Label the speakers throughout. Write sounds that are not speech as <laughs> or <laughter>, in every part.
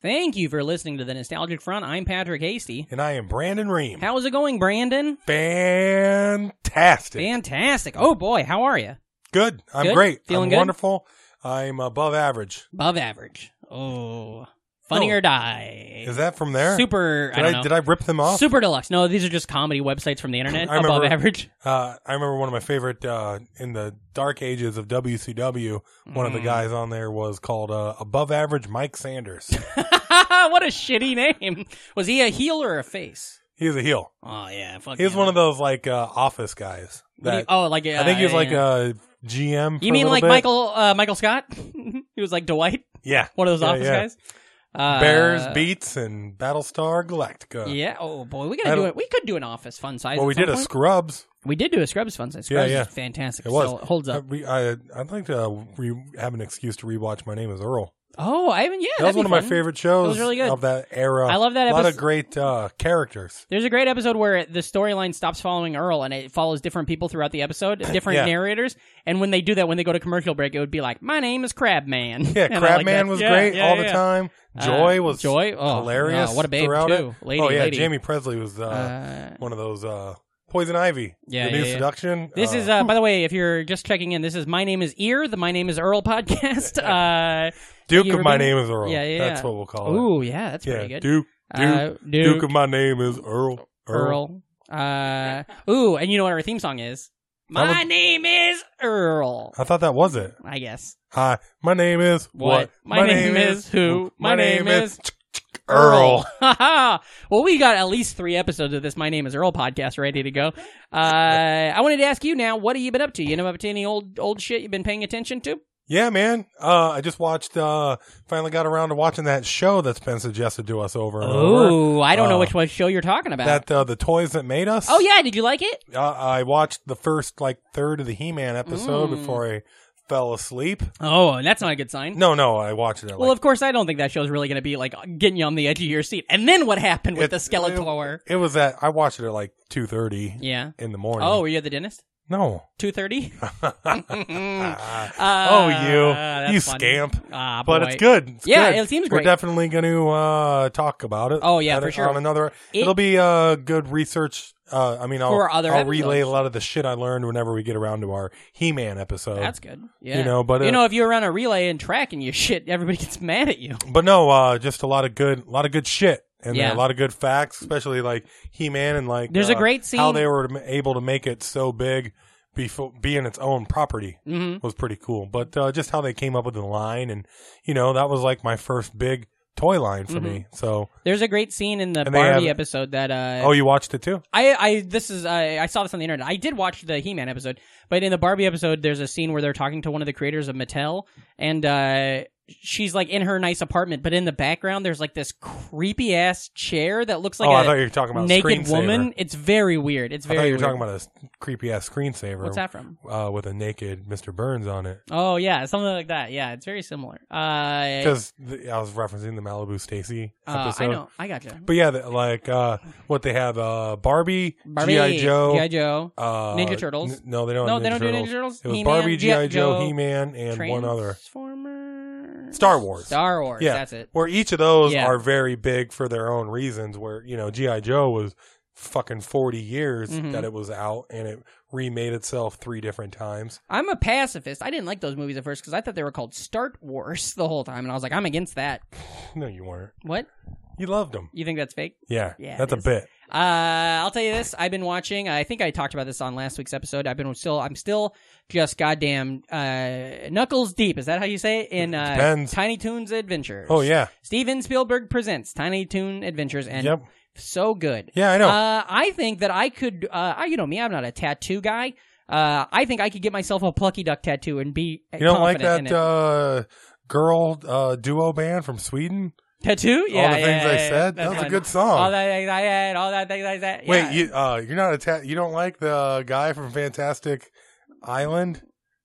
Speaker 1: Thank you for listening to the Nostalgic Front. I'm Patrick Hasty.
Speaker 2: And I am Brandon Ream.
Speaker 1: How's it going, Brandon?
Speaker 2: Fantastic.
Speaker 1: Fantastic. Oh boy, how are you?
Speaker 2: good. I'm
Speaker 1: Good?
Speaker 2: great.
Speaker 1: Feeling
Speaker 2: I'm
Speaker 1: good?
Speaker 2: wonderful. I'm above average.
Speaker 1: Above average. Oh, funny
Speaker 2: No.
Speaker 1: or die.
Speaker 2: Is that from there?
Speaker 1: super?
Speaker 2: Did
Speaker 1: I don't know.
Speaker 2: did I rip them off?
Speaker 1: Super deluxe. No, these are just comedy websites from the internet.
Speaker 2: I
Speaker 1: Above
Speaker 2: remember-
Speaker 1: average. <laughs>
Speaker 2: Uh, I remember one of my favorite uh, in the dark ages of WCW. One of the
Speaker 1: Mm.
Speaker 2: guys on there was called uh, Above Average Mike Sanders.
Speaker 1: <laughs> what a shitty name. Was he a heel or a face?
Speaker 2: he was a heel.
Speaker 1: Oh yeah, fuck.
Speaker 2: He was one of those like uh, office guys. That,
Speaker 1: oh, like yeah,
Speaker 2: I think he was
Speaker 1: yeah,
Speaker 2: like
Speaker 1: yeah.
Speaker 2: a GM. For
Speaker 1: You mean
Speaker 2: a little
Speaker 1: like
Speaker 2: bit.
Speaker 1: Michael uh, Michael Scott? <laughs> he was like Dwight,
Speaker 2: Yeah.
Speaker 1: one of those
Speaker 2: Yeah,
Speaker 1: office
Speaker 2: yeah.
Speaker 1: guys. Uh,
Speaker 2: Bears, Beats, and Battlestar Galactica.
Speaker 1: Yeah. Oh boy, we
Speaker 2: I
Speaker 1: gotta do
Speaker 2: don't-
Speaker 1: it. We could do an office fun size.
Speaker 2: Well,
Speaker 1: at
Speaker 2: we
Speaker 1: some
Speaker 2: did a
Speaker 1: point.
Speaker 2: Scrubs.
Speaker 1: We did do a Scrubs fun size.
Speaker 2: Yeah,
Speaker 1: Scrubs
Speaker 2: yeah.
Speaker 1: is fantastic.
Speaker 2: It was. Uh,
Speaker 1: Still holds
Speaker 2: I,
Speaker 1: up.
Speaker 2: we, I, I'd like to uh, re- have an excuse to rewatch My Name is Earl.
Speaker 1: Oh, I haven't. Yeah,
Speaker 2: that was
Speaker 1: that'd
Speaker 2: one
Speaker 1: be
Speaker 2: of my
Speaker 1: fun.
Speaker 2: favorite shows
Speaker 1: It was really good.
Speaker 2: of that era.
Speaker 1: I love that
Speaker 2: A lot
Speaker 1: epis-
Speaker 2: of great uh, characters.
Speaker 1: There's a great episode where the storyline stops following Earl and it follows different people throughout the
Speaker 2: <laughs>
Speaker 1: episode, different
Speaker 2: Yeah.
Speaker 1: narrators. And when they do that, when they go to commercial break, it would be like, "My name is Crabman."
Speaker 2: Yeah,
Speaker 1: <laughs> And I like
Speaker 2: Crabman
Speaker 1: that.
Speaker 2: was
Speaker 1: Yeah,
Speaker 2: great
Speaker 1: yeah,
Speaker 2: all the
Speaker 1: yeah.
Speaker 2: time.
Speaker 1: Uh,
Speaker 2: Joy was
Speaker 1: Joy, oh,
Speaker 2: hilarious.
Speaker 1: no, what a babe
Speaker 2: throughout it.
Speaker 1: too. Lady,
Speaker 2: oh yeah,
Speaker 1: lady.
Speaker 2: Jamie Presley was uh,
Speaker 1: Uh,
Speaker 2: one of those uh, Poison Ivy.
Speaker 1: Yeah,
Speaker 2: the
Speaker 1: yeah,
Speaker 2: new
Speaker 1: yeah.
Speaker 2: seduction.
Speaker 1: This is, uh, by the way, if you're just checking in, this is my name is Ear, the My Name is Earl
Speaker 2: <laughs>
Speaker 1: podcast. Uh,
Speaker 2: Duke
Speaker 1: you
Speaker 2: of My
Speaker 1: remember-
Speaker 2: Name is Earl.
Speaker 1: Yeah, yeah,
Speaker 2: That's
Speaker 1: yeah.
Speaker 2: what we'll call it.
Speaker 1: ooh, yeah, that's
Speaker 2: Oh, yeah,
Speaker 1: pretty good.
Speaker 2: Duke, Duke,
Speaker 1: Uh,
Speaker 2: Duke,
Speaker 1: Duke
Speaker 2: of My Name is Earl. Earl.
Speaker 1: Earl. Uh, ooh, and you know what our theme song is?
Speaker 2: Tell
Speaker 1: My
Speaker 2: them-
Speaker 1: name is Earl.
Speaker 2: I thought that was it.
Speaker 1: I guess.
Speaker 2: Hi, my name is
Speaker 1: What?
Speaker 2: what?
Speaker 1: My name is who? My name is
Speaker 2: Earl.
Speaker 1: <laughs> Haha. well, we got at least three episodes of this My Name is Earl podcast ready to go. Uh, I wanted to ask you now, what have you been up to? You know, up to any old old shit you've been paying attention to?
Speaker 2: Yeah, man. Uh, I just watched. Uh, finally got around to watching that show that's been suggested to us over and over.
Speaker 1: Oh, I don't know
Speaker 2: Uh,
Speaker 1: which one show you're talking about.
Speaker 2: That uh, the toys that made us.
Speaker 1: oh, yeah. Did you like it?
Speaker 2: Uh, I watched the first like third of the He-Man episode
Speaker 1: Mm.
Speaker 2: before I fell asleep.
Speaker 1: Oh, that's not a good sign.
Speaker 2: No, no, I watched it. At,
Speaker 1: Well,
Speaker 2: like,
Speaker 1: of course, I don't think that show's really going to be like getting you on the edge of your seat. And then what happened with
Speaker 2: It-
Speaker 1: the
Speaker 2: <laughs>
Speaker 1: Skeletor?
Speaker 2: it was at. I watched it at like two thirty
Speaker 1: yeah.
Speaker 2: <laughs> in the morning.
Speaker 1: Oh, were you at the dentist?
Speaker 2: no.
Speaker 1: Two
Speaker 2: <laughs>
Speaker 1: thirty. Uh,
Speaker 2: oh, you, you scamp.
Speaker 1: Ah,
Speaker 2: but it's good. It's
Speaker 1: Yeah,
Speaker 2: good.
Speaker 1: it seems
Speaker 2: We're
Speaker 1: great.
Speaker 2: definitely going to uh, talk about it.
Speaker 1: Oh, yeah,
Speaker 2: at-
Speaker 1: for sure.
Speaker 2: On another,
Speaker 1: It-
Speaker 2: it, will be uh, good research. Uh, I mean, I'll,
Speaker 1: For other
Speaker 2: I'll
Speaker 1: episodes.
Speaker 2: relay a lot of the shit I learned whenever we get around to our He-Man episode.
Speaker 1: That's good. Yeah.
Speaker 2: You know, but uh,
Speaker 1: you know, if you're on a relay and tracking your <laughs> shit, everybody gets mad at you.
Speaker 2: but no, uh, just a lot of good, a lot of good shit, and
Speaker 1: Yeah.
Speaker 2: a lot of good facts, especially like He-Man and like.
Speaker 1: There's a
Speaker 2: uh,
Speaker 1: great scene.
Speaker 2: how they were m- able to make it so big, before being its own property.
Speaker 1: hmm
Speaker 2: was pretty cool. But uh, just how they came up with the line, and you know, that was like my first big toy line for me.
Speaker 1: Mm-hmm.
Speaker 2: So,
Speaker 1: There's a great scene in the
Speaker 2: And they
Speaker 1: Barbie
Speaker 2: have-
Speaker 1: episode that uh,
Speaker 2: oh, you watched it too?
Speaker 1: I, I this is I, I saw this on the internet. I did watch the He Man episode, but in the Barbie episode, there's a scene where they're talking to one of the creators of Mattel, and uh, she's like in her nice apartment, but in the background, there's like this creepy ass chair that looks like
Speaker 2: oh,
Speaker 1: a
Speaker 2: I thought you were talking about
Speaker 1: naked
Speaker 2: screensaver.
Speaker 1: woman. It's very weird. It's
Speaker 2: I
Speaker 1: very.
Speaker 2: thought you were
Speaker 1: weird.
Speaker 2: talking about a s- creepy ass screensaver.
Speaker 1: What's that from?
Speaker 2: Uh, with a naked Mr. Burns on it,
Speaker 1: Oh yeah, something like that. Yeah, it's very similar. Uh,
Speaker 2: because I was referencing the Malibu Stacy
Speaker 1: uh,
Speaker 2: episode.
Speaker 1: I know. I gotcha.
Speaker 2: But yeah, the, like uh, what they have: uh, Barbie,
Speaker 1: Barbie,
Speaker 2: GI Joe,
Speaker 1: GI Joe,
Speaker 2: uh,
Speaker 1: Ninja Turtles.
Speaker 2: n- no, they don't.
Speaker 1: No,
Speaker 2: have
Speaker 1: they don't do Ninja
Speaker 2: Turtles.
Speaker 1: Turtles.
Speaker 2: It was
Speaker 1: He-Man,
Speaker 2: Barbie,
Speaker 1: G.I.
Speaker 2: GI Joe,
Speaker 1: Joe,
Speaker 2: He Man, and one other.
Speaker 1: Transformers.
Speaker 2: Star Wars.
Speaker 1: Star Wars.
Speaker 2: Yeah.
Speaker 1: That's it.
Speaker 2: where each of those
Speaker 1: Yeah.
Speaker 2: are very big for their own reasons. Where you know GI Joe was fucking forty years
Speaker 1: Mhm.
Speaker 2: that it was out, and it remade itself three different times. <laughs>
Speaker 1: I'm a pacifist. I didn't like those movies at first because I thought they were called Start Wars <laughs> the whole time, and I was like, I'm against that.
Speaker 2: No, you weren't.
Speaker 1: What?
Speaker 2: You loved them.
Speaker 1: You think that's fake?
Speaker 2: Yeah,
Speaker 1: Yeah,
Speaker 2: that's
Speaker 1: it
Speaker 2: a
Speaker 1: is.
Speaker 2: bit.
Speaker 1: Uh, I'll tell you this. I've been watching. I think I talked about this on last week's episode. I've been still. I'm still just goddamn uh, knuckles deep. Is that how you say it? In uh,
Speaker 2: Depends.
Speaker 1: Tiny Toons Adventures.
Speaker 2: Oh yeah,
Speaker 1: Steven Spielberg presents Tiny Toon Adventures, and
Speaker 2: yep,
Speaker 1: so good.
Speaker 2: yeah, I know.
Speaker 1: Uh, I think that I could. Uh, I- you know me. I'm not a tattoo guy. Uh, I think I could get myself a plucky duck tattoo and be.
Speaker 2: you don't like
Speaker 1: confident in
Speaker 2: that
Speaker 1: it.
Speaker 2: uh, girl uh, duo band from Sweden.
Speaker 1: Tattoo? Yeah.
Speaker 2: the
Speaker 1: yeah,
Speaker 2: things
Speaker 1: yeah,
Speaker 2: I
Speaker 1: yeah,
Speaker 2: said?
Speaker 1: that's
Speaker 2: That was a
Speaker 1: fun.
Speaker 2: good song.
Speaker 1: All that things I said. All that things I said. yeah.
Speaker 2: Wait, you uh, you're not a ta- you don't like the guy from Fantastic Island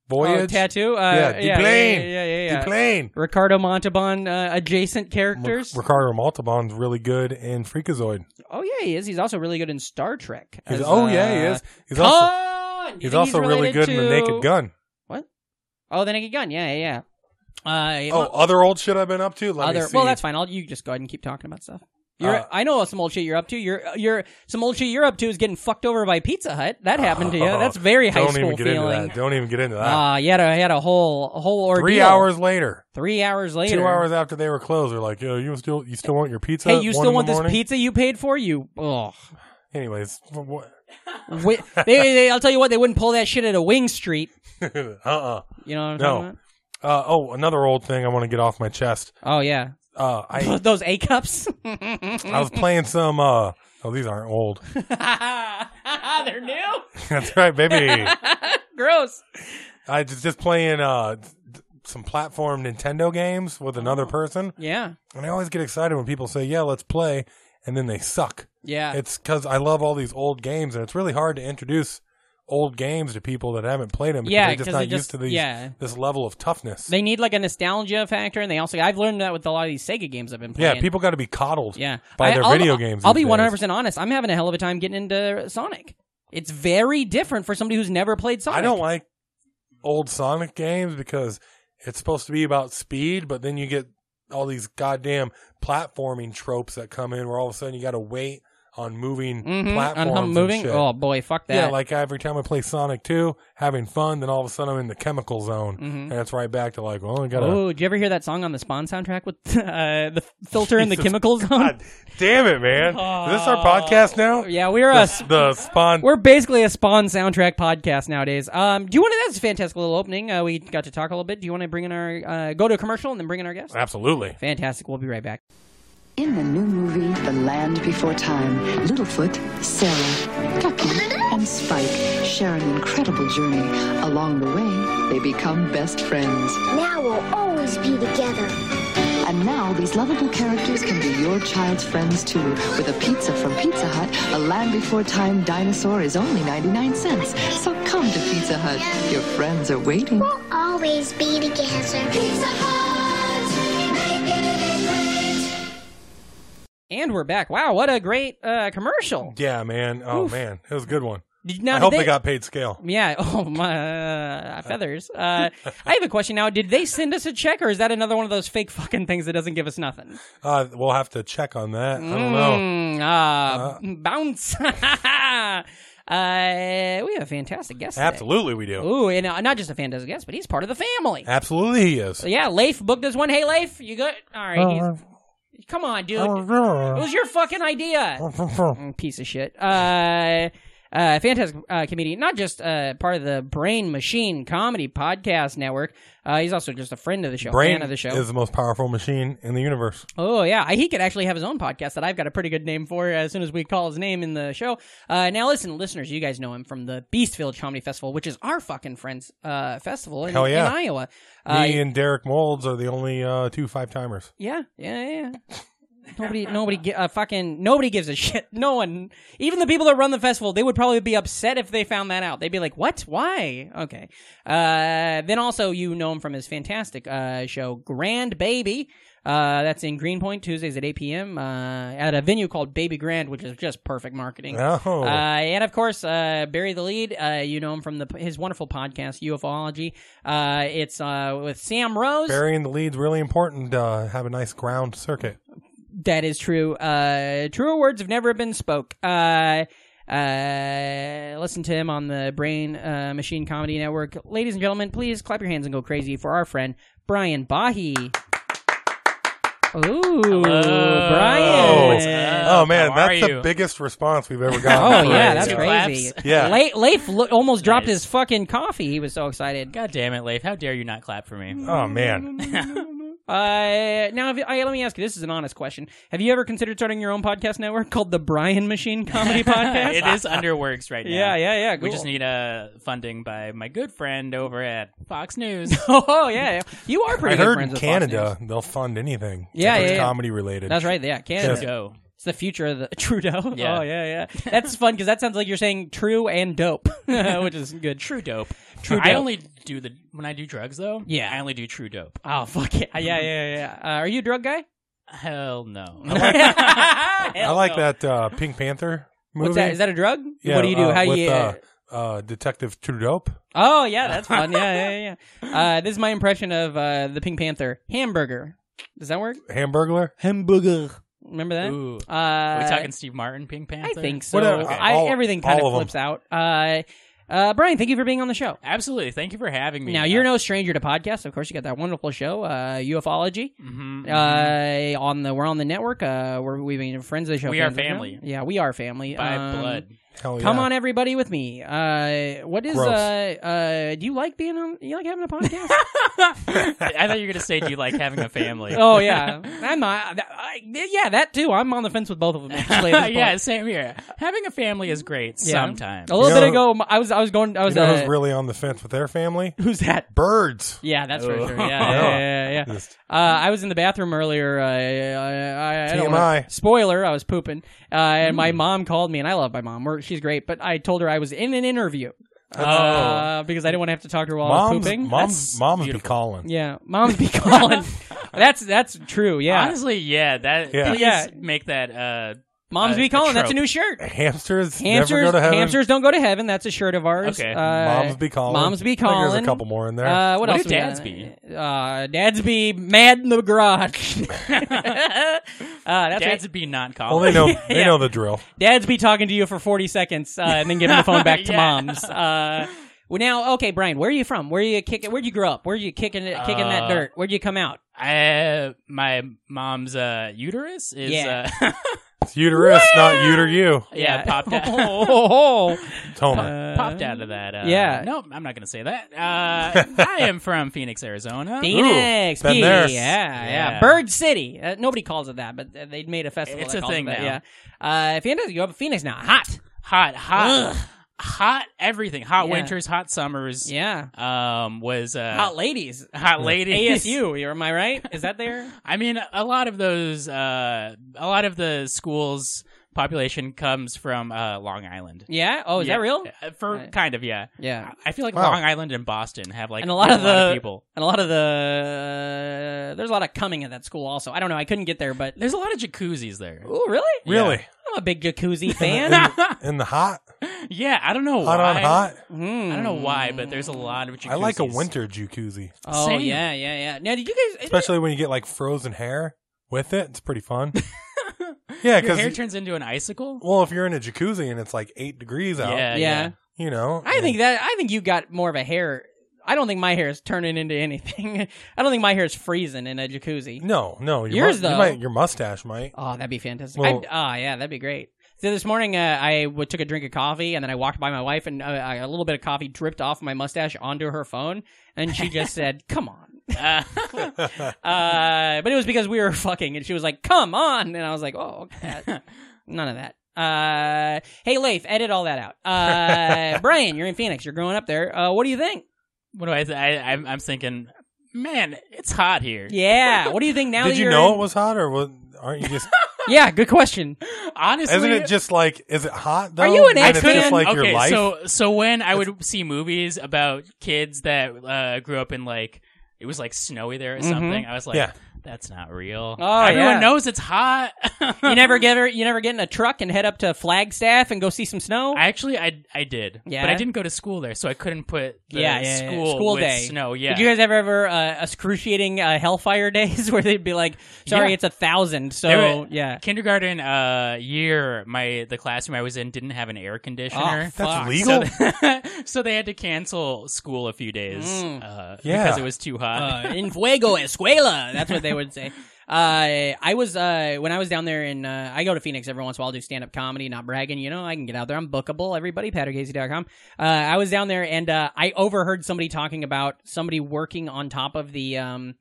Speaker 2: Voyage?
Speaker 1: Oh, tattoo? Uh,
Speaker 2: Yeah, Duplain.
Speaker 1: Yeah, yeah, yeah. yeah,
Speaker 2: The
Speaker 1: yeah.
Speaker 2: plane.
Speaker 1: Ricardo Montalban uh, adjacent characters.
Speaker 2: Ricardo Montalban's really good in Freakazoid.
Speaker 1: oh yeah, he is. He's also really good in Star Trek.
Speaker 2: He's,
Speaker 1: as,
Speaker 2: oh yeah, he
Speaker 1: uh,
Speaker 2: is. He's also
Speaker 1: Khan!
Speaker 2: he's also really
Speaker 1: related
Speaker 2: good in the
Speaker 1: to-
Speaker 2: Naked Gun.
Speaker 1: Oh, the Naked Gun. Yeah, yeah, yeah. Uh,
Speaker 2: Oh, other old shit I've been up to. Let me
Speaker 1: other.
Speaker 2: see.
Speaker 1: Well, that's fine. I'll you just go ahead and keep talking about stuff. You're,
Speaker 2: Uh,
Speaker 1: I know some old shit you're up to. You're, you're some old shit you're up to is getting fucked over by Pizza Hut. That happened to you.
Speaker 2: <laughs> Oh,
Speaker 1: That's very high
Speaker 2: Don't
Speaker 1: school
Speaker 2: even get
Speaker 1: feeling.
Speaker 2: into that. Don't even get into that.
Speaker 1: Ah, you had a, had a whole a whole ordeal.
Speaker 2: Three hours later,
Speaker 1: Three hours later.
Speaker 2: two hours after they were closed, they're like, "Yo, you still you still want your pizza?
Speaker 1: Hey,
Speaker 2: at
Speaker 1: you
Speaker 2: one
Speaker 1: still
Speaker 2: in
Speaker 1: want
Speaker 2: the
Speaker 1: this
Speaker 2: morning?
Speaker 1: pizza you paid for? You
Speaker 2: <laughs>
Speaker 1: oh,
Speaker 2: Anyways, what?
Speaker 1: Wi- they, they, I'll tell you what, they wouldn't pull that shit at a Wing Street.
Speaker 2: <laughs> uh uh
Speaker 1: You know what I'm
Speaker 2: No.
Speaker 1: talking about?
Speaker 2: Uh, oh, another old thing I want to get off my chest.
Speaker 1: Oh yeah,
Speaker 2: Uh,
Speaker 1: <laughs>
Speaker 2: I
Speaker 1: those A cups.
Speaker 2: I was playing some. Uh, oh, these aren't old. <laughs>
Speaker 1: They're new.
Speaker 2: That's
Speaker 1: <laughs>
Speaker 2: right, baby.
Speaker 1: Gross.
Speaker 2: I was just playing uh, th- some platform Nintendo games with another
Speaker 1: Oh.
Speaker 2: person,
Speaker 1: Yeah.
Speaker 2: and I always get excited when people say, "Yeah, let's play," and then they suck.
Speaker 1: Yeah.
Speaker 2: It's because I love all these old games, and it's really hard to introduce old games to people that haven't played them.
Speaker 1: Yeah,
Speaker 2: they're just
Speaker 1: 'cause
Speaker 2: not
Speaker 1: they
Speaker 2: used
Speaker 1: just-
Speaker 2: to these,
Speaker 1: yeah.
Speaker 2: this level of toughness.
Speaker 1: they need like a nostalgia factor, and they also I've learned that with a lot of these Sega games I've been
Speaker 2: yeah,
Speaker 1: playing.
Speaker 2: people got to be coddled.
Speaker 1: Yeah.
Speaker 2: by their
Speaker 1: I'll-
Speaker 2: video
Speaker 1: I'll-
Speaker 2: games
Speaker 1: I'll
Speaker 2: these
Speaker 1: be
Speaker 2: days.
Speaker 1: one hundred percent honest. I'm having a hell of a time getting into Sonic. It's very different for somebody who's never played Sonic.
Speaker 2: I don't like old Sonic games because it's supposed to be about speed, but then you get all these goddamn platforming tropes that come in where all of a sudden you got to wait on moving
Speaker 1: Mhm,
Speaker 2: platforms.
Speaker 1: on how
Speaker 2: and
Speaker 1: moving.
Speaker 2: shit.
Speaker 1: Oh boy, fuck that.
Speaker 2: Yeah, like every time I play Sonic 2, having fun, then all of a sudden I'm in the chemical zone.
Speaker 1: Mm-hmm.
Speaker 2: And it's right back to like, well, I got to. <laughs>
Speaker 1: Oh, did you ever hear that song on the Spawn soundtrack with <laughs> uh, the filter and the chemicals on?
Speaker 2: Damn it, man. Is this our podcast
Speaker 1: <laughs>
Speaker 2: now?
Speaker 1: Yeah, we're
Speaker 2: The,
Speaker 1: a
Speaker 2: <laughs> s- the spawn.
Speaker 1: we're basically a Spawn soundtrack podcast nowadays. Um, do you want to? That's a fantastic little opening. Uh, we got to talk a little bit. Do you want to bring in our uh, go to a commercial and then bring in our guest?
Speaker 2: Absolutely.
Speaker 1: Fantastic. We'll be right back.
Speaker 3: In the new movie, The Land Before Time, Littlefoot, Sarah, Ducky, and Spike share an incredible journey. Along the way, they become best friends.
Speaker 4: Now we'll always be together.
Speaker 3: And now these lovable characters can be your child's friends too. With a pizza from Pizza Hut, a Land Before Time dinosaur is only 99 cents. So come to Pizza Hut. Your friends are waiting.
Speaker 4: We'll always be together. Pizza Hut, make it great.
Speaker 1: And we're back. Wow, what a great uh, commercial!
Speaker 2: Yeah, man. Oh, man. It was a good one.
Speaker 1: Did, now,
Speaker 2: I
Speaker 1: did
Speaker 2: hope they got paid scale.
Speaker 1: Yeah. <laughs> Oh my uh, feathers. Uh, I have a question now. Did they send us a check, or is that another one of those fake fucking things that doesn't give us nothing?
Speaker 2: Uh, we'll have to check on that. I don't know. Uh-huh.
Speaker 1: Mm, uh, bounce. <laughs> uh, we have a fantastic guest. today.
Speaker 2: Absolutely, we do.
Speaker 1: Ooh, and uh, not just a fantastic guest, but he's part of the family.
Speaker 2: Absolutely, he is.
Speaker 1: So yeah, Leif booked us one. Hey, Leif, you good? All
Speaker 2: Oh,
Speaker 1: right.
Speaker 2: uh,
Speaker 1: he's- Come on, dude. It was your fucking
Speaker 2: oh,
Speaker 1: idea.
Speaker 5: <laughs>
Speaker 1: Mm, Piece of shit. Uh, uh, fantastic uh, comedian, not just uh, part of the Brain Machine Comedy Podcast Network. Uh, he's also just a friend of the show,
Speaker 2: Brain
Speaker 1: fan of the show.
Speaker 2: is the most powerful machine in the universe.
Speaker 1: Oh yeah, I- he could actually have his own podcast that I've got a pretty good name for. As soon as we call his name in the show, uh, now listen, listeners, you guys know him from the Beastville Comedy Festival, which is our fucking friends uh, festival in,
Speaker 2: Hell yeah.
Speaker 1: in Iowa. Uh,
Speaker 2: Me and Derek Molds are the only uh, two five timers.
Speaker 1: yeah, yeah, yeah. <laughs> Nobody, nobody, gi- uh, fucking, nobody gives a shit. <laughs> No one, even the people that run the festival, they would probably be upset if they found that out. They'd be like, "What? Why?" Okay. Uh, then also, you know him from his fantastic uh, show, Grand Baby. Uh, that's in Greenpoint Tuesdays at 8 p.m. Uh, at a venue called Baby Grand, which is just perfect marketing.
Speaker 2: Oh.
Speaker 1: Uh, and of course, uh, Barry the Lead. Uh, you know him from the his wonderful podcast, UFOlogy. Uh, it's uh, with Sam Rose.
Speaker 2: Burying the lead's really important. Uh, have a nice ground circuit.
Speaker 1: That is true. Uh, truer words have never been spoke. Uh, uh, listen to him on the Brain uh, Machine Comedy Network. Ladies and gentlemen, please clap your hands and go crazy for our friend Brian Bahi. Ooh, Brian.
Speaker 2: Oh, man,
Speaker 5: how are
Speaker 2: that's the
Speaker 5: you?
Speaker 2: biggest response
Speaker 1: <laughs>
Speaker 2: we've ever
Speaker 1: Oh
Speaker 2: gotten.
Speaker 1: yeah,
Speaker 5: Two
Speaker 1: that's
Speaker 5: claps.
Speaker 1: crazy.
Speaker 2: Yeah.
Speaker 1: La- Leif lo- almost dropped his fucking coffee. He was so excited. <laughs>
Speaker 5: God damn it, Leif. How dare you not clap for me?
Speaker 2: oh man,
Speaker 1: Uh, now, if, I, let me ask you. This is an honest question. Have you ever considered starting your own podcast network called the Brian Machine
Speaker 5: <laughs>
Speaker 1: Comedy <laughs> Podcast?
Speaker 5: Oh, it is under works right now.
Speaker 1: Yeah, yeah, yeah.
Speaker 5: We just
Speaker 1: cool.
Speaker 5: need uh, funding by my good friend over at Fox
Speaker 1: <laughs>
Speaker 5: News.
Speaker 1: <laughs> Oh yeah, yeah. you are pretty
Speaker 2: I
Speaker 1: good
Speaker 2: heard
Speaker 1: friends
Speaker 2: in
Speaker 1: with Fox News.
Speaker 2: Canada they'll fund anything.
Speaker 1: Yeah,
Speaker 2: if it's
Speaker 1: yeah, yeah.
Speaker 2: comedy related.
Speaker 1: That's right. Yeah,
Speaker 5: Let's
Speaker 1: Canada.
Speaker 5: go.
Speaker 1: It's the future of the <laughs> Trudeau.
Speaker 5: Yeah.
Speaker 1: Oh yeah, yeah. That's fun because that sounds like you're saying true and dope, <laughs> which is good.
Speaker 5: True dope.
Speaker 1: True
Speaker 5: I
Speaker 1: dope.
Speaker 5: only do the when I do drugs though.
Speaker 1: Yeah.
Speaker 5: I only do true dope.
Speaker 1: Oh fuck yeah, yeah, yeah, yeah. Uh, are you a drug
Speaker 2: <laughs>
Speaker 1: guy?
Speaker 5: Hell
Speaker 1: <laughs>
Speaker 5: no.
Speaker 2: I like that uh, Pink Panther movie.
Speaker 1: What's that? Is that a drug?
Speaker 2: Yeah,
Speaker 1: what do you do?
Speaker 2: uh,
Speaker 1: How do
Speaker 2: with,
Speaker 1: you?
Speaker 2: uh, uh, Detective Trudeau?
Speaker 1: oh yeah, that's fun. Yeah, yeah, yeah. Uh, this is my impression of uh, the Pink Panther hamburger. Does that work?
Speaker 2: Hamburglar?
Speaker 1: Hamburger. Remember that?
Speaker 5: Ooh.
Speaker 1: Uh,
Speaker 5: Are we talking Steve Martin, Pink
Speaker 1: I
Speaker 5: Panther?
Speaker 1: think so.
Speaker 2: Whatever.
Speaker 1: I,
Speaker 2: All-
Speaker 1: everything
Speaker 2: all
Speaker 1: kind
Speaker 2: of
Speaker 1: of
Speaker 2: 'em.
Speaker 1: flips out. Uh, uh, Brian, thank you for being on the show.
Speaker 5: Absolutely. Thank you for having me.
Speaker 1: Now you're no stranger to podcasts. Of course, you got that wonderful show, uh, UFOlogy.
Speaker 5: Mhm, mhm.
Speaker 1: Uh, on the we're on the network. Uh, we're, we've been friends of the show.
Speaker 5: We are
Speaker 1: fans of the show.
Speaker 5: family.
Speaker 1: Yeah, we are family
Speaker 5: by
Speaker 1: Um,
Speaker 5: blood.
Speaker 2: Hell
Speaker 1: Come
Speaker 2: yeah.
Speaker 1: on, everybody, with me. Uh, what is
Speaker 2: Gross.
Speaker 1: uh, uh? Do you like being on? You like having a podcast?
Speaker 5: <laughs>
Speaker 1: <laughs>
Speaker 5: I thought you were gonna say, "Do you like having a family?"
Speaker 1: oh yeah, I'm not. I, yeah, that too. I'm on the fence with both of them. Actually,
Speaker 5: <laughs>
Speaker 1: at this point.
Speaker 5: yeah, same here. Having a family is great
Speaker 1: Yeah.
Speaker 5: sometimes.
Speaker 1: A little
Speaker 2: You
Speaker 1: bit
Speaker 2: know-
Speaker 1: ago, m- I was I was going. I
Speaker 2: You
Speaker 1: was
Speaker 2: know
Speaker 1: uh,
Speaker 2: who's really on the fence with their family?
Speaker 1: who's that?
Speaker 2: <laughs> Birds.
Speaker 1: Yeah, that's for
Speaker 5: Oh.
Speaker 1: sure. Yeah,
Speaker 2: <laughs>
Speaker 1: yeah, yeah. yeah, yeah.
Speaker 2: Just-
Speaker 1: Uh, I was in the bathroom earlier. Uh, I, I, I don't wanna,
Speaker 2: TMI.
Speaker 1: spoiler. I was pooping, uh, and
Speaker 2: Mm.
Speaker 1: my mom called me, and I love my mom. We're, she's great, but I told her I was in an interview uh, because I didn't want to have to talk to her while I was
Speaker 2: Oh. moms,
Speaker 1: pooping.
Speaker 2: moms, moms be
Speaker 5: beautiful.
Speaker 2: calling.
Speaker 1: Yeah, moms be
Speaker 2: <laughs>
Speaker 1: calling. that's that's true. Yeah,
Speaker 5: Honestly, yeah, that
Speaker 2: Yeah.
Speaker 5: please
Speaker 1: Yeah.
Speaker 5: make that uh
Speaker 1: moms
Speaker 5: uh,
Speaker 1: be calling. That's a
Speaker 5: trope.
Speaker 1: new shirt.
Speaker 2: Hamsters, never
Speaker 1: Hamsters,
Speaker 2: go to heaven.
Speaker 1: hamsters don't go to heaven. That's a shirt of ours.
Speaker 5: Okay.
Speaker 1: Uh,
Speaker 2: moms be calling.
Speaker 1: Moms be
Speaker 2: I think
Speaker 1: calling.
Speaker 2: there's a couple more in there.
Speaker 1: Uh, what,
Speaker 5: What
Speaker 1: else?
Speaker 5: do
Speaker 1: we got?
Speaker 5: dads be?
Speaker 1: Uh, dads be mad in the
Speaker 5: <laughs>
Speaker 1: garage. uh, that's
Speaker 5: dads
Speaker 1: right.
Speaker 5: be not
Speaker 2: well,
Speaker 5: calling.
Speaker 2: they
Speaker 1: <laughs>
Speaker 2: know they
Speaker 1: yeah.
Speaker 2: know the drill.
Speaker 1: Dads be talking to you for forty seconds uh, and then giving the phone
Speaker 5: <laughs>
Speaker 1: back to
Speaker 5: Yeah.
Speaker 1: moms. Uh, well, now, okay, Brian, where are you from? Where you kick? Where'd you grow up? Where'd you kicking it- kicking that
Speaker 5: Uh,
Speaker 1: dirt? Where'd you come out?
Speaker 5: I, my mom's uh, uterus is
Speaker 1: Yeah.
Speaker 5: uh, <laughs>
Speaker 2: It's uterus, not uter you.
Speaker 5: yeah, popped
Speaker 2: <laughs>
Speaker 5: out,
Speaker 1: Oh,
Speaker 2: Tomer.
Speaker 5: uh, popped out of that. Uh,
Speaker 1: yeah.
Speaker 5: no, I'm not gonna say that. Uh, I am from Phoenix, Arizona.
Speaker 1: Phoenix,
Speaker 2: been
Speaker 1: P- E
Speaker 2: there.
Speaker 1: yeah, yeah,
Speaker 5: Yeah.
Speaker 1: Bird City. Uh, nobody calls it that, but uh, they made a festival.
Speaker 5: It's
Speaker 1: that
Speaker 5: a
Speaker 1: calls it
Speaker 5: thing
Speaker 1: that,
Speaker 5: now.
Speaker 1: Yeah, uh, fantastic. You have a Phoenix now. Hot.
Speaker 5: Hot, hot,
Speaker 1: Ugh.
Speaker 5: hot. Everything. Hot
Speaker 1: Yeah.
Speaker 5: winters, hot summers.
Speaker 1: Yeah.
Speaker 5: Um, was uh,
Speaker 1: Hot ladies.
Speaker 5: hot ladies.
Speaker 1: ASU. Am I right? Is that there?
Speaker 5: <laughs> I mean, a lot of those, uh, a lot of the schools population comes from uh, Long Island.
Speaker 1: Yeah. Oh, is
Speaker 5: Yeah.
Speaker 1: that real?
Speaker 5: Uh, For
Speaker 1: Right.
Speaker 5: kind of, yeah.
Speaker 1: Yeah.
Speaker 5: I feel like
Speaker 2: Wow.
Speaker 5: Long Island and Boston have like
Speaker 1: And a lot of the-
Speaker 5: people.
Speaker 1: And a lot of the there's a lot of coming at that school. Also, I don't know. I couldn't get there, but
Speaker 5: There's a lot of jacuzzis there.
Speaker 1: oh, really?
Speaker 2: Really?
Speaker 1: I'm a big
Speaker 5: <laughs>
Speaker 1: jacuzzi fan.
Speaker 2: In
Speaker 1: <laughs>
Speaker 2: the hot,
Speaker 5: Yeah, I don't know
Speaker 2: hot
Speaker 5: why.
Speaker 2: on hot.
Speaker 1: Hmm.
Speaker 5: I don't know why, but there's a lot of jacuzzis.
Speaker 2: I like a winter jacuzzi,
Speaker 1: oh
Speaker 5: Same.
Speaker 1: yeah, yeah, yeah. Now, did you guys?
Speaker 2: especially when you get like frozen hair with it. It's
Speaker 1: <laughs>
Speaker 2: pretty fun. yeah,
Speaker 5: Your hair
Speaker 2: because
Speaker 5: turns into an icicle.
Speaker 2: well, if you're in a jacuzzi and it's like eight degrees out,
Speaker 5: Yeah,
Speaker 1: yeah.
Speaker 2: you know,
Speaker 1: I think that I think you got more of a hair. I don't think my hair is turning into anything. <laughs> I don't think my hair is freezing in a jacuzzi.
Speaker 2: no, no, your
Speaker 1: Yours,
Speaker 2: mu-
Speaker 1: though.
Speaker 2: you might, your mustache might.
Speaker 1: Oh, that'd be fantastic.
Speaker 2: Well-
Speaker 1: I, oh, yeah, that'd be great. So this morning, uh, I w- took a drink of coffee, and then I walked by my wife, and uh, I- a little bit of coffee dripped off my mustache onto her phone, and she
Speaker 2: <laughs>
Speaker 1: just said, "Come on." <laughs>
Speaker 5: Uh,
Speaker 1: Uh, but it was because we were fucking, and she was like, "Come on," and I was like, "Oh,
Speaker 2: <laughs>
Speaker 1: okay. none of that." Uh, hey, Leif, edit all that out.
Speaker 2: <laughs>
Speaker 1: Uh, Brian, you're in Phoenix. You're growing up there. Uh, what do you think?
Speaker 5: what do I? Th- I I'm, I'm thinking, man, it's hot here.
Speaker 1: Yeah. What do you think now?
Speaker 2: Did
Speaker 1: that
Speaker 2: you
Speaker 1: you're
Speaker 2: know it
Speaker 1: in-
Speaker 2: was hot, or what, aren't you
Speaker 1: <laughs>
Speaker 2: just?
Speaker 1: Yeah. Good question.
Speaker 5: Honestly,
Speaker 2: <laughs> isn't it just like? Is it hot though?
Speaker 1: Are you an
Speaker 2: And it's
Speaker 1: X-Man?
Speaker 2: just like
Speaker 5: okay,
Speaker 2: your life.
Speaker 5: so so when I would see movies about kids that uh, grew up in like it was like snowy there or something, I was like,
Speaker 2: Yeah.
Speaker 5: that's not real.
Speaker 1: Mm-hmm. Oh,
Speaker 5: Everyone
Speaker 1: yeah.
Speaker 5: knows it's hot.
Speaker 1: <laughs> You
Speaker 5: <laughs>
Speaker 1: never get you never get in a truck and head up to Flagstaff and go see some snow.
Speaker 5: I actually I I did,
Speaker 1: Yeah?
Speaker 5: but I didn't go to school there, so I couldn't put the
Speaker 1: yeah, yeah, yeah.
Speaker 5: school
Speaker 1: school
Speaker 5: with
Speaker 1: day
Speaker 5: snow. Yeah,
Speaker 1: Did you guys ever ever uh, excruciating uh, Hellfire <laughs> days where they'd be like, "Sorry,
Speaker 5: Yeah.
Speaker 1: it's a thousand, so
Speaker 5: There were-
Speaker 1: yeah."
Speaker 5: kindergarten uh, year, my the classroom I was in didn't have an air conditioner.
Speaker 1: Oh, fuck.
Speaker 2: That's legal.
Speaker 5: so, they, <laughs> so they had to cancel school a few days uh,
Speaker 2: Yeah.
Speaker 5: because it was too hot.
Speaker 1: Mm. Uh, in fuego escuela. That's what they would say. Uh, I was uh, when I was down there in uh, I go to Phoenix every once in a while to do stand up comedy, not bragging, you know. I can get out there. I'm bookable. Everybody, pattercasey.com. Uh, I was down there and uh, I overheard somebody talking about somebody working on top of the um,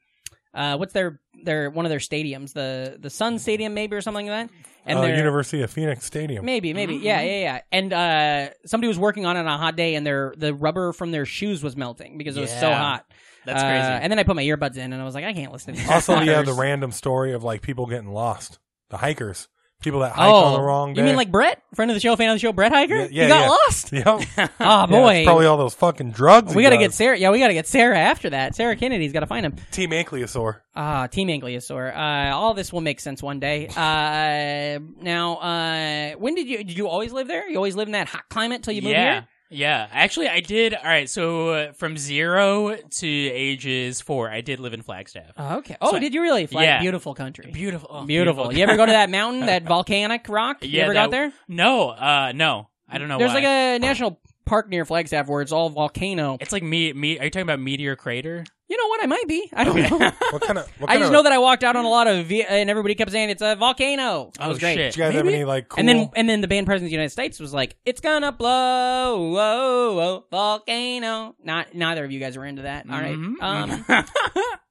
Speaker 1: uh, what's their their one of their stadiums, the the Sun Stadium maybe or something like that. And
Speaker 2: uh,
Speaker 1: they're-
Speaker 2: University of Phoenix Stadium.
Speaker 1: Maybe, maybe, yeah, yeah, yeah. And uh, somebody was working on it on a hot day, and their the rubber from their shoes was melting because it was so
Speaker 5: Yeah.
Speaker 1: hot.
Speaker 5: <laughs> That's
Speaker 1: Uh,
Speaker 5: crazy.
Speaker 1: And then I put my earbuds in, and I was like, I can't listen. to these
Speaker 2: Also, yeah,
Speaker 1: fuckers.
Speaker 2: the random story of like people getting lost, the hikers, people that hike
Speaker 1: oh,
Speaker 2: on the wrong day.
Speaker 1: You mean like Brett, friend of the show, fan of the show, Brett Hiker?
Speaker 2: Yeah, yeah,
Speaker 1: he got
Speaker 2: yeah.
Speaker 1: lost.
Speaker 2: <laughs>
Speaker 1: <laughs>
Speaker 2: Yep.
Speaker 1: Oh
Speaker 2: Yeah,
Speaker 1: boy,
Speaker 2: it's probably all those fucking drugs.
Speaker 1: we
Speaker 2: got
Speaker 1: gotta get Sarah. Yeah, we gotta get Sarah after that. Sarah Kennedy's gotta find him.
Speaker 2: Team Ankylosaur.
Speaker 1: Ah, Team Angliosaur. Uh, all this will make sense one day. Uh, now, uh, when did you did you always live there? You always live in that hot climate till you moved
Speaker 5: yeah.
Speaker 1: here.
Speaker 5: Yeah, actually, I did. All right, so uh, from zero to ages four, I did live in Flagstaff.
Speaker 1: Oh, okay. Oh,
Speaker 5: So I-
Speaker 1: did you really? Flag,
Speaker 5: yeah.
Speaker 1: Beautiful country.
Speaker 5: beautiful, oh,
Speaker 1: beautiful. You ever go to that mountain, that volcanic rock? you
Speaker 5: <laughs> Yeah,
Speaker 1: ever
Speaker 5: that-
Speaker 1: got there?
Speaker 5: <laughs> No, uh, no, I don't know.
Speaker 1: There's
Speaker 5: why.
Speaker 1: like a national park near Flagstaff where it's all volcano.
Speaker 5: It's like me. Me. Are you talking about Meteor Crater?
Speaker 1: You know what? I might be. I don't know.
Speaker 2: <laughs> What kind of? What
Speaker 1: I
Speaker 2: kind
Speaker 1: just
Speaker 2: of,
Speaker 1: know that I walked out on a lot of, v- and everybody kept saying it's a volcano. That
Speaker 5: Oh,
Speaker 1: was great.
Speaker 5: shit.
Speaker 2: Do you guys have
Speaker 1: Maybe?
Speaker 2: any like cool?
Speaker 1: And then, and then the band president of the United States was like, "It's gonna blow, whoa, whoa, volcano." Not neither of you guys were into that. All right.
Speaker 5: Mhm. <laughs>
Speaker 1: Um, <laughs>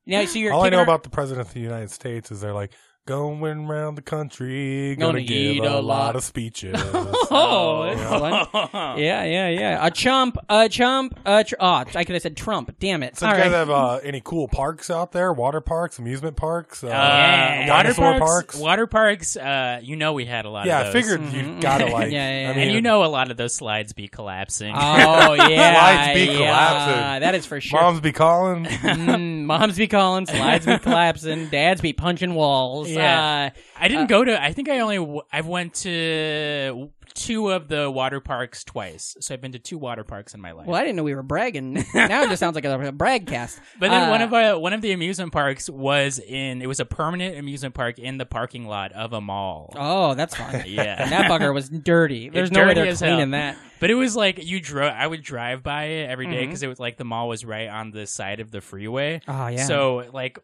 Speaker 1: now, so you're
Speaker 2: Mm-hmm. all I
Speaker 1: kicking
Speaker 2: know
Speaker 1: our-
Speaker 2: about the president of the United States is they're like going round the country,
Speaker 1: Gonna
Speaker 2: gonna, give
Speaker 1: eat a
Speaker 2: a
Speaker 1: lot.
Speaker 2: lot of speeches.
Speaker 1: <laughs> Oh, that's fun.
Speaker 5: <laughs>
Speaker 1: Yeah, yeah, yeah. A chump, a chump, a tr- oh, I could have said Trump. Damn it.
Speaker 2: So
Speaker 1: All
Speaker 2: do you guys
Speaker 1: right.
Speaker 2: have uh, any cool parks out there? Water parks, amusement parks, uh,
Speaker 5: Uh, water
Speaker 2: dinosaur
Speaker 5: parks,
Speaker 2: parks.
Speaker 5: Water parks. Uh, you know we had a lot.
Speaker 2: yeah,
Speaker 5: of
Speaker 2: I
Speaker 5: those.
Speaker 2: figured you gotta like.
Speaker 1: Yeah, yeah, yeah.
Speaker 2: I mean,
Speaker 5: And you know a lot of those slides be collapsing.
Speaker 2: <laughs>
Speaker 1: Oh yeah,
Speaker 2: Slides be
Speaker 1: yeah,
Speaker 2: collapsing.
Speaker 1: That is for sure.
Speaker 2: moms be calling.
Speaker 1: Mm, <laughs> moms be calling, slides be <laughs> collapsing, dads be punching walls.
Speaker 5: Yeah.
Speaker 1: Uh,
Speaker 5: <laughs> I didn't go to. I think I only. w- I went to two of the water parks twice. So I've been to two water parks in my life.
Speaker 1: well, I didn't know we were bragging. now it just sounds like a, a bragcast.
Speaker 5: But then
Speaker 1: Uh,
Speaker 5: one of uh, one of the amusement parks was in. It was a permanent amusement park in the parking lot of a mall.
Speaker 1: oh, that's fun.
Speaker 5: Yeah.
Speaker 1: <laughs> And that bugger was <laughs> dirty. There's no way
Speaker 5: dirty
Speaker 1: they're
Speaker 5: as hell.
Speaker 1: cleaning that.
Speaker 5: But it was like you drove. I would drive by it every
Speaker 1: Mm-hmm.
Speaker 5: day because it was like the mall was right on the side of the freeway.
Speaker 1: Oh yeah.
Speaker 5: So like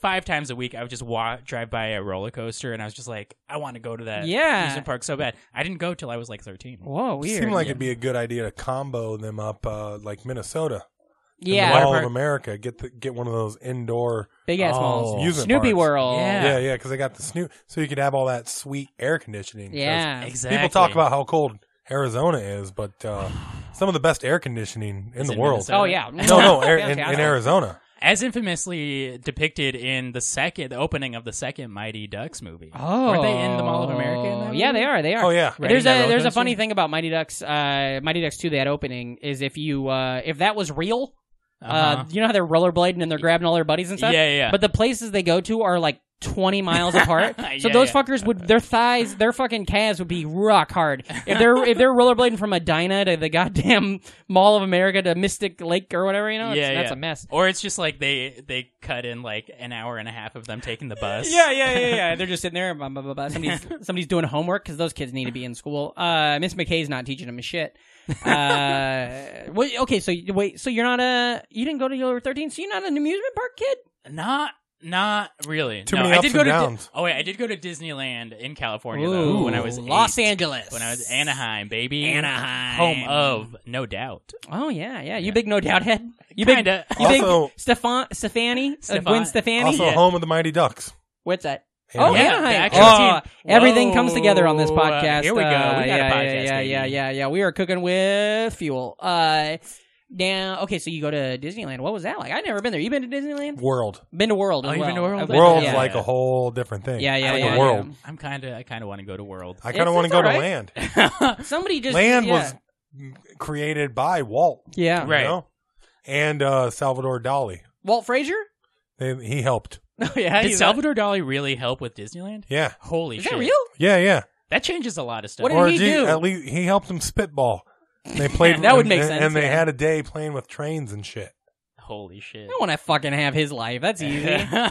Speaker 5: five times a week, I would just walk, drive by a roller coaster, and I was just like, I want to go to that
Speaker 1: Yeah.
Speaker 5: amusement park so bad. I didn't go till I was like thirteen.
Speaker 1: whoa, weird.
Speaker 2: Seemed like it'd be a good idea to combo them up, uh, like Minnesota, and
Speaker 1: yeah,
Speaker 2: the Mall
Speaker 5: water
Speaker 2: of
Speaker 5: park.
Speaker 2: America. Get the, get one of those indoor.
Speaker 1: big ass
Speaker 5: Oh.
Speaker 1: malls.
Speaker 2: Amusement
Speaker 1: Snoopy
Speaker 2: parks.
Speaker 1: World.
Speaker 5: Yeah.
Speaker 2: Oh, Yeah, yeah, because they got the snoot, so you could have all that sweet air conditioning. 'Cause
Speaker 1: Yeah.
Speaker 5: Exactly.
Speaker 2: People talk about how cold Arizona is, but uh, some of the best air conditioning in
Speaker 5: Is
Speaker 2: the
Speaker 5: it
Speaker 2: world.
Speaker 5: Minnesota?
Speaker 1: Oh yeah.
Speaker 2: No, <laughs>
Speaker 1: <laughs>
Speaker 2: no, air, in, in
Speaker 1: Fantastic.
Speaker 2: Arizona.
Speaker 5: as infamously depicted in the second, the opening of the second Mighty Ducks movie.
Speaker 1: Oh,
Speaker 5: were they in the Mall of America? In that
Speaker 1: yeah,
Speaker 5: movie?
Speaker 1: they are. They are.
Speaker 2: Oh, yeah.
Speaker 5: Right
Speaker 1: there's
Speaker 5: in that
Speaker 1: a
Speaker 5: roller
Speaker 1: there's a
Speaker 5: coaster?
Speaker 1: funny thing about Mighty Ducks. Uh, Mighty Ducks two that opening is if you uh, if that was real. uh
Speaker 5: Uh-huh.
Speaker 1: you know how they're rollerblading and they're grabbing all their buddies and stuff.
Speaker 5: Yeah, yeah, yeah.
Speaker 1: But the places they go to are like. 20
Speaker 5: <laughs>
Speaker 1: miles apart. So
Speaker 5: Yeah,
Speaker 1: those
Speaker 5: yeah.
Speaker 1: fuckers would their thighs, their fucking calves would be rock hard. If they're if they're rollerblading from Edina to the goddamn Mall of America to Mystic Lake or whatever, you know, it's,
Speaker 5: yeah,
Speaker 1: that's
Speaker 5: yeah.
Speaker 1: a mess.
Speaker 5: Or it's just like they they cut in like an hour and a half of them taking the bus.
Speaker 1: <laughs> Yeah, yeah, yeah,
Speaker 5: <laughs>
Speaker 1: yeah. They're just sitting there. Blah, blah, blah, blah. Somebody's somebody's doing homework because those kids need to be in school. Uh, Miss McKay's not teaching them shit. Uh, <laughs> wait, okay, so you- wait, so you're not a you didn't go to your 13, so you're not an amusement park kid.
Speaker 5: Not not really.
Speaker 2: Too
Speaker 5: no,
Speaker 2: many
Speaker 5: I
Speaker 2: ups
Speaker 5: did go
Speaker 2: and
Speaker 5: to Di-
Speaker 2: downs.
Speaker 5: oh wait, I did go to Disneyland in California though when I was
Speaker 1: Los
Speaker 5: eight.
Speaker 1: Angeles,
Speaker 5: When I was Anaheim, baby.
Speaker 1: Anaheim.
Speaker 5: Home of No Doubt.
Speaker 1: Oh yeah, yeah. You big no doubt head. You
Speaker 5: Kinda.
Speaker 1: big. <laughs> You
Speaker 2: Also-
Speaker 1: big Stefan Stefani. Uh,
Speaker 5: Stefan-
Speaker 1: Gwen Stefani.
Speaker 2: Also, home of the Mighty Ducks.
Speaker 1: What's that? Oh,
Speaker 5: Yeah,
Speaker 1: Anaheim.
Speaker 5: the actual
Speaker 1: Oh,
Speaker 5: team.
Speaker 1: Everything
Speaker 5: Whoa,
Speaker 1: comes together on this
Speaker 5: uh,
Speaker 1: podcast.
Speaker 5: here we go. We
Speaker 1: Uh,
Speaker 5: got a
Speaker 1: yeah,
Speaker 5: podcast,
Speaker 1: Yeah, yeah,
Speaker 5: baby.
Speaker 1: yeah, yeah, yeah. We are cooking with fuel. Uh, now, okay, so you go to Disneyland. What was that like? I've never been there. You been to Disneyland?
Speaker 2: world.
Speaker 1: Been to World.
Speaker 5: Oh,
Speaker 1: as
Speaker 5: you've been to
Speaker 1: well.
Speaker 5: World?
Speaker 1: I've been-
Speaker 2: World's
Speaker 1: yeah.
Speaker 2: like a whole different thing.
Speaker 1: Yeah, yeah,
Speaker 2: Like
Speaker 1: yeah,
Speaker 2: a world.
Speaker 1: yeah.
Speaker 5: I'm kinda I kinda want to go to World.
Speaker 1: <laughs>
Speaker 5: <laughs>
Speaker 2: I kind
Speaker 1: It's-
Speaker 2: of want
Speaker 1: it's
Speaker 2: to go
Speaker 1: all right.
Speaker 2: to land.
Speaker 1: Somebody just
Speaker 2: Land
Speaker 1: yeah.
Speaker 2: was created by Walt,
Speaker 1: yeah.
Speaker 5: Right.
Speaker 2: you know, and uh, Salvador Dali.
Speaker 1: Walt Frazier. <laughs>
Speaker 2: They, he helped.
Speaker 1: Oh yeah,
Speaker 5: Did
Speaker 1: he's-
Speaker 5: Salvador Dali really help with Disneyland?
Speaker 2: Yeah,
Speaker 5: Holy
Speaker 1: Is
Speaker 5: shit.
Speaker 1: that real?
Speaker 2: yeah, yeah.
Speaker 5: That changes a lot of stuff.
Speaker 1: What did
Speaker 2: or
Speaker 1: he
Speaker 2: gee,
Speaker 1: do?
Speaker 2: At least he helped them spitball.
Speaker 1: <laughs>
Speaker 2: They played.
Speaker 1: That would
Speaker 2: and-
Speaker 1: make
Speaker 2: and-
Speaker 1: sense,
Speaker 2: And they
Speaker 1: yeah.
Speaker 2: had a day playing with trains and shit.
Speaker 5: Holy shit.
Speaker 1: I don't want to fucking have his life. That's
Speaker 2: <laughs>
Speaker 1: easy. I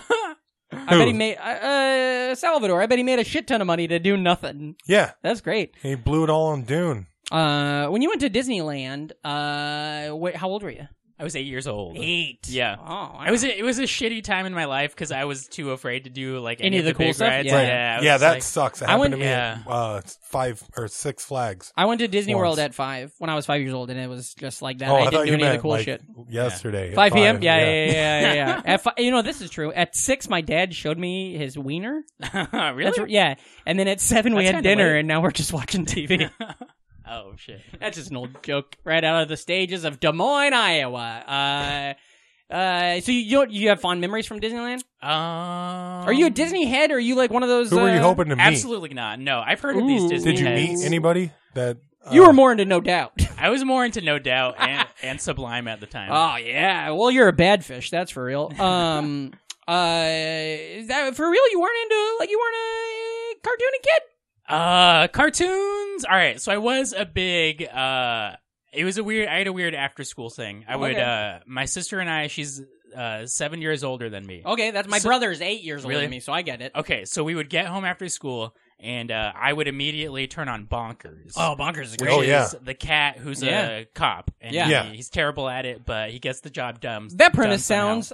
Speaker 2: Who?
Speaker 1: bet he made uh, uh, Salvador. I bet he made a shit ton of money to do nothing.
Speaker 2: Yeah,
Speaker 1: That's great.
Speaker 2: he blew it all on Dune.
Speaker 1: Uh, when you went to Disneyland, uh, wait, how old were you?
Speaker 5: <laughs> I was eight years old.
Speaker 1: Eight.
Speaker 5: Yeah.
Speaker 1: Oh, wow.
Speaker 5: I was a, it was a shitty time in my life because I was too afraid to do like
Speaker 1: Any of the cool
Speaker 5: big
Speaker 1: stuff?
Speaker 5: rides.
Speaker 1: Yeah.
Speaker 5: Yeah, I was
Speaker 2: yeah,
Speaker 5: just
Speaker 2: that
Speaker 5: like-
Speaker 2: sucks. It
Speaker 1: I
Speaker 2: happened
Speaker 1: went-
Speaker 2: to me at uh, five or six flags.
Speaker 1: I went to Disney
Speaker 2: Once.
Speaker 1: World at five when I was five years old, and it was just like that.
Speaker 2: oh,
Speaker 1: I,
Speaker 2: I,
Speaker 1: didn't
Speaker 2: thought
Speaker 1: do
Speaker 2: you
Speaker 1: any
Speaker 2: meant
Speaker 1: of the cool
Speaker 2: like
Speaker 1: shit.
Speaker 2: yesterday. at
Speaker 1: 5 p.m. Yeah, yeah, yeah, yeah. yeah.
Speaker 2: <laughs>
Speaker 1: At fi- you know, this is true. At six, my dad showed me his wiener.
Speaker 5: <laughs> really?
Speaker 1: That's- yeah, and then at seven we
Speaker 5: That's
Speaker 1: had
Speaker 5: kinda
Speaker 1: dinner,
Speaker 5: late.
Speaker 1: and now we're just watching
Speaker 2: <laughs>
Speaker 1: TV.
Speaker 5: oh shit.
Speaker 1: That's just an old joke right out of the stages of Des Moines, Iowa. Uh, uh, so you you, you have fond memories from Disneyland?
Speaker 5: Um, Are
Speaker 1: Are
Speaker 5: Um,
Speaker 1: you a Disney head? Or are you like one of those?
Speaker 2: Who were you
Speaker 1: uh,
Speaker 2: hoping to meet?
Speaker 5: Absolutely not. No, I've heard of these
Speaker 1: Ooh.
Speaker 5: Disney.
Speaker 2: Did you
Speaker 5: heads.
Speaker 2: meet anybody that
Speaker 1: You
Speaker 2: uh,
Speaker 1: were more into No Doubt. <laughs>
Speaker 5: I was more into No Doubt and, and Sublime at the time.
Speaker 1: oh yeah. Well, you're a bad fish. That's for real. Um. <laughs> uh, is that, for real, you weren't into like you weren't a cartoony kid.
Speaker 5: Uh, cartoons. All right, so I was a big. Uh, it was a weird. I had a weird after school thing. I would.
Speaker 1: Okay.
Speaker 5: Uh, my sister and I. She's uh seven years older than me.
Speaker 1: Okay, that's my
Speaker 5: So-
Speaker 1: brother's eight years older
Speaker 5: Really?
Speaker 1: than me, so I get it.
Speaker 5: Okay, so we would get home after school, and uh, I would immediately turn on Bonkers.
Speaker 1: bonkers is
Speaker 5: Which
Speaker 2: Oh,
Speaker 5: is
Speaker 2: yeah.
Speaker 5: the cat who's
Speaker 1: Yeah.
Speaker 5: a cop. And
Speaker 1: Yeah.
Speaker 5: he-
Speaker 2: Yeah.
Speaker 5: he's terrible at it, but he gets the job done.
Speaker 1: That premise
Speaker 5: done somehow.
Speaker 1: sounds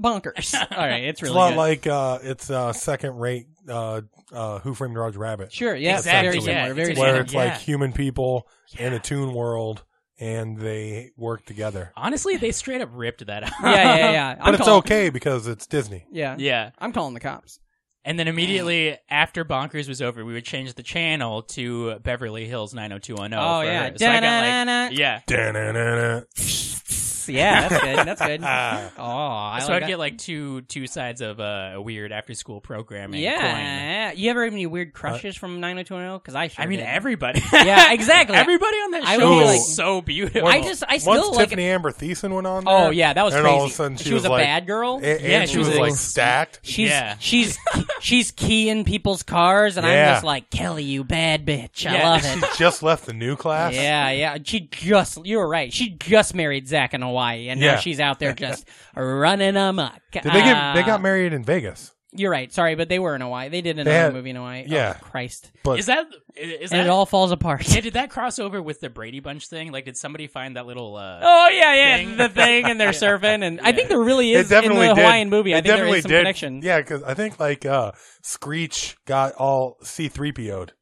Speaker 1: bonkers. All right, it's
Speaker 2: It's
Speaker 1: really
Speaker 2: a lot
Speaker 1: good.
Speaker 2: like uh, it's uh, second rate uh, uh, Who Framed Roger Rabbit,
Speaker 1: sure, yeah,
Speaker 5: Exactly,
Speaker 1: very similar,
Speaker 5: yeah, it's
Speaker 1: very
Speaker 5: an
Speaker 1: similar.
Speaker 2: where
Speaker 5: Yeah.
Speaker 2: it's like human people in a toon world and they work together.
Speaker 5: Honestly, they straight up ripped
Speaker 1: <laughs>
Speaker 5: that out.
Speaker 1: yeah, yeah, yeah. I'm
Speaker 2: But it's
Speaker 1: calling,
Speaker 2: okay because it's Disney.
Speaker 1: Yeah.
Speaker 5: yeah.
Speaker 1: I'm calling the cops.
Speaker 5: And then immediately after Bonkers was over, we would change the channel to Beverly Hills 90210.
Speaker 1: Oh,
Speaker 5: for
Speaker 1: yeah.
Speaker 5: her. So I got
Speaker 1: Da-na-na-na.
Speaker 5: like, yeah.
Speaker 2: Da-na-na-na.
Speaker 1: Yeah, that's good. That's good. oh, I
Speaker 5: so
Speaker 1: like
Speaker 5: I'd
Speaker 1: that.
Speaker 5: get like two two sides of uh, a weird after school programming. coin.
Speaker 1: yeah. You ever have any weird crushes from 90210? Because I sure
Speaker 5: I mean,
Speaker 1: did.
Speaker 5: everybody.
Speaker 1: Yeah, exactly.
Speaker 5: <laughs> Everybody on that
Speaker 1: I
Speaker 5: show
Speaker 1: would
Speaker 5: was
Speaker 1: be
Speaker 5: like,
Speaker 1: like-
Speaker 5: so beautiful.
Speaker 1: I just, I still
Speaker 2: Once
Speaker 1: like.
Speaker 2: Tiffany Amber Thiessen went on there.
Speaker 1: oh yeah, that was
Speaker 2: and
Speaker 1: crazy.
Speaker 2: all of a sudden she,
Speaker 1: was, a
Speaker 2: like-
Speaker 1: bad girl.
Speaker 2: a- And,
Speaker 5: Yeah,
Speaker 2: she, was, like stacked.
Speaker 1: She's
Speaker 5: Yeah.
Speaker 1: she's she's keying people's cars, and I'm
Speaker 2: Yeah.
Speaker 1: just like Kelly, you bad bitch. I
Speaker 5: Yeah.
Speaker 1: love
Speaker 2: She
Speaker 1: <laughs> it.
Speaker 2: just left the new class.
Speaker 1: Yeah, yeah. She just, you were right. She just married Zach in Hawaii, and
Speaker 2: Yeah.
Speaker 1: now she's out there just running amok. Did
Speaker 2: Did they get? They
Speaker 1: Uh,
Speaker 2: got married in Vegas.
Speaker 1: You're right. Sorry, but they were in Hawaii. They did another
Speaker 2: They had-
Speaker 1: movie in Hawaii.
Speaker 2: yeah.
Speaker 1: Oh, Christ.
Speaker 2: But
Speaker 5: is that is
Speaker 1: and
Speaker 5: that
Speaker 1: it all falls apart.
Speaker 5: yeah? Did that cross over with the Brady Bunch thing? Like, did somebody find that little? Uh,
Speaker 1: <laughs> oh, yeah, yeah.
Speaker 5: Thing.
Speaker 1: The thing, and they're surfing. And I think there really
Speaker 2: it
Speaker 1: is in
Speaker 2: definitely
Speaker 1: the
Speaker 2: did.
Speaker 1: Hawaiian movie. I
Speaker 2: It
Speaker 1: think there
Speaker 2: definitely
Speaker 1: is some
Speaker 2: did.
Speaker 1: connection.
Speaker 2: Yeah, because I think like uh, Screech got all C three PO'd.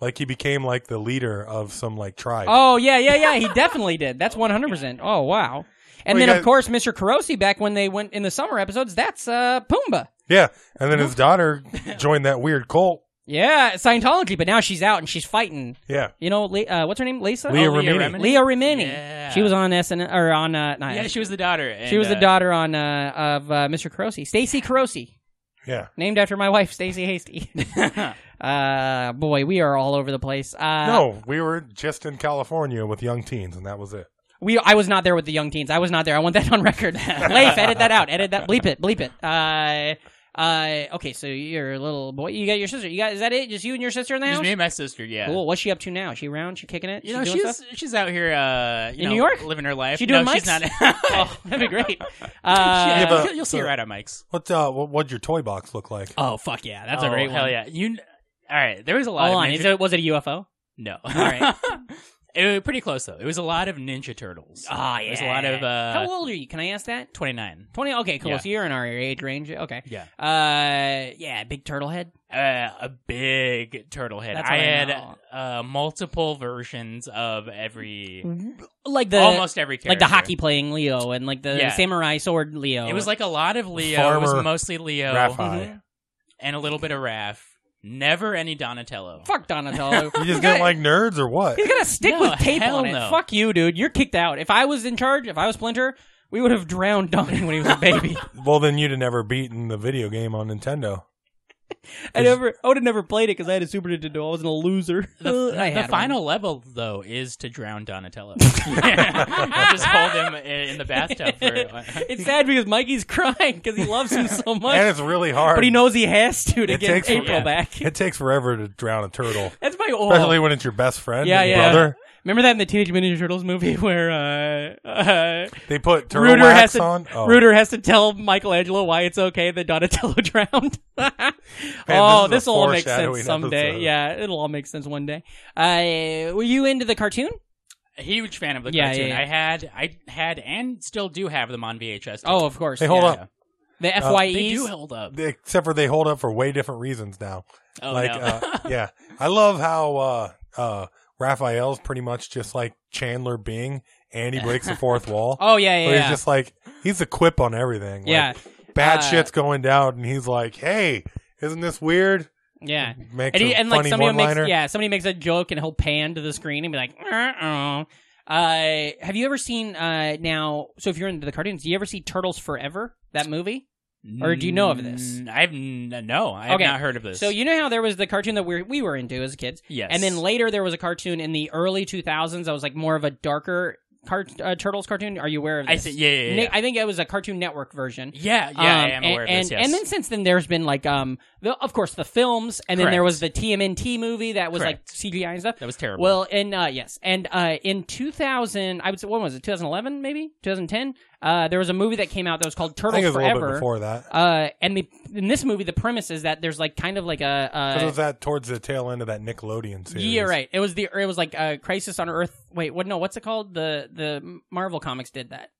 Speaker 2: Like he became like the leader of some like tribe.
Speaker 1: Oh, yeah, yeah, yeah. He
Speaker 2: <laughs>
Speaker 1: definitely did. That's 100%. Oh, wow. And
Speaker 2: Well, you
Speaker 1: then, of
Speaker 2: guys-
Speaker 1: course, Mr. Carosi back when they went in the summer episodes, that's uh, Pumbaa.
Speaker 2: Yeah, and
Speaker 1: <laughs>
Speaker 2: then his daughter joined that weird cult.
Speaker 1: Yeah, Scientology, but now she's out and she's fighting.
Speaker 2: Yeah,
Speaker 1: You know, Le- uh, what's her name? Lisa?
Speaker 2: Leah
Speaker 5: Leah
Speaker 2: Remini.
Speaker 5: Remini?
Speaker 1: Leah Remini.
Speaker 5: Yeah.
Speaker 1: She was on SN or on uh, not
Speaker 5: yeah,
Speaker 1: SN.
Speaker 5: she was the daughter. And,
Speaker 1: She was the
Speaker 5: uh,
Speaker 1: daughter on uh, of uh, Mr. Carosi, Stacy Carosi,
Speaker 2: Yeah,
Speaker 1: named after my wife Stacy Hasty. uh, boy, we are all over the place. Uh,
Speaker 2: no, we were just in California with young teens, and that was it.
Speaker 1: we I was not there with the young teens. I was not there. I want that on record. <laughs> Leif, edit that out. Edit that. Bleep it. Bleep it. Uh, uh, okay, so you're a little boy. You got your sister. You got is that it? Just you and your sister in the house?
Speaker 5: <laughs> Just me and my sister. Yeah.
Speaker 1: Cool. What's she up to now? She around? She kicking it?
Speaker 5: You know,
Speaker 1: doing
Speaker 5: she's
Speaker 1: stuff?
Speaker 5: she's out here uh, you
Speaker 1: In
Speaker 5: know,
Speaker 1: New York?
Speaker 5: living her life.
Speaker 1: She doing
Speaker 5: no, she's not. <laughs>
Speaker 1: mics? <laughs> oh, that'd be great. Uh,
Speaker 5: yeah,
Speaker 2: but-
Speaker 5: you'll, you'll see her out on mics.
Speaker 2: What uh, what would your toy box look like?
Speaker 1: Oh fuck yeah, that's
Speaker 5: oh,
Speaker 1: a great
Speaker 5: hell
Speaker 1: one.
Speaker 5: yeah. You. kn- All right, there was a lot.
Speaker 1: Hold
Speaker 5: of
Speaker 1: on,
Speaker 5: Ninja-
Speaker 1: is it, was it a UFO? <laughs>
Speaker 5: No. All
Speaker 1: right.
Speaker 5: <laughs> it was pretty close though. It was a lot of Ninja Turtles.
Speaker 1: Ah, yeah.
Speaker 5: There's a lot of
Speaker 1: How
Speaker 5: uh,
Speaker 1: old are you? Can I ask that?
Speaker 5: twenty nine.
Speaker 1: Twenty. Okay, cool.
Speaker 5: Yeah.
Speaker 1: So you're in our age range. Okay.
Speaker 5: Yeah.
Speaker 1: Uh, yeah, big turtle head.
Speaker 5: Uh, a big turtle head.
Speaker 1: That's
Speaker 5: I
Speaker 1: what I
Speaker 5: had
Speaker 1: know.
Speaker 5: uh, multiple versions of every,
Speaker 1: Like the
Speaker 5: almost every character.
Speaker 1: like the hockey playing Leo and like the
Speaker 5: Yeah.
Speaker 1: samurai sword Leo.
Speaker 5: It was like a lot of Leo. it
Speaker 2: Farmer
Speaker 5: was mostly
Speaker 1: Oh.
Speaker 5: Leo
Speaker 2: Raphael.
Speaker 1: Mm-hmm.
Speaker 5: and a little bit of Raph. Never any Donatello.
Speaker 1: <laughs> fuck
Speaker 5: <laughs>
Speaker 1: Donatello.
Speaker 2: You just didn't like nerds
Speaker 1: <laughs>
Speaker 2: or what?
Speaker 1: He's gonna stick
Speaker 5: No,
Speaker 1: with tape
Speaker 5: hell
Speaker 1: on it.
Speaker 5: no.
Speaker 1: Fuck you, dude. You're kicked out. If I was in charge, if I was Splinter, we would have drowned <laughs> Donnie when he was a
Speaker 5: <laughs>
Speaker 1: baby.
Speaker 2: Well, then you'd have never beaten the video game on Nintendo.
Speaker 1: I never, I would have never played it because I had a Super Nintendo. I wasn't a loser.
Speaker 5: The,
Speaker 1: <laughs> I
Speaker 5: the
Speaker 1: had one.
Speaker 5: final level though is to drown Donatello. <laughs> Just hold him in, in the bathtub
Speaker 1: <laughs>
Speaker 5: for.
Speaker 1: it's sad because Mikey's crying because he loves him
Speaker 5: <laughs>
Speaker 1: so
Speaker 2: And
Speaker 1: much,
Speaker 2: it's really hard.
Speaker 1: but he knows he has to to
Speaker 2: It
Speaker 1: get
Speaker 2: takes
Speaker 1: April
Speaker 5: yeah.
Speaker 1: back.
Speaker 2: it takes forever to drown a turtle,
Speaker 1: <laughs> That's my old.
Speaker 2: especially when it's your best friend,
Speaker 1: Yeah,
Speaker 2: and
Speaker 1: yeah.
Speaker 2: brother.
Speaker 1: Remember that in the Teenage Mutant Ninja Turtles movie <laughs> where uh, uh,
Speaker 2: They put turtle
Speaker 1: Ruder
Speaker 2: wax
Speaker 1: has to
Speaker 2: on. Oh.
Speaker 1: Ruder has to tell Michelangelo why it's okay that Donatello <laughs> drowned. oh,
Speaker 2: is a
Speaker 1: this will all make sense
Speaker 2: foreshadowing
Speaker 1: someday.
Speaker 2: episode.
Speaker 1: Yeah, it'll all make sense one day. Uh, were you into the cartoon?
Speaker 5: a huge fan of the
Speaker 1: Yeah,
Speaker 5: cartoon.
Speaker 1: yeah, yeah.
Speaker 5: I had, I had, and still do have them on VHS. tape.
Speaker 1: Oh, of course.
Speaker 2: Hey, hold Uh,
Speaker 1: yeah.
Speaker 2: up.
Speaker 1: The E
Speaker 5: they do
Speaker 1: FYEs.
Speaker 5: hold up.
Speaker 2: They- Except for they hold up for way different reasons now.
Speaker 5: Oh
Speaker 2: like,
Speaker 1: <laughs>
Speaker 5: no.
Speaker 2: uh, yeah, I love how uh, uh, Raphael's pretty much just like Chandler Bing, and he breaks
Speaker 1: <laughs>
Speaker 2: the fourth wall.
Speaker 1: oh yeah, yeah,
Speaker 2: where
Speaker 1: yeah.
Speaker 2: he's just like he's a quip on everything. Like,
Speaker 1: yeah,
Speaker 2: bad
Speaker 1: uh,
Speaker 2: shit's going down, and he's like, "Hey, isn't this weird?"
Speaker 1: yeah.
Speaker 2: Makes
Speaker 1: And, he,
Speaker 2: a
Speaker 1: and like
Speaker 2: funny
Speaker 1: somebody
Speaker 2: one-liner.
Speaker 1: makes yeah, somebody makes a joke and he'll pan to the screen and be like, uh uh. Have you ever seen uh now? So if you're into the cartoons, do you ever see Turtles Forever? That movie. or do you know of this?
Speaker 5: Mm, I've n- no, I have
Speaker 1: Okay,
Speaker 5: not heard of this.
Speaker 1: So you know how there was the cartoon that we we were into as kids,
Speaker 5: yes,
Speaker 1: and then later there was a cartoon in the early 2000s that was like more of a darker cart- uh, Turtles cartoon. Are you aware of
Speaker 5: I
Speaker 1: this?
Speaker 5: see. Yeah, yeah, yeah.
Speaker 1: Nick, I think it was a Cartoon Network version.
Speaker 5: yeah, yeah, I
Speaker 1: Um,
Speaker 5: am
Speaker 1: and,
Speaker 5: aware
Speaker 1: and,
Speaker 5: of this. Yes.
Speaker 1: and then since then, there's been like, um, the, of course, the films, and then there was
Speaker 5: Correct.
Speaker 1: the TMNT movie that was
Speaker 5: Correct.
Speaker 1: like CGI and stuff.
Speaker 5: that was terrible.
Speaker 1: Well, and uh, yes, and uh, in 2000, I would say, when was it? 2011, maybe 2010. Uh, there was a movie that came out that was called
Speaker 2: I think
Speaker 1: Turtles
Speaker 2: it was a little bit
Speaker 1: Forever.
Speaker 2: before that.
Speaker 1: Uh, and the, in this movie, the premise is that there's like kind of like a. Uh,
Speaker 2: 'Cause it was that towards the tail end of that Nickelodeon series.
Speaker 1: yeah, right. It was the it was like uh, Crisis on Earth. Wait, what? No, what's it called? The the Marvel comics did that.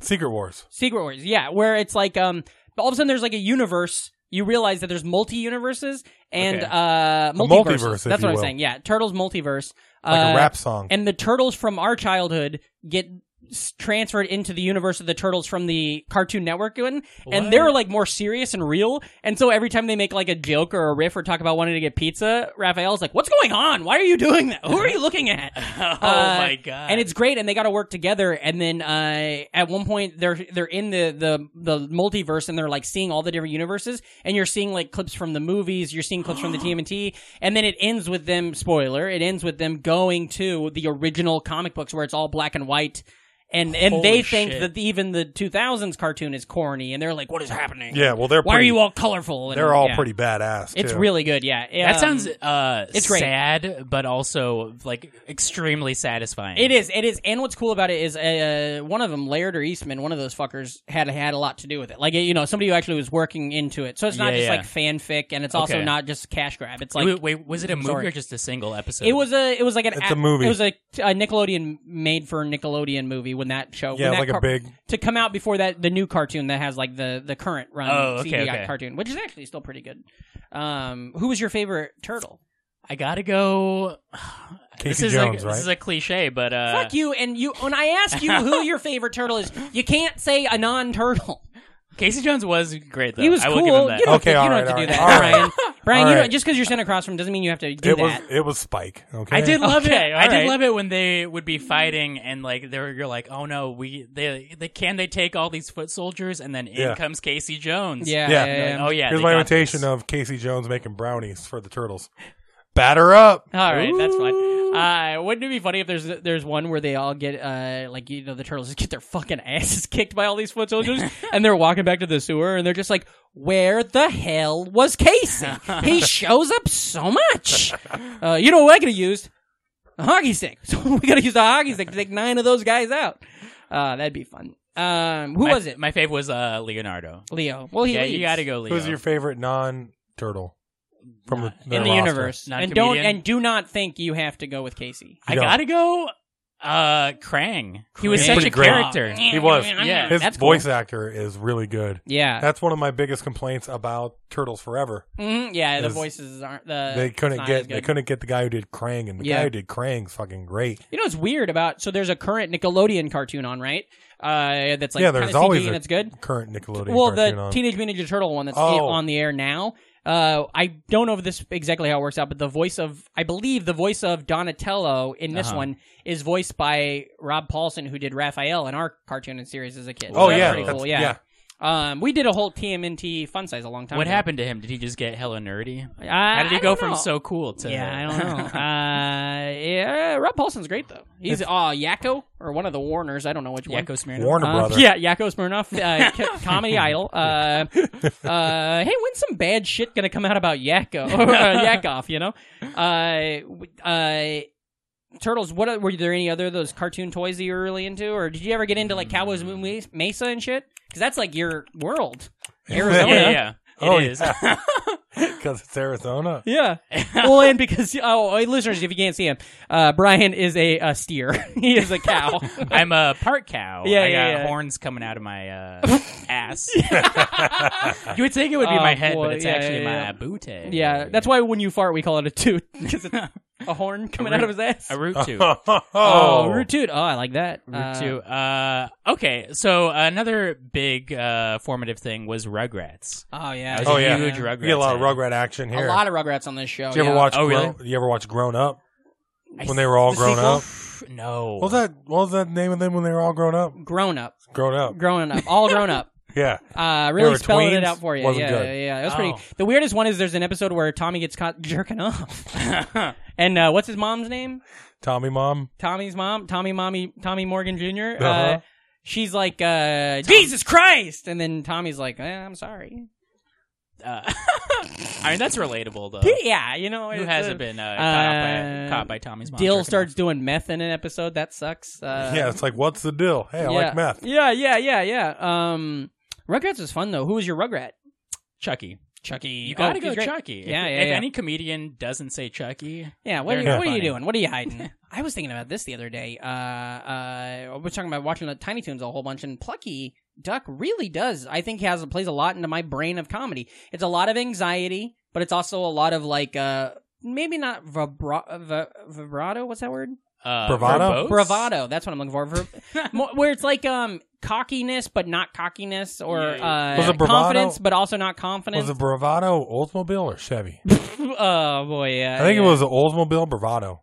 Speaker 2: Secret Wars.
Speaker 1: Secret Wars. Yeah, where it's like um, all of a sudden there's like a universe. You realize that there's multi universes and
Speaker 5: Okay.
Speaker 1: uh, multiverses.
Speaker 2: multiverse, if
Speaker 1: That's
Speaker 2: you
Speaker 1: what I'm
Speaker 2: will.
Speaker 1: saying. Yeah, Turtles multiverse.
Speaker 2: Like
Speaker 1: uh,
Speaker 2: a rap song.
Speaker 1: And the turtles from our childhood get s- transferred into the universe of the turtles from the Cartoon Network one, and they're like more serious and real. And so every time they make like a joke or a riff or talk about wanting to get pizza, Raphael's like, "What's going on? Why are you doing that? Who are you looking at?"
Speaker 5: <laughs> oh
Speaker 1: Uh,
Speaker 5: my god!
Speaker 1: And it's great, and they got to work together. And then uh, at one point, they're they're in the, the the multiverse, and they're like seeing all the different universes. And you're seeing like clips from the movies, you're seeing clips
Speaker 2: <gasps>
Speaker 1: from the TMNT, and then it ends with them. Spoiler: It ends with them going to the original comic books where it's all black and white. And and
Speaker 5: Holy
Speaker 1: they think
Speaker 5: shit.
Speaker 1: that even the 2000s cartoon is corny, and they're like, "What is happening?
Speaker 2: yeah, well, they're
Speaker 1: Why are
Speaker 2: pretty,
Speaker 1: you all colorful?" And,
Speaker 2: They're all
Speaker 1: yeah.
Speaker 2: pretty badass.
Speaker 1: It's
Speaker 2: too.
Speaker 1: really good. Yeah,
Speaker 5: that
Speaker 1: Um,
Speaker 5: sounds uh,
Speaker 1: it's great.
Speaker 5: sad, but also like extremely satisfying.
Speaker 1: It is. It is. And what's cool about it is uh, one of them, Laird or Eastman, one of those fuckers had had a lot to do with it. Like you know, somebody who actually was working into it. So it's not
Speaker 5: Yeah,
Speaker 1: just
Speaker 5: yeah.
Speaker 1: like fanfic, and it's also
Speaker 5: Okay.
Speaker 1: not just cash grab. It's like.
Speaker 5: Wait, wait, was it a movie
Speaker 1: sorry.
Speaker 5: or just a single episode?
Speaker 1: it was a, it was like an,
Speaker 2: It's a movie.
Speaker 1: It was a, a Nickelodeon made for Nickelodeon movie when that show,
Speaker 2: Yeah,
Speaker 1: when that
Speaker 2: it's like a
Speaker 1: car-
Speaker 2: big.
Speaker 1: to come out before that the new cartoon that has like the the current run
Speaker 5: Oh, okay,
Speaker 1: CGI
Speaker 5: okay.
Speaker 1: cartoon, which is actually still pretty good. Um, who was your favorite turtle?
Speaker 5: I gotta go. this
Speaker 2: Casey
Speaker 5: is like,
Speaker 2: Jones,
Speaker 5: This is
Speaker 2: right?
Speaker 5: a cliche, but uh,
Speaker 1: Fuck you! And you when I ask you who your favorite turtle is, you can't say a non turtle.
Speaker 5: Casey Jones was great. Though
Speaker 1: He was
Speaker 5: I will
Speaker 1: cool.
Speaker 5: give him that.
Speaker 1: You don't,
Speaker 2: Okay,
Speaker 1: you
Speaker 2: all
Speaker 1: don't
Speaker 2: right,
Speaker 1: have to do that,
Speaker 2: all right,
Speaker 1: Brian.
Speaker 2: all
Speaker 1: Brian, you
Speaker 2: All
Speaker 1: don't,
Speaker 2: right.
Speaker 1: just because you're sitting across from him doesn't mean you have to do
Speaker 2: It was
Speaker 1: that.
Speaker 2: it was Spike. Okay,
Speaker 5: I did love
Speaker 1: Okay,
Speaker 5: it.
Speaker 1: all
Speaker 5: I did
Speaker 1: right.
Speaker 5: love it when they would be fighting and like they were, you're like, oh no, we they they can they take all these foot soldiers and then in
Speaker 2: Yeah.
Speaker 5: comes Casey Jones.
Speaker 1: yeah,
Speaker 2: Yeah.
Speaker 1: yeah, yeah.
Speaker 5: Oh yeah.
Speaker 2: Here's
Speaker 5: they
Speaker 2: my uh,
Speaker 5: got
Speaker 2: imitation
Speaker 5: this.
Speaker 2: of Casey Jones making brownies for the turtles. Batter up.
Speaker 1: All right, that's fine. Uh, wouldn't it be funny if there's there's one where they all get uh like you know the turtles just get their fucking asses <laughs> kicked by all these foot soldiers
Speaker 5: <laughs>
Speaker 1: and they're walking back to the sewer and they're just like, where the hell was Casey?
Speaker 5: <laughs>
Speaker 1: He shows up so much. Uh, you know what I could have used a hockey stick. <laughs> So we gotta use a hockey stick to take nine of those guys out. Uh, that'd be fun. Um, who
Speaker 5: My-
Speaker 1: was it?
Speaker 5: My favorite was uh, Leonardo.
Speaker 1: Leo. Well, he
Speaker 5: yeah,
Speaker 1: leaves.
Speaker 5: you gotta go Leo.
Speaker 2: Who's your favorite non-turtle from the, their
Speaker 5: In
Speaker 1: in the
Speaker 2: roster?
Speaker 1: universe.
Speaker 5: Not
Speaker 1: and don't
Speaker 5: comedian.
Speaker 1: and do not think you have to go with Casey.
Speaker 5: I
Speaker 2: You don't.
Speaker 5: gotta go. Uh, Krang. He was
Speaker 1: Krang.
Speaker 5: such
Speaker 2: Pretty
Speaker 5: a
Speaker 2: great.
Speaker 5: character.
Speaker 2: He was.
Speaker 5: Yeah.
Speaker 2: His
Speaker 1: That's cool.
Speaker 2: voice actor is really good.
Speaker 1: Yeah.
Speaker 2: That's one of my biggest complaints about Turtles Forever.
Speaker 1: Mhm, yeah, the
Speaker 2: is-
Speaker 1: voices aren't the
Speaker 2: they couldn't
Speaker 1: not as
Speaker 2: get
Speaker 1: good.
Speaker 2: they couldn't get the guy who did Krang, and the
Speaker 1: Yeah.
Speaker 2: guy who did Krang's fucking great.
Speaker 1: You know what's weird about so there's a current Nickelodeon cartoon on, right? Uh that's like
Speaker 2: yeah,
Speaker 1: kinda
Speaker 2: there's
Speaker 1: CG
Speaker 2: always
Speaker 1: and
Speaker 2: a
Speaker 1: it's good.
Speaker 2: current Nickelodeon
Speaker 1: Well,
Speaker 2: cartoon
Speaker 1: the
Speaker 2: on.
Speaker 1: Teenage Mutant Ninja Turtle one that's
Speaker 2: Oh.
Speaker 1: on the air now. Uh, I don't know if this exactly how it works out, but the voice of I believe the voice of Donatello in this
Speaker 5: Uh-huh.
Speaker 1: one is voiced by Rob Paulson, who did Raphael in our cartoon and series as a kid.
Speaker 2: oh
Speaker 1: So that's
Speaker 2: yeah,
Speaker 1: pretty
Speaker 2: that's-
Speaker 1: cool.
Speaker 2: yeah,
Speaker 1: Um, we did a whole TMNT fun size a long time.
Speaker 5: What
Speaker 1: ago.
Speaker 5: happened to him? Did he just get hella nerdy?
Speaker 1: Uh,
Speaker 5: How did he
Speaker 1: I
Speaker 5: go
Speaker 1: don't
Speaker 5: from
Speaker 1: know.
Speaker 5: so cool to?
Speaker 1: Yeah, I don't
Speaker 5: <laughs>
Speaker 1: know. uh, yeah, Rob Paulson's great though. He's uh Yakko or one of the Warners. I don't know which one.
Speaker 5: Yakko Smirnoff.
Speaker 2: Warner
Speaker 1: Uh,
Speaker 2: Brother.
Speaker 1: yeah, Yakko Smirnoff,
Speaker 5: <laughs>
Speaker 1: uh, co- comedy idol. Uh, uh, hey, when's some bad shit gonna come out about Yakko <laughs> or uh, Yakov? You know, uh, w- uh, turtles. What o- were there any other of those cartoon toys that you were really into, or did you ever get into like Cowboys Moon Mes- Mesa and shit? Because that's like your world,
Speaker 5: Oh, Yeah,
Speaker 1: Arizona.
Speaker 5: yeah. It <laughs>
Speaker 2: Oh,
Speaker 5: is.
Speaker 2: yeah. because
Speaker 1: <laughs>
Speaker 2: it's Arizona.
Speaker 5: <laughs>
Speaker 1: Yeah. well, and because oh, hey, listeners, if you can't see him, uh, Brian is a, a steer. <laughs> he is a
Speaker 5: <laughs>
Speaker 1: cow.
Speaker 5: I'm a part cow.
Speaker 1: Yeah,
Speaker 5: I
Speaker 1: yeah,
Speaker 5: got
Speaker 1: yeah.
Speaker 5: horns coming out of
Speaker 1: <laughs>
Speaker 5: my uh,
Speaker 2: <laughs>
Speaker 5: ass. you would think it would be
Speaker 1: Oh,
Speaker 5: my head,
Speaker 1: boy.
Speaker 5: but it's
Speaker 1: Yeah,
Speaker 5: actually
Speaker 1: yeah,
Speaker 5: my
Speaker 1: yeah.
Speaker 5: booty.
Speaker 1: yeah,
Speaker 5: <laughs>
Speaker 1: that's why when you fart, we call it a toot <laughs> because it's a horn coming out of his ass.
Speaker 2: <laughs>
Speaker 5: a root tube.
Speaker 1: oh, root toot. Oh, I like that.
Speaker 5: Route
Speaker 1: Uh,
Speaker 5: two. Uh, okay, so another big uh, formative thing was Rugrats.
Speaker 1: Oh yeah.
Speaker 5: I was
Speaker 2: Oh,
Speaker 5: a
Speaker 2: yeah.
Speaker 5: huge Rugrats.
Speaker 2: You get a lot of
Speaker 5: fan.
Speaker 2: Rugrat action
Speaker 1: A
Speaker 2: here.
Speaker 1: lot of Rugrats on this show.
Speaker 2: Did you
Speaker 1: yeah.
Speaker 2: ever watch?
Speaker 5: Oh,
Speaker 2: Grown-
Speaker 5: really?
Speaker 2: You ever watch Grown Up?
Speaker 5: I
Speaker 2: When they were all
Speaker 5: <laughs> the
Speaker 2: grown up?
Speaker 5: sequel? No.
Speaker 2: What was that? What was that name of them when they were all grown up?
Speaker 1: Grown up,
Speaker 2: Grown up.
Speaker 1: grown up, all grown up.
Speaker 2: <laughs> Yeah.
Speaker 1: Uh,
Speaker 2: were
Speaker 1: really spelling
Speaker 2: tweens?
Speaker 1: it out for you.
Speaker 2: Wasn't
Speaker 1: yeah,
Speaker 2: good.
Speaker 1: yeah, yeah. It was
Speaker 5: Oh.
Speaker 1: pretty. The weirdest one is there's an episode where Tommy gets caught <laughs> jerking off, and uh, what's his mom's name?
Speaker 2: Tommy Mom.
Speaker 1: Tommy's mom, Tommy, mommy, Tommy Morgan junior uh
Speaker 2: Uh-huh.
Speaker 1: she's like, uh, Jesus Christ, and then Tommy's like, eh, I'm sorry.
Speaker 5: <laughs> Uh, I mean, that's relatable though.
Speaker 1: yeah, you know,
Speaker 5: Who
Speaker 1: it's,
Speaker 5: hasn't
Speaker 1: uh,
Speaker 5: been uh,
Speaker 1: uh,
Speaker 5: caught, by, caught by Tommy's mom? jerking
Speaker 1: Dill
Speaker 5: off?
Speaker 1: starts doing meth in an episode. That sucks. Uh,
Speaker 2: yeah, it's like, what's the deal? Hey,
Speaker 1: yeah.
Speaker 2: I like meth.
Speaker 1: Yeah, yeah, yeah, yeah. Um, Rugrats was fun though. Who was your Rugrat?
Speaker 5: Chucky.
Speaker 1: Chucky.
Speaker 5: You gotta go
Speaker 1: Chucky.
Speaker 5: Chucky. If-
Speaker 1: Yeah, yeah,
Speaker 5: If
Speaker 1: yeah.
Speaker 5: any comedian doesn't say Chucky, uh,
Speaker 1: Yeah, what, are
Speaker 5: They're
Speaker 1: you,
Speaker 5: not
Speaker 1: what are you
Speaker 5: funny.
Speaker 1: doing? What are you
Speaker 5: <laughs>
Speaker 1: hiding? I was thinking about this the other day. Uh, uh, I was talking about watching the Tiny Toons a whole bunch, and Plucky Duck really does. I think he has plays a lot into my brain of comedy. It's a lot of anxiety, but it's also a lot of like uh, maybe not vibra- v- vibrato. What's that word?
Speaker 5: uh,
Speaker 2: Bravado?
Speaker 5: verbose?
Speaker 1: Bravado. That's what I'm looking for.
Speaker 5: <laughs>
Speaker 1: Ver- mo- where it's like um cockiness, but not cockiness, or
Speaker 5: Yeah, yeah.
Speaker 1: uh,
Speaker 2: Was it bravado?
Speaker 1: confidence, but also not confidence.
Speaker 2: Was it Bravado Oldsmobile or Chevy?
Speaker 1: <laughs> oh boy, yeah.
Speaker 2: I think
Speaker 1: yeah.
Speaker 2: it was the Oldsmobile Bravado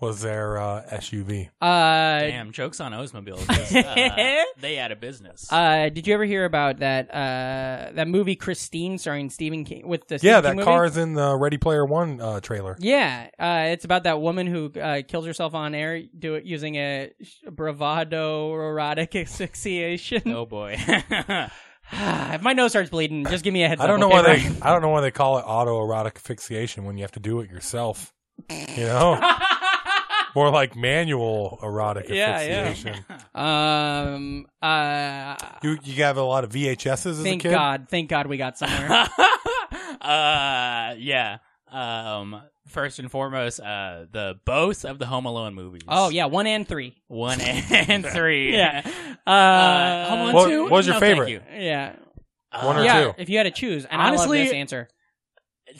Speaker 2: was their uh, SUV.
Speaker 1: Uh,
Speaker 5: Damn, jokes on Oldsmobile. 'cause,
Speaker 1: <laughs>
Speaker 5: Uh, they out of business.
Speaker 1: Uh, did you ever hear about that uh, that movie Christine starring Stephen King with the
Speaker 2: Yeah,
Speaker 1: Stephen
Speaker 2: that
Speaker 1: King movie?
Speaker 2: car is in the Ready Player One uh, trailer.
Speaker 1: Yeah, uh, it's about that woman who uh, kills herself on air do it using a bravado erotic <laughs> asphyxiation.
Speaker 5: oh boy.
Speaker 1: <sighs>
Speaker 5: <laughs>
Speaker 1: if my nose starts bleeding, just give me a heads
Speaker 2: I don't know
Speaker 1: up.
Speaker 2: why
Speaker 1: okay,
Speaker 2: they.
Speaker 1: Brian?
Speaker 2: I don't know why they call it autoerotic asphyxiation when you have to do it yourself. You
Speaker 1: <laughs>
Speaker 2: know, more like manual erotic
Speaker 1: Yeah, yeah.
Speaker 2: asphyxiation.
Speaker 1: <laughs> Um. Uh.
Speaker 2: You you have a lot of VHSs as
Speaker 1: Thank
Speaker 2: a kid.
Speaker 1: God. Thank God we got somewhere.
Speaker 5: <laughs> uh, yeah. Um, first and foremost, uh, the both of the Home Alone movies.
Speaker 1: oh yeah, one and three.
Speaker 2: <laughs>
Speaker 5: one and three.
Speaker 1: Yeah. Uh.
Speaker 5: Uh, Home Alone
Speaker 2: What-
Speaker 5: two.
Speaker 2: what was your
Speaker 5: No, thank
Speaker 2: favorite?
Speaker 5: you.
Speaker 1: yeah.
Speaker 2: One or
Speaker 1: yeah.
Speaker 2: two.
Speaker 1: If you had to choose, and honestly, I
Speaker 5: Honestly-
Speaker 1: love this answer.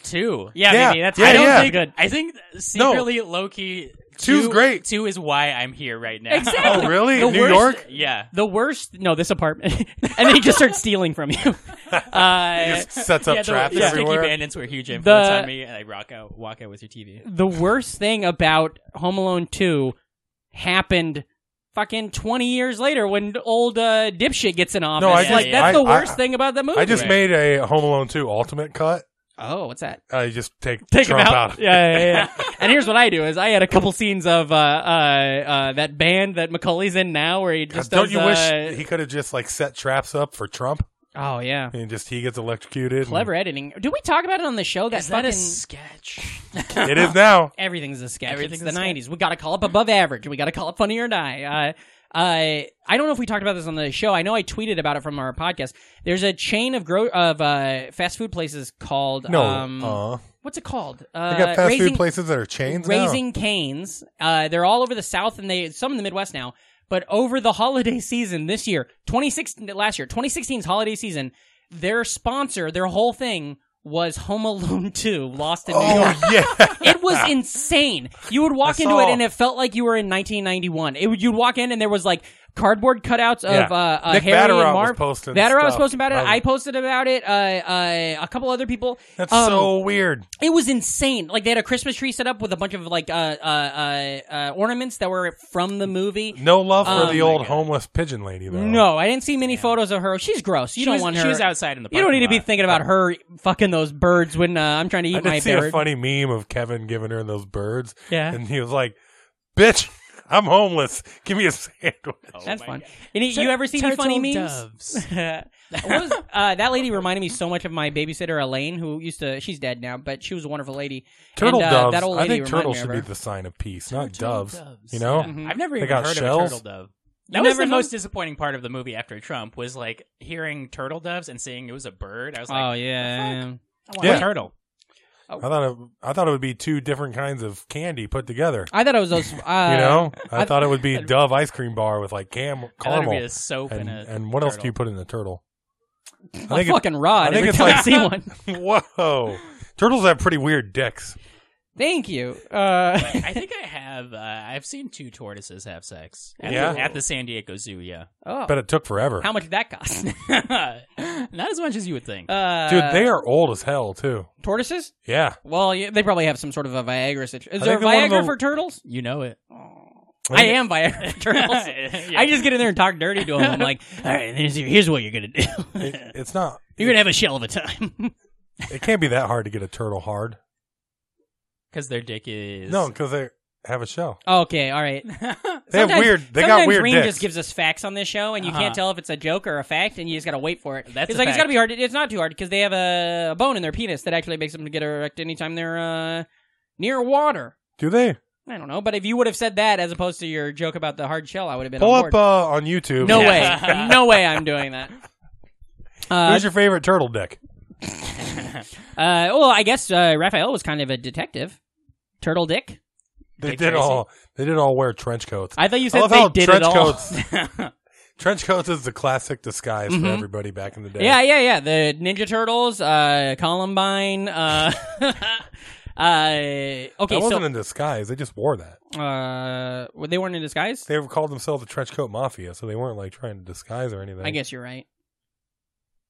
Speaker 5: Two.
Speaker 1: Yeah,
Speaker 2: Yeah,
Speaker 1: baby. That's
Speaker 2: yeah,
Speaker 1: I don't
Speaker 2: yeah.
Speaker 1: think good.
Speaker 5: I think secretly, low key,
Speaker 2: Two's
Speaker 5: two-
Speaker 2: great.
Speaker 5: Two is why I'm here right now.
Speaker 1: Exactly.
Speaker 2: Oh
Speaker 1: <laughs>
Speaker 2: really?
Speaker 1: The
Speaker 2: New
Speaker 1: worst- <laughs>
Speaker 2: York?
Speaker 5: yeah.
Speaker 1: the worst no this apartment <laughs> and then he just starts stealing from <laughs> you uh,
Speaker 2: Sets up
Speaker 5: yeah,
Speaker 2: traps
Speaker 5: the, the Sticky
Speaker 2: everywhere.
Speaker 5: Bandits were a huge influence
Speaker 1: The-
Speaker 5: on me, and I rock out, walk out with your TV.
Speaker 1: the worst thing about home alone 2 happened fucking 20 years later when old uh, dipshit gets in office
Speaker 2: No, I
Speaker 1: It's like
Speaker 5: just-
Speaker 1: that's
Speaker 2: I-
Speaker 1: the
Speaker 2: I-
Speaker 1: worst thing about the movie
Speaker 2: I just
Speaker 5: Right.
Speaker 2: made a Home Alone 2 Ultimate cut.
Speaker 1: oh what's that
Speaker 2: I just take,
Speaker 1: Take
Speaker 2: Trump
Speaker 1: him
Speaker 2: out.
Speaker 1: out. Yeah, yeah,
Speaker 2: <laughs>
Speaker 1: yeah. and here's what I do: is I had a couple scenes of uh, uh, uh, that band that Macaulay's in now, where
Speaker 2: <laughs>
Speaker 1: he just
Speaker 2: Don't
Speaker 1: does,
Speaker 2: you
Speaker 1: uh,
Speaker 2: wish he could have just like set traps up for Trump
Speaker 1: Oh yeah,
Speaker 2: and just he gets electrocuted? and-
Speaker 1: clever editing. Did we talk about it on the show? That
Speaker 5: Is that
Speaker 1: fucking
Speaker 5: a sketch?
Speaker 2: It is now.
Speaker 1: everything's a sketch.
Speaker 5: Everything's
Speaker 1: it's
Speaker 5: a
Speaker 1: the
Speaker 5: sketch.
Speaker 1: nineties. We gotta call up above average. We gotta call up funny or die. Uh, uh, I don't know if we talked about this on the show. I know I tweeted about it from our podcast. There's a chain of gro- of uh, fast food places called
Speaker 2: No.
Speaker 1: um,
Speaker 2: uh,
Speaker 1: what's it called?
Speaker 2: they
Speaker 1: Uh,
Speaker 2: got fast
Speaker 1: raising,
Speaker 2: food places that are chains now.
Speaker 1: Raising Canes. Uh, they're all over the South and they some in the Midwest now. But over the holiday <laughs> season this year, 2016 last year, 2016's holiday season, their sponsor, their whole thing was Home Alone 2, Lost in New York.
Speaker 2: <laughs>
Speaker 1: <laughs>
Speaker 2: Oh, yeah.
Speaker 1: It was
Speaker 2: <laughs>
Speaker 1: insane. You would walk
Speaker 2: I
Speaker 1: into it
Speaker 2: saw-
Speaker 1: and it felt like you were in 1991. It would, you'd walk in and there was like cardboard cutouts of
Speaker 2: Yeah.
Speaker 1: uh, uh,
Speaker 2: Nick
Speaker 1: Harry and
Speaker 2: Vatterott was
Speaker 1: Marv.
Speaker 2: posting
Speaker 1: Vatterott was
Speaker 2: stuff.
Speaker 1: posting about it.
Speaker 2: I-
Speaker 1: I posted about it. Uh, uh, a couple other people.
Speaker 2: That's
Speaker 1: Um,
Speaker 2: so weird.
Speaker 1: It was insane. Like they had a Christmas tree set up with a bunch of like uh, uh, uh, uh, ornaments that were from the movie.
Speaker 2: No love for
Speaker 1: Oh
Speaker 2: the
Speaker 1: my
Speaker 2: old
Speaker 5: God.
Speaker 2: homeless pigeon lady, though.
Speaker 1: No, I didn't see many photos of her. She's gross. You
Speaker 5: She
Speaker 1: don't
Speaker 5: was-
Speaker 1: want her.
Speaker 5: She was outside in the.
Speaker 1: You don't need to be
Speaker 5: parking
Speaker 1: thinking about her fucking those birds when uh, I'm trying to eat
Speaker 2: I
Speaker 1: my
Speaker 2: did see
Speaker 1: bird.
Speaker 2: a funny meme of Kevin giving her those birds.
Speaker 1: Yeah.
Speaker 2: And he was like, bitch, I'm homeless. Give me a sandwich.
Speaker 5: lot.
Speaker 1: That's
Speaker 5: Oh my
Speaker 1: fun.
Speaker 5: God.
Speaker 1: And you ever see any funny
Speaker 5: Turtle
Speaker 1: memes?
Speaker 5: doves.
Speaker 1: What was- uh, that lady reminded me so much of my babysitter Elaine, who used to. She's dead now, but she was a wonderful lady.
Speaker 2: Turtle
Speaker 1: and, uh,
Speaker 2: doves.
Speaker 1: That old
Speaker 2: I
Speaker 1: lady
Speaker 2: think turtles
Speaker 1: reminded
Speaker 2: should
Speaker 1: me
Speaker 2: be
Speaker 1: of her.
Speaker 2: the sign of peace, not
Speaker 5: Turtle
Speaker 2: doves. You know?
Speaker 5: Yeah. I've never
Speaker 2: They
Speaker 5: even
Speaker 2: got
Speaker 5: heard
Speaker 2: shells?
Speaker 5: of a turtle dove.
Speaker 1: Mm-hmm. You
Speaker 5: That was
Speaker 1: never heard- <laughs>
Speaker 5: the most disappointing part of the movie after Trump was like hearing turtle doves and seeing it was a bird. I was like,
Speaker 1: oh yeah.
Speaker 5: I want
Speaker 2: Yeah.
Speaker 5: a turtle.
Speaker 2: I thought it, I thought it would be two different kinds of candy put together.
Speaker 1: I thought it was those. Uh,
Speaker 2: <laughs> You know, I,
Speaker 1: I-
Speaker 2: thought it would be Dove ice cream bar with like cam-
Speaker 5: I thought it'd
Speaker 2: caramel
Speaker 5: be a soap
Speaker 2: and,
Speaker 5: and, a
Speaker 2: and what else do you put in the
Speaker 1: <laughs>
Speaker 2: turtle?
Speaker 1: my
Speaker 2: think it-
Speaker 1: fucking rod.
Speaker 2: I think
Speaker 1: every
Speaker 2: it's
Speaker 1: time I
Speaker 2: like-
Speaker 1: see one.
Speaker 2: <laughs> Whoa, turtles have pretty weird dicks.
Speaker 1: Thank you. Uh, <laughs>
Speaker 5: I think I have. Uh, I've seen two tortoises have sex. At
Speaker 2: Yeah?
Speaker 5: The, at the San Diego Zoo. Yeah. <laughs>
Speaker 1: oh,
Speaker 2: But it took forever,
Speaker 1: how much did that cost? <laughs>
Speaker 5: Not as much as you would think.
Speaker 1: Uh,
Speaker 2: dude. they are old as hell too.
Speaker 1: tortoises.
Speaker 2: Yeah,
Speaker 1: Well, yeah, they probably have some sort of a Viagra situation. Is
Speaker 2: I
Speaker 1: there
Speaker 2: think they're one
Speaker 1: Viagra
Speaker 2: of the-
Speaker 1: for turtles?
Speaker 5: you know it. <laughs>
Speaker 1: I am Viagra for turtles.
Speaker 5: Yeah.
Speaker 1: I just get in there and talk dirty to them. I'm
Speaker 2: <laughs>
Speaker 1: like, all right, here's, here's what you're gonna
Speaker 5: <laughs>
Speaker 1: do.
Speaker 2: It- it's not.
Speaker 1: you're gonna have a shell of a time.
Speaker 2: It can't be that hard to get a turtle hard.
Speaker 5: Because their dick is
Speaker 2: No,
Speaker 5: <laughs>
Speaker 2: because they have a shell.
Speaker 1: okay, all right.
Speaker 2: They have
Speaker 1: Sometimes-
Speaker 2: weird. They got
Speaker 1: sometimes
Speaker 2: weird
Speaker 1: Reem
Speaker 2: dicks.
Speaker 1: just gives us facts on this show, and you
Speaker 5: Uh-huh.
Speaker 1: can't tell if it's a joke or a fact, and you just gotta wait for it.
Speaker 5: That's
Speaker 1: it's
Speaker 5: a
Speaker 1: like
Speaker 5: fact.
Speaker 1: it's gotta be hard. It's not too hard because they have a, a bone in their penis that actually makes them get erect anytime they're uh, near water.
Speaker 2: Do they
Speaker 1: I don't know, but if you would have said that as opposed to your joke about the hard shell, I would have been
Speaker 2: pull
Speaker 1: on
Speaker 2: up
Speaker 1: board.
Speaker 2: uh, on YouTube?
Speaker 1: No
Speaker 2: <laughs>
Speaker 1: way,
Speaker 5: Yeah.
Speaker 1: no way, I'm doing that. Uh,
Speaker 2: Who's your favorite turtle dick?
Speaker 1: uh, well, I guess uh, Raphael was kind of a detective. Turtle Dick.
Speaker 2: They
Speaker 5: Dick
Speaker 2: did
Speaker 5: Tracy?
Speaker 2: all. They did all wear trench coats.
Speaker 1: I thought you
Speaker 2: I
Speaker 1: said
Speaker 2: love
Speaker 1: they
Speaker 2: how
Speaker 1: did
Speaker 2: trench
Speaker 1: it all.
Speaker 2: coats.
Speaker 1: <laughs>
Speaker 2: trench coats is the classic disguise for
Speaker 1: Mhm.
Speaker 2: everybody back in the day.
Speaker 1: Yeah, yeah, yeah. The Ninja Turtles, uh, Columbine. Uh, <laughs> uh, okay,
Speaker 2: that wasn't
Speaker 1: so
Speaker 2: in disguise. They just wore that.
Speaker 1: uh, well, they weren't in disguise.
Speaker 2: They called themselves the trench coat mafia, so they weren't like trying to disguise or anything.
Speaker 1: I guess you're right.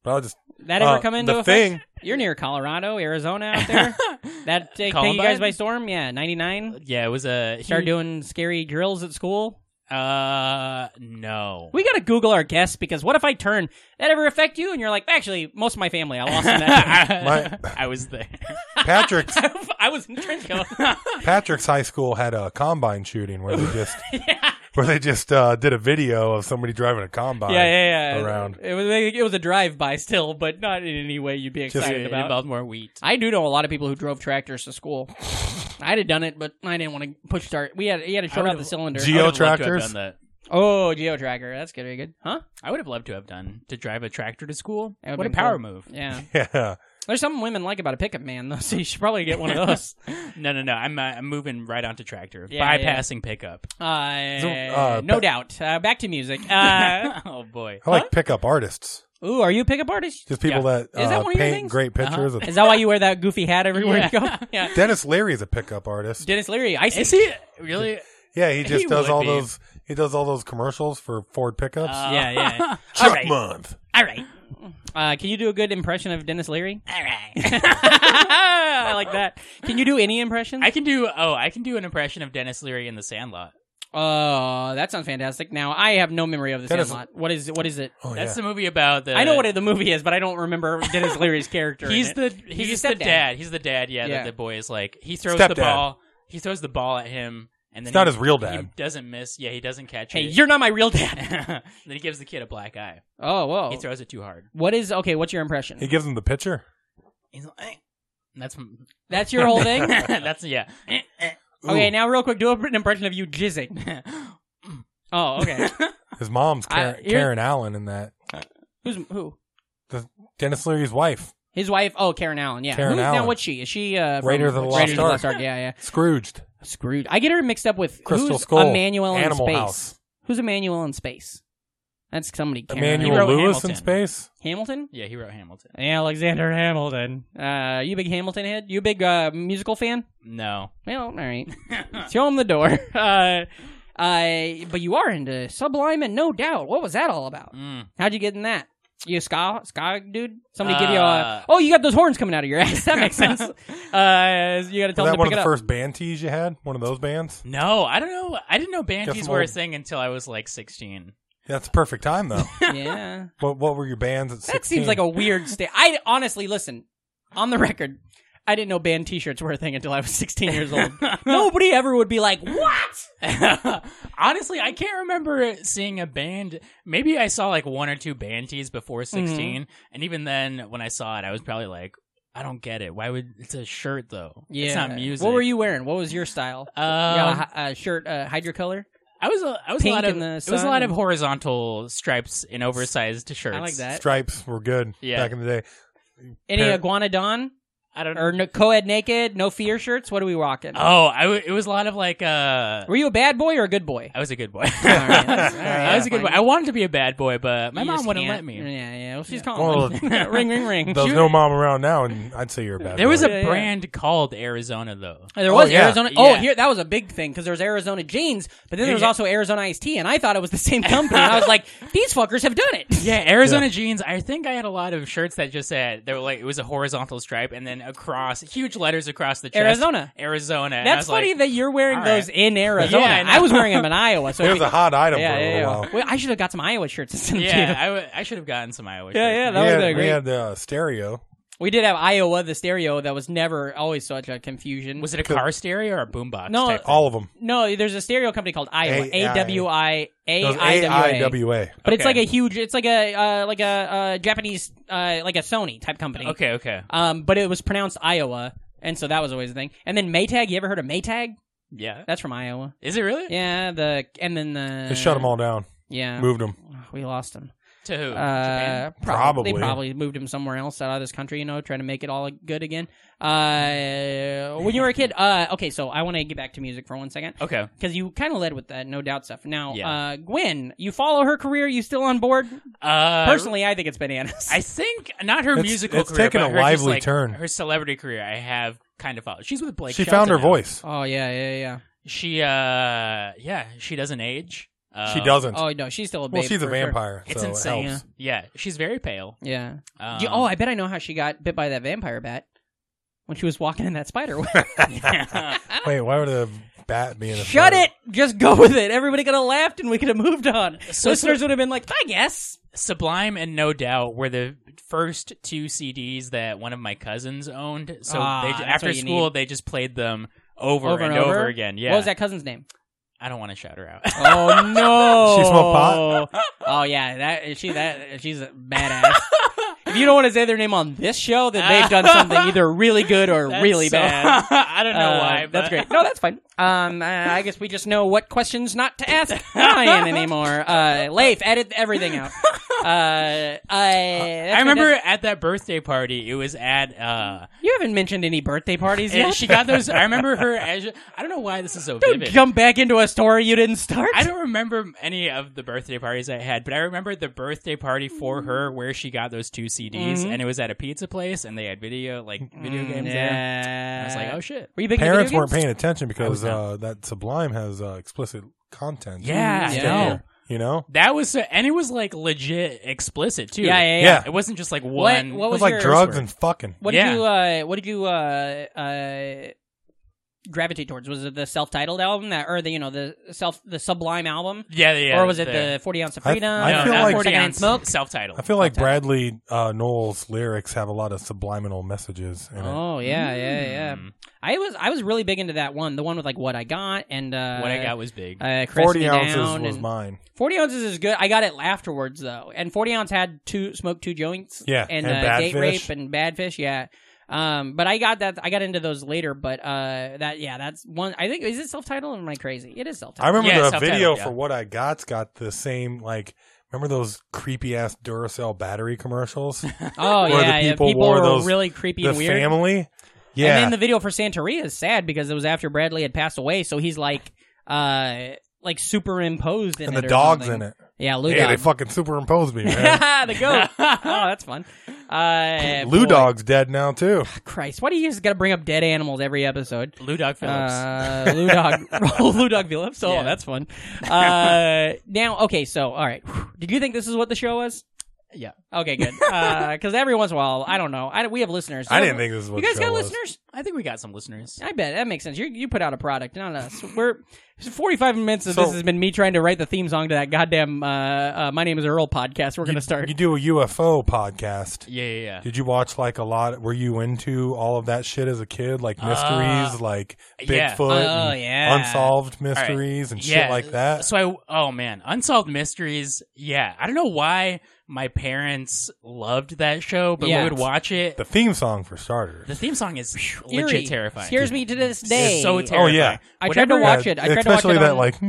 Speaker 2: But
Speaker 1: <laughs>
Speaker 2: I'll just
Speaker 1: That ever
Speaker 2: Uh,
Speaker 1: come into
Speaker 2: the
Speaker 1: effect?
Speaker 2: thing-
Speaker 1: You're near Colorado, Arizona out
Speaker 2: <laughs>
Speaker 1: there. that take, take you
Speaker 5: Columbine?
Speaker 1: guys by storm? Yeah, ninety
Speaker 2: Uh,
Speaker 1: nine.
Speaker 5: yeah, it was a he-
Speaker 2: hmm.
Speaker 1: Started doing scary drills at school.
Speaker 5: Uh, no.
Speaker 1: We gotta Google our guests because what if I turn? That ever affect you? And you're like, actually, most of my family, I <laughs> lost them
Speaker 2: <laughs>
Speaker 1: that.
Speaker 5: I, <laughs> I
Speaker 1: <laughs>
Speaker 5: was there.
Speaker 2: Patrick's
Speaker 1: day." I was in trench
Speaker 2: <laughs>
Speaker 1: coat.
Speaker 2: Patrick's high school had a combine shooting
Speaker 1: <laughs>
Speaker 2: where they just where they just uh, did a video of somebody driving a combine.
Speaker 1: yeah, yeah, yeah.
Speaker 2: Around.
Speaker 1: It was it was a drive by still, but not in any way you'd be excited
Speaker 5: It
Speaker 1: about.
Speaker 5: involved more wheat.
Speaker 1: I do know a lot of people who drove tractors to school. <laughs> I'd have done it, but I didn't want to push start. We had you had to short out the cylinder.
Speaker 2: Geo-
Speaker 5: I would've loved to have
Speaker 2: tractors?
Speaker 5: done that.
Speaker 1: oh, geo tracker. That's good, very good, huh?
Speaker 5: I would have loved to have done to drive a tractor to school.
Speaker 1: That would've
Speaker 5: What a
Speaker 1: been
Speaker 5: power
Speaker 1: cool.
Speaker 5: move!
Speaker 1: Yeah, <laughs>
Speaker 2: Yeah.
Speaker 1: there's something women like about a pickup man though, <laughs> so you should probably get one <laughs> of those.
Speaker 5: <gasps> No, no, no. I'm uh, I'm moving right onto tractor,
Speaker 1: Yeah,
Speaker 5: bypassing pickup.
Speaker 1: Uh,
Speaker 2: uh,
Speaker 1: no
Speaker 2: ba-
Speaker 1: doubt. Uh, back to <laughs> music. <laughs> Uh,
Speaker 5: <laughs> oh boy.
Speaker 2: I like pickup artists.
Speaker 1: ooh, are you a pickup artist?
Speaker 2: Just people
Speaker 5: Yeah.
Speaker 2: that,
Speaker 1: Is that
Speaker 2: uh,
Speaker 1: one of your
Speaker 2: paint
Speaker 1: things? Uh-huh.
Speaker 2: great pictures.
Speaker 1: Is that why you wear that goofy hat everywhere you
Speaker 5: Yeah.
Speaker 1: go? <laughs> Yeah.
Speaker 2: <laughs> Dennis Leary is a pickup artist.
Speaker 1: Dennis Leary, I see.
Speaker 5: Is he really?
Speaker 2: Yeah, he just
Speaker 5: He
Speaker 2: does
Speaker 5: would
Speaker 2: all
Speaker 5: be.
Speaker 2: those. He does all those commercials for Ford pickups.
Speaker 5: Uh,
Speaker 1: Uh, Yeah,
Speaker 5: <laughs>
Speaker 1: yeah.
Speaker 2: Truck month.
Speaker 1: All right. Uh, can you do a good impression of Dennis Leary? <laughs>
Speaker 5: All right.
Speaker 1: I like that. Can you do any impression?
Speaker 5: I can do. Oh, I can do an impression of Dennis Leary in The Sandlot.
Speaker 1: Oh, that sounds fantastic. Now I have no memory of this
Speaker 2: Dennis-
Speaker 1: Sandlot. What is what is it?
Speaker 2: Oh uh,
Speaker 5: That's
Speaker 2: yeah.
Speaker 5: the movie about the.
Speaker 1: I know what the movie is, but I don't remember Dennis Leary's character. in
Speaker 5: He's
Speaker 1: it.
Speaker 5: the
Speaker 1: a
Speaker 5: he's, the
Speaker 1: stepdad.
Speaker 5: dad. He's the dad. Yeah,
Speaker 1: Yeah.
Speaker 5: That the boy is like he throws
Speaker 2: Stepdad.
Speaker 5: the ball. He throws the ball at him, and then
Speaker 2: It's not
Speaker 5: he-
Speaker 2: his real
Speaker 5: He
Speaker 2: dad.
Speaker 5: doesn't miss. Yeah, he doesn't catch
Speaker 1: Hey,
Speaker 5: it.
Speaker 1: you're not my real dad.
Speaker 5: <laughs> then he gives the kid a black eye.
Speaker 1: Oh, whoa.
Speaker 5: He throws it too hard.
Speaker 1: what is okay? What's your impression?
Speaker 2: He gives him the picture.
Speaker 5: He's like, "Eh." And that's <laughs>
Speaker 1: That's your whole
Speaker 2: <laughs>
Speaker 1: thing.
Speaker 5: that's yeah. <laughs> Eh, eh.
Speaker 1: okay, now real quick, do a- an impression of you jizzing. Oh, <laughs> okay.
Speaker 2: His mom's Karen,
Speaker 1: here-
Speaker 2: Karen Allen in that.
Speaker 1: Who's who?
Speaker 2: Dennis Leary's wife,
Speaker 1: His wife? Oh, Karen Allen. Yeah.
Speaker 2: Karen
Speaker 1: Who's now
Speaker 2: Allen.
Speaker 1: what's she? Is she uh, from
Speaker 2: Raiders of the Lost
Speaker 1: Raiders
Speaker 2: Ark.
Speaker 1: Yeah, yeah.
Speaker 2: Scrooged,
Speaker 1: Screwed. I get her mixed up with
Speaker 2: Crystal
Speaker 1: who's
Speaker 2: Skull,
Speaker 1: Emmanuel in
Speaker 2: Animal
Speaker 1: space.
Speaker 2: House,
Speaker 1: Who's Emmanuel in space? That's somebody. Karen.
Speaker 5: He
Speaker 2: Emmanuel
Speaker 5: wrote
Speaker 2: Lewis in
Speaker 5: Hamilton.
Speaker 2: space.
Speaker 1: Hamilton.
Speaker 5: yeah, he wrote Hamilton.
Speaker 1: Alexander Hamilton. Uh, you big Hamilton head? You big uh, musical fan?
Speaker 5: No,
Speaker 1: Well, all <laughs> right. Show him the door. <laughs> Uh, uh, but you are into Sublime and No Doubt. What was that all about?
Speaker 5: Mm.
Speaker 1: How'd you get in that? You a ska, ska dude? Somebody give you a.
Speaker 5: Uh.
Speaker 1: Oh, you got those horns coming out of your ass. That <laughs> makes sense. uh, you got to tell
Speaker 2: Was
Speaker 1: them
Speaker 2: that
Speaker 1: to pick
Speaker 2: one of
Speaker 1: it
Speaker 2: the
Speaker 1: up.
Speaker 2: first band tees you had? One of those bands?
Speaker 5: no, I don't know. I didn't know
Speaker 2: Guess
Speaker 5: banties
Speaker 2: I'm
Speaker 5: were a
Speaker 2: old.
Speaker 5: thing until I was like sixteen. <laughs>
Speaker 2: Yeah, that's a perfect
Speaker 1: <laughs>
Speaker 2: time though.
Speaker 1: yeah.
Speaker 2: what what were your bands at sixteen?
Speaker 1: That seems like a weird state. I honestly listen on the record. I didn't know band T-shirts were a thing until I was 16 years
Speaker 5: <laughs>
Speaker 1: old. Nobody ever would be like, "What?"
Speaker 5: Honestly, I can't remember seeing a band. Maybe I saw like one or two band tees before
Speaker 1: Mm-hmm.
Speaker 5: 16, and even then, when I saw it, I was probably like, I don't get it. Why would it's a shirt though? it's not music.
Speaker 1: What were you wearing? What was your style?
Speaker 5: Um,
Speaker 1: You got a hi- a shirt, uh, hydrocolor.
Speaker 5: I was a, I was a
Speaker 1: Pink
Speaker 5: lot of
Speaker 1: in the
Speaker 5: it was a
Speaker 1: sun
Speaker 5: lot of
Speaker 1: and-
Speaker 5: horizontal stripes in oversized shirts.
Speaker 1: I like that.
Speaker 2: stripes were good
Speaker 5: Yeah.
Speaker 2: back in the day.
Speaker 1: Any
Speaker 2: pair-
Speaker 1: iguanodon?
Speaker 5: I don't know.
Speaker 1: Or no, co-ed naked, no fear shirts? What are we rocking?
Speaker 5: Oh, I w- it was a lot of like uh
Speaker 1: Were you a bad boy or a good boy?
Speaker 5: I was a good boy. <laughs>
Speaker 1: right, all right,
Speaker 5: I was a good boy.
Speaker 1: fine.
Speaker 5: I wanted to be a bad boy, but my
Speaker 1: You
Speaker 5: mom
Speaker 1: just
Speaker 5: wouldn't
Speaker 1: can't-
Speaker 5: let me.
Speaker 1: Yeah, yeah. Well, she's
Speaker 2: Well,
Speaker 1: calling. <laughs> ring, ring, ring.
Speaker 2: There's
Speaker 1: She-
Speaker 2: no mom around now, and I'd say you're a bad.
Speaker 5: There was
Speaker 2: boy.
Speaker 1: Yeah,
Speaker 5: a
Speaker 1: yeah.
Speaker 5: brand called Arizona though.
Speaker 1: There was
Speaker 2: Oh, yeah.
Speaker 1: Arizona. Oh,
Speaker 5: Yeah.
Speaker 1: here that was a big thing because there was Arizona jeans, but then
Speaker 5: Yeah,
Speaker 1: there was
Speaker 5: yeah.
Speaker 1: also Arizona iced tea, and I thought it was the same company. and I was like, these fuckers have done it.
Speaker 5: Yeah, Arizona jeans. I think I had a lot of shirts that just said they were like it was a horizontal stripe and then across huge letters across the chest.
Speaker 1: Arizona.
Speaker 5: Arizona. And I
Speaker 1: That's
Speaker 5: was like,
Speaker 1: funny that you're wearing
Speaker 5: all
Speaker 1: those
Speaker 5: right.
Speaker 1: in Arizona.
Speaker 5: Yeah, I know.
Speaker 1: I, was wearing them in Iowa. So
Speaker 2: <laughs> It was a hot item
Speaker 1: yeah,
Speaker 2: for a
Speaker 1: yeah,
Speaker 2: little
Speaker 1: yeah. <laughs>
Speaker 2: while.
Speaker 1: Well, I should have got some Iowa shirts instead of
Speaker 5: yeah, I, w- I should have gotten some Iowa.
Speaker 1: Yeah,
Speaker 5: shirts.
Speaker 1: yeah, that
Speaker 2: we
Speaker 1: was
Speaker 2: had,
Speaker 1: a
Speaker 2: we
Speaker 1: great-
Speaker 2: had uh, stereo.
Speaker 1: We did have Iowa, the stereo that was never always such a confusion.
Speaker 5: Was it a car stereo or a boombox?
Speaker 1: No,
Speaker 5: type thing?
Speaker 2: All of them.
Speaker 1: No, there's a stereo company called Iowa.
Speaker 2: A-
Speaker 1: A W I A
Speaker 2: It was
Speaker 1: I W A.
Speaker 2: AIWA.
Speaker 1: But it's
Speaker 5: Okay.
Speaker 1: like a huge. It's like a uh, like a uh, Japanese uh, like a Sony type company.
Speaker 5: Okay, okay,
Speaker 1: Um, but it was pronounced Iowa, and so that was always the thing. And then Maytag. You ever heard of Maytag?
Speaker 5: yeah.
Speaker 1: That's from Iowa.
Speaker 5: Is it really?
Speaker 1: Yeah. The and then the
Speaker 2: They shut them all down.
Speaker 1: Yeah.
Speaker 2: Moved them.
Speaker 1: We lost them.
Speaker 5: To who? Japan?
Speaker 1: Uh, probably.
Speaker 2: Probably.
Speaker 1: They probably moved him somewhere else out of this country, you know, trying to make it all good again. Uh, when you were a kid, uh, okay, so I want to get back to music for one second.
Speaker 5: Okay.
Speaker 1: Because you kind of led with that no doubt stuff. Now,
Speaker 5: Yeah.
Speaker 1: uh, Gwen, you follow her career. You still on board?
Speaker 5: Uh,
Speaker 1: Personally, I think it's bananas.
Speaker 5: I think not her
Speaker 2: It's-
Speaker 5: musical
Speaker 2: it's
Speaker 5: career,
Speaker 2: taken
Speaker 5: but
Speaker 2: a
Speaker 5: her just,
Speaker 2: lively
Speaker 5: like,
Speaker 2: turn.
Speaker 5: Her celebrity career, I have kind of followed. She's with Blake.
Speaker 2: she
Speaker 5: Shelton
Speaker 2: found her
Speaker 5: now.
Speaker 2: voice.
Speaker 1: oh yeah, yeah, yeah.
Speaker 5: She, uh, yeah, she doesn't age. Uh,
Speaker 2: she doesn't.
Speaker 1: Oh no, she's still a babe.
Speaker 2: well, she's a
Speaker 1: for sure.
Speaker 2: vampire.
Speaker 5: It's
Speaker 2: so
Speaker 5: insane.
Speaker 2: It helps.
Speaker 5: Yeah, she's very pale.
Speaker 1: Yeah.
Speaker 5: Um,
Speaker 1: Do you- oh, I bet I know how she got bit by that vampire bat when she was walking in that spider web.
Speaker 5: <laughs>
Speaker 1: <laughs>
Speaker 2: Wait, why would a bat be in a
Speaker 1: Shut
Speaker 2: photo?
Speaker 1: it! Just go with it. Everybody could have laughed and we could have moved on.
Speaker 5: So-
Speaker 1: Listeners would have been like, I guess.
Speaker 5: Sublime and No Doubt were the first two CDs that one of my cousins owned. So
Speaker 1: Ah,
Speaker 5: they ju-
Speaker 1: that's
Speaker 5: after
Speaker 1: what you
Speaker 5: school,
Speaker 1: need.
Speaker 5: they just played them over, and, over. again. Yeah,
Speaker 1: What was that cousin's
Speaker 5: <laughs>
Speaker 1: name?
Speaker 5: I don't want to shout her out.
Speaker 1: Oh no!
Speaker 2: She smoked pot?
Speaker 1: <laughs> Oh yeah, that she that she's a badass. if you don't want to say their name on this show, then they've done something either really good or
Speaker 5: <laughs> <laughs> That's
Speaker 1: really
Speaker 5: so-
Speaker 1: bad.
Speaker 5: I <laughs> don't know
Speaker 1: Uh,
Speaker 5: why.
Speaker 1: That's
Speaker 5: but-
Speaker 1: great. No, that's fine. Um, uh, I guess we just know what questions not to ask Ryan
Speaker 5: <laughs>
Speaker 1: anymore. Uh, Leif, edit everything out. Uh, I,
Speaker 5: I remember at that birthday party, it was at. Uh,
Speaker 1: you haven't mentioned any birthday parties
Speaker 5: and
Speaker 1: yet.
Speaker 5: she got those. I remember her. As, I don't know why this is so
Speaker 1: Don't
Speaker 5: vivid.
Speaker 1: jump back into a story you didn't start.
Speaker 5: I don't remember any of the birthday parties I had, but I remember the birthday party for
Speaker 1: Mm-hmm.
Speaker 5: her where she got those two CDs, and it was at a pizza place, and they had video like video games there.
Speaker 1: Mm, Yeah.
Speaker 5: I was like, oh shit.
Speaker 1: Were you big into
Speaker 2: Parents
Speaker 1: video
Speaker 2: weren't
Speaker 1: games?
Speaker 2: paying attention because
Speaker 5: was not.
Speaker 2: uh, that Sublime has uh, explicit content.
Speaker 5: Yeah,
Speaker 1: Mm,
Speaker 5: I
Speaker 1: yeah.
Speaker 5: know.
Speaker 2: You know?
Speaker 5: That was so, and it was like legit explicit too.
Speaker 1: Yeah, yeah, yeah.
Speaker 2: Yeah.
Speaker 5: It wasn't just like
Speaker 1: What-
Speaker 5: one.
Speaker 1: what
Speaker 2: It was
Speaker 1: was
Speaker 2: like
Speaker 1: your-
Speaker 2: drugs and fucking.
Speaker 1: What
Speaker 5: Yeah.
Speaker 1: did you? Uh, what did you? Uh, uh, gravitate towards? Was it the self-titled album that, or the you know the self the Sublime album,
Speaker 5: yeah, yeah.
Speaker 1: or was it the Forty Ounce of
Speaker 2: I-
Speaker 1: Freedom?
Speaker 2: I
Speaker 1: or
Speaker 2: feel
Speaker 1: the
Speaker 2: like-
Speaker 1: Forty Ounce Smoke.
Speaker 5: self-titled?
Speaker 2: I feel like Bradley uh, Knowles' lyrics have a lot of subliminal messages in it.
Speaker 1: Oh yeah, yeah, yeah. I was I was really big into that one, the one with like what I got and uh,
Speaker 5: what I got was big.
Speaker 1: Uh, Crest
Speaker 2: Forty
Speaker 1: Me
Speaker 2: ounces
Speaker 1: Down
Speaker 2: was
Speaker 1: and-
Speaker 2: mine.
Speaker 1: 40 ounces is good. I got it afterwards though. And 40 ounce had two smoked two joints.
Speaker 2: Yeah,
Speaker 1: And,
Speaker 2: and
Speaker 1: uh,
Speaker 2: Bad
Speaker 1: gate
Speaker 2: Fish.
Speaker 1: rape and bad fish. Yeah. Um, but I got that. I got into those later. But uh, that yeah, that's one. I think is it self titled? Or am I crazy? It is self
Speaker 2: I
Speaker 1: titled.
Speaker 2: remember
Speaker 5: Yeah,
Speaker 2: the
Speaker 5: self-titled,
Speaker 2: video
Speaker 5: yeah.
Speaker 2: for What I Got's got the same like. Remember those creepy ass Duracell
Speaker 1: <laughs>
Speaker 2: battery commercials?
Speaker 1: Oh
Speaker 2: Where the
Speaker 1: yeah, yeah,
Speaker 2: people wore
Speaker 1: were
Speaker 2: those-
Speaker 1: really creepy
Speaker 2: the
Speaker 1: and weird.
Speaker 2: family. Yeah,
Speaker 1: And then the video for Santeria is sad because it was after Bradley had passed away, so he's like, uh, like superimposed in
Speaker 2: and
Speaker 1: it.
Speaker 2: the
Speaker 1: or
Speaker 2: dogs
Speaker 1: something.
Speaker 2: in it.
Speaker 1: Yeah, Lou
Speaker 2: Yeah, they
Speaker 1: Dog.
Speaker 2: fucking
Speaker 1: <laughs>
Speaker 2: superimposed me, man.
Speaker 1: the
Speaker 2: <laughs>
Speaker 1: goat. oh, that's fun. Uh,
Speaker 2: Lou
Speaker 1: boy.
Speaker 2: Dog's dead
Speaker 1: <laughs>
Speaker 2: now too.
Speaker 1: Christ, why do you just gotta bring up dead animals every episode?
Speaker 5: Lou Dog Phillips.
Speaker 1: Uh, Lou
Speaker 2: <laughs>
Speaker 1: Dog, Lou Dog Phillips. <laughs> Oh,
Speaker 5: Yeah.
Speaker 1: that's fun. Uh, now, okay, so all right, did you think this is what the show was?
Speaker 5: yeah.
Speaker 1: Okay, good. Because every once in a while, I don't know. I, we have listeners.
Speaker 2: I didn't think this was
Speaker 1: you
Speaker 2: what
Speaker 1: guys
Speaker 2: the
Speaker 1: got
Speaker 2: show was.
Speaker 1: listeners.
Speaker 5: I think we got some listeners.
Speaker 1: I bet that makes sense. You you put out a product, not us. We're forty five minutes of
Speaker 2: So-
Speaker 1: this has been me trying to write the theme song to that goddamn uh, uh, my name is Earl podcast. We're gonna start.
Speaker 2: You do a UFO podcast.
Speaker 5: Yeah, yeah, yeah.
Speaker 2: Did you watch like a lot? Were you into all of that shit as a kid, like mysteries, like
Speaker 5: yeah.
Speaker 2: Bigfoot,
Speaker 1: Uh, Oh,
Speaker 2: and
Speaker 1: yeah.
Speaker 2: unsolved mysteries, and shit like that?
Speaker 5: So I, oh man, Unsolved Mysteries. Yeah, I don't know why my parents loved that show, but
Speaker 1: Yeah.
Speaker 5: we would watch it.
Speaker 2: the theme song for starters.
Speaker 5: The theme song is legit terrifying.
Speaker 1: Scares me to this day.
Speaker 5: So
Speaker 2: Oh
Speaker 5: terrifying.
Speaker 2: yeah,
Speaker 1: I tried to
Speaker 5: Whenever-
Speaker 1: watch it. I tried to watch
Speaker 2: especially
Speaker 1: it.
Speaker 2: that
Speaker 1: on-
Speaker 2: like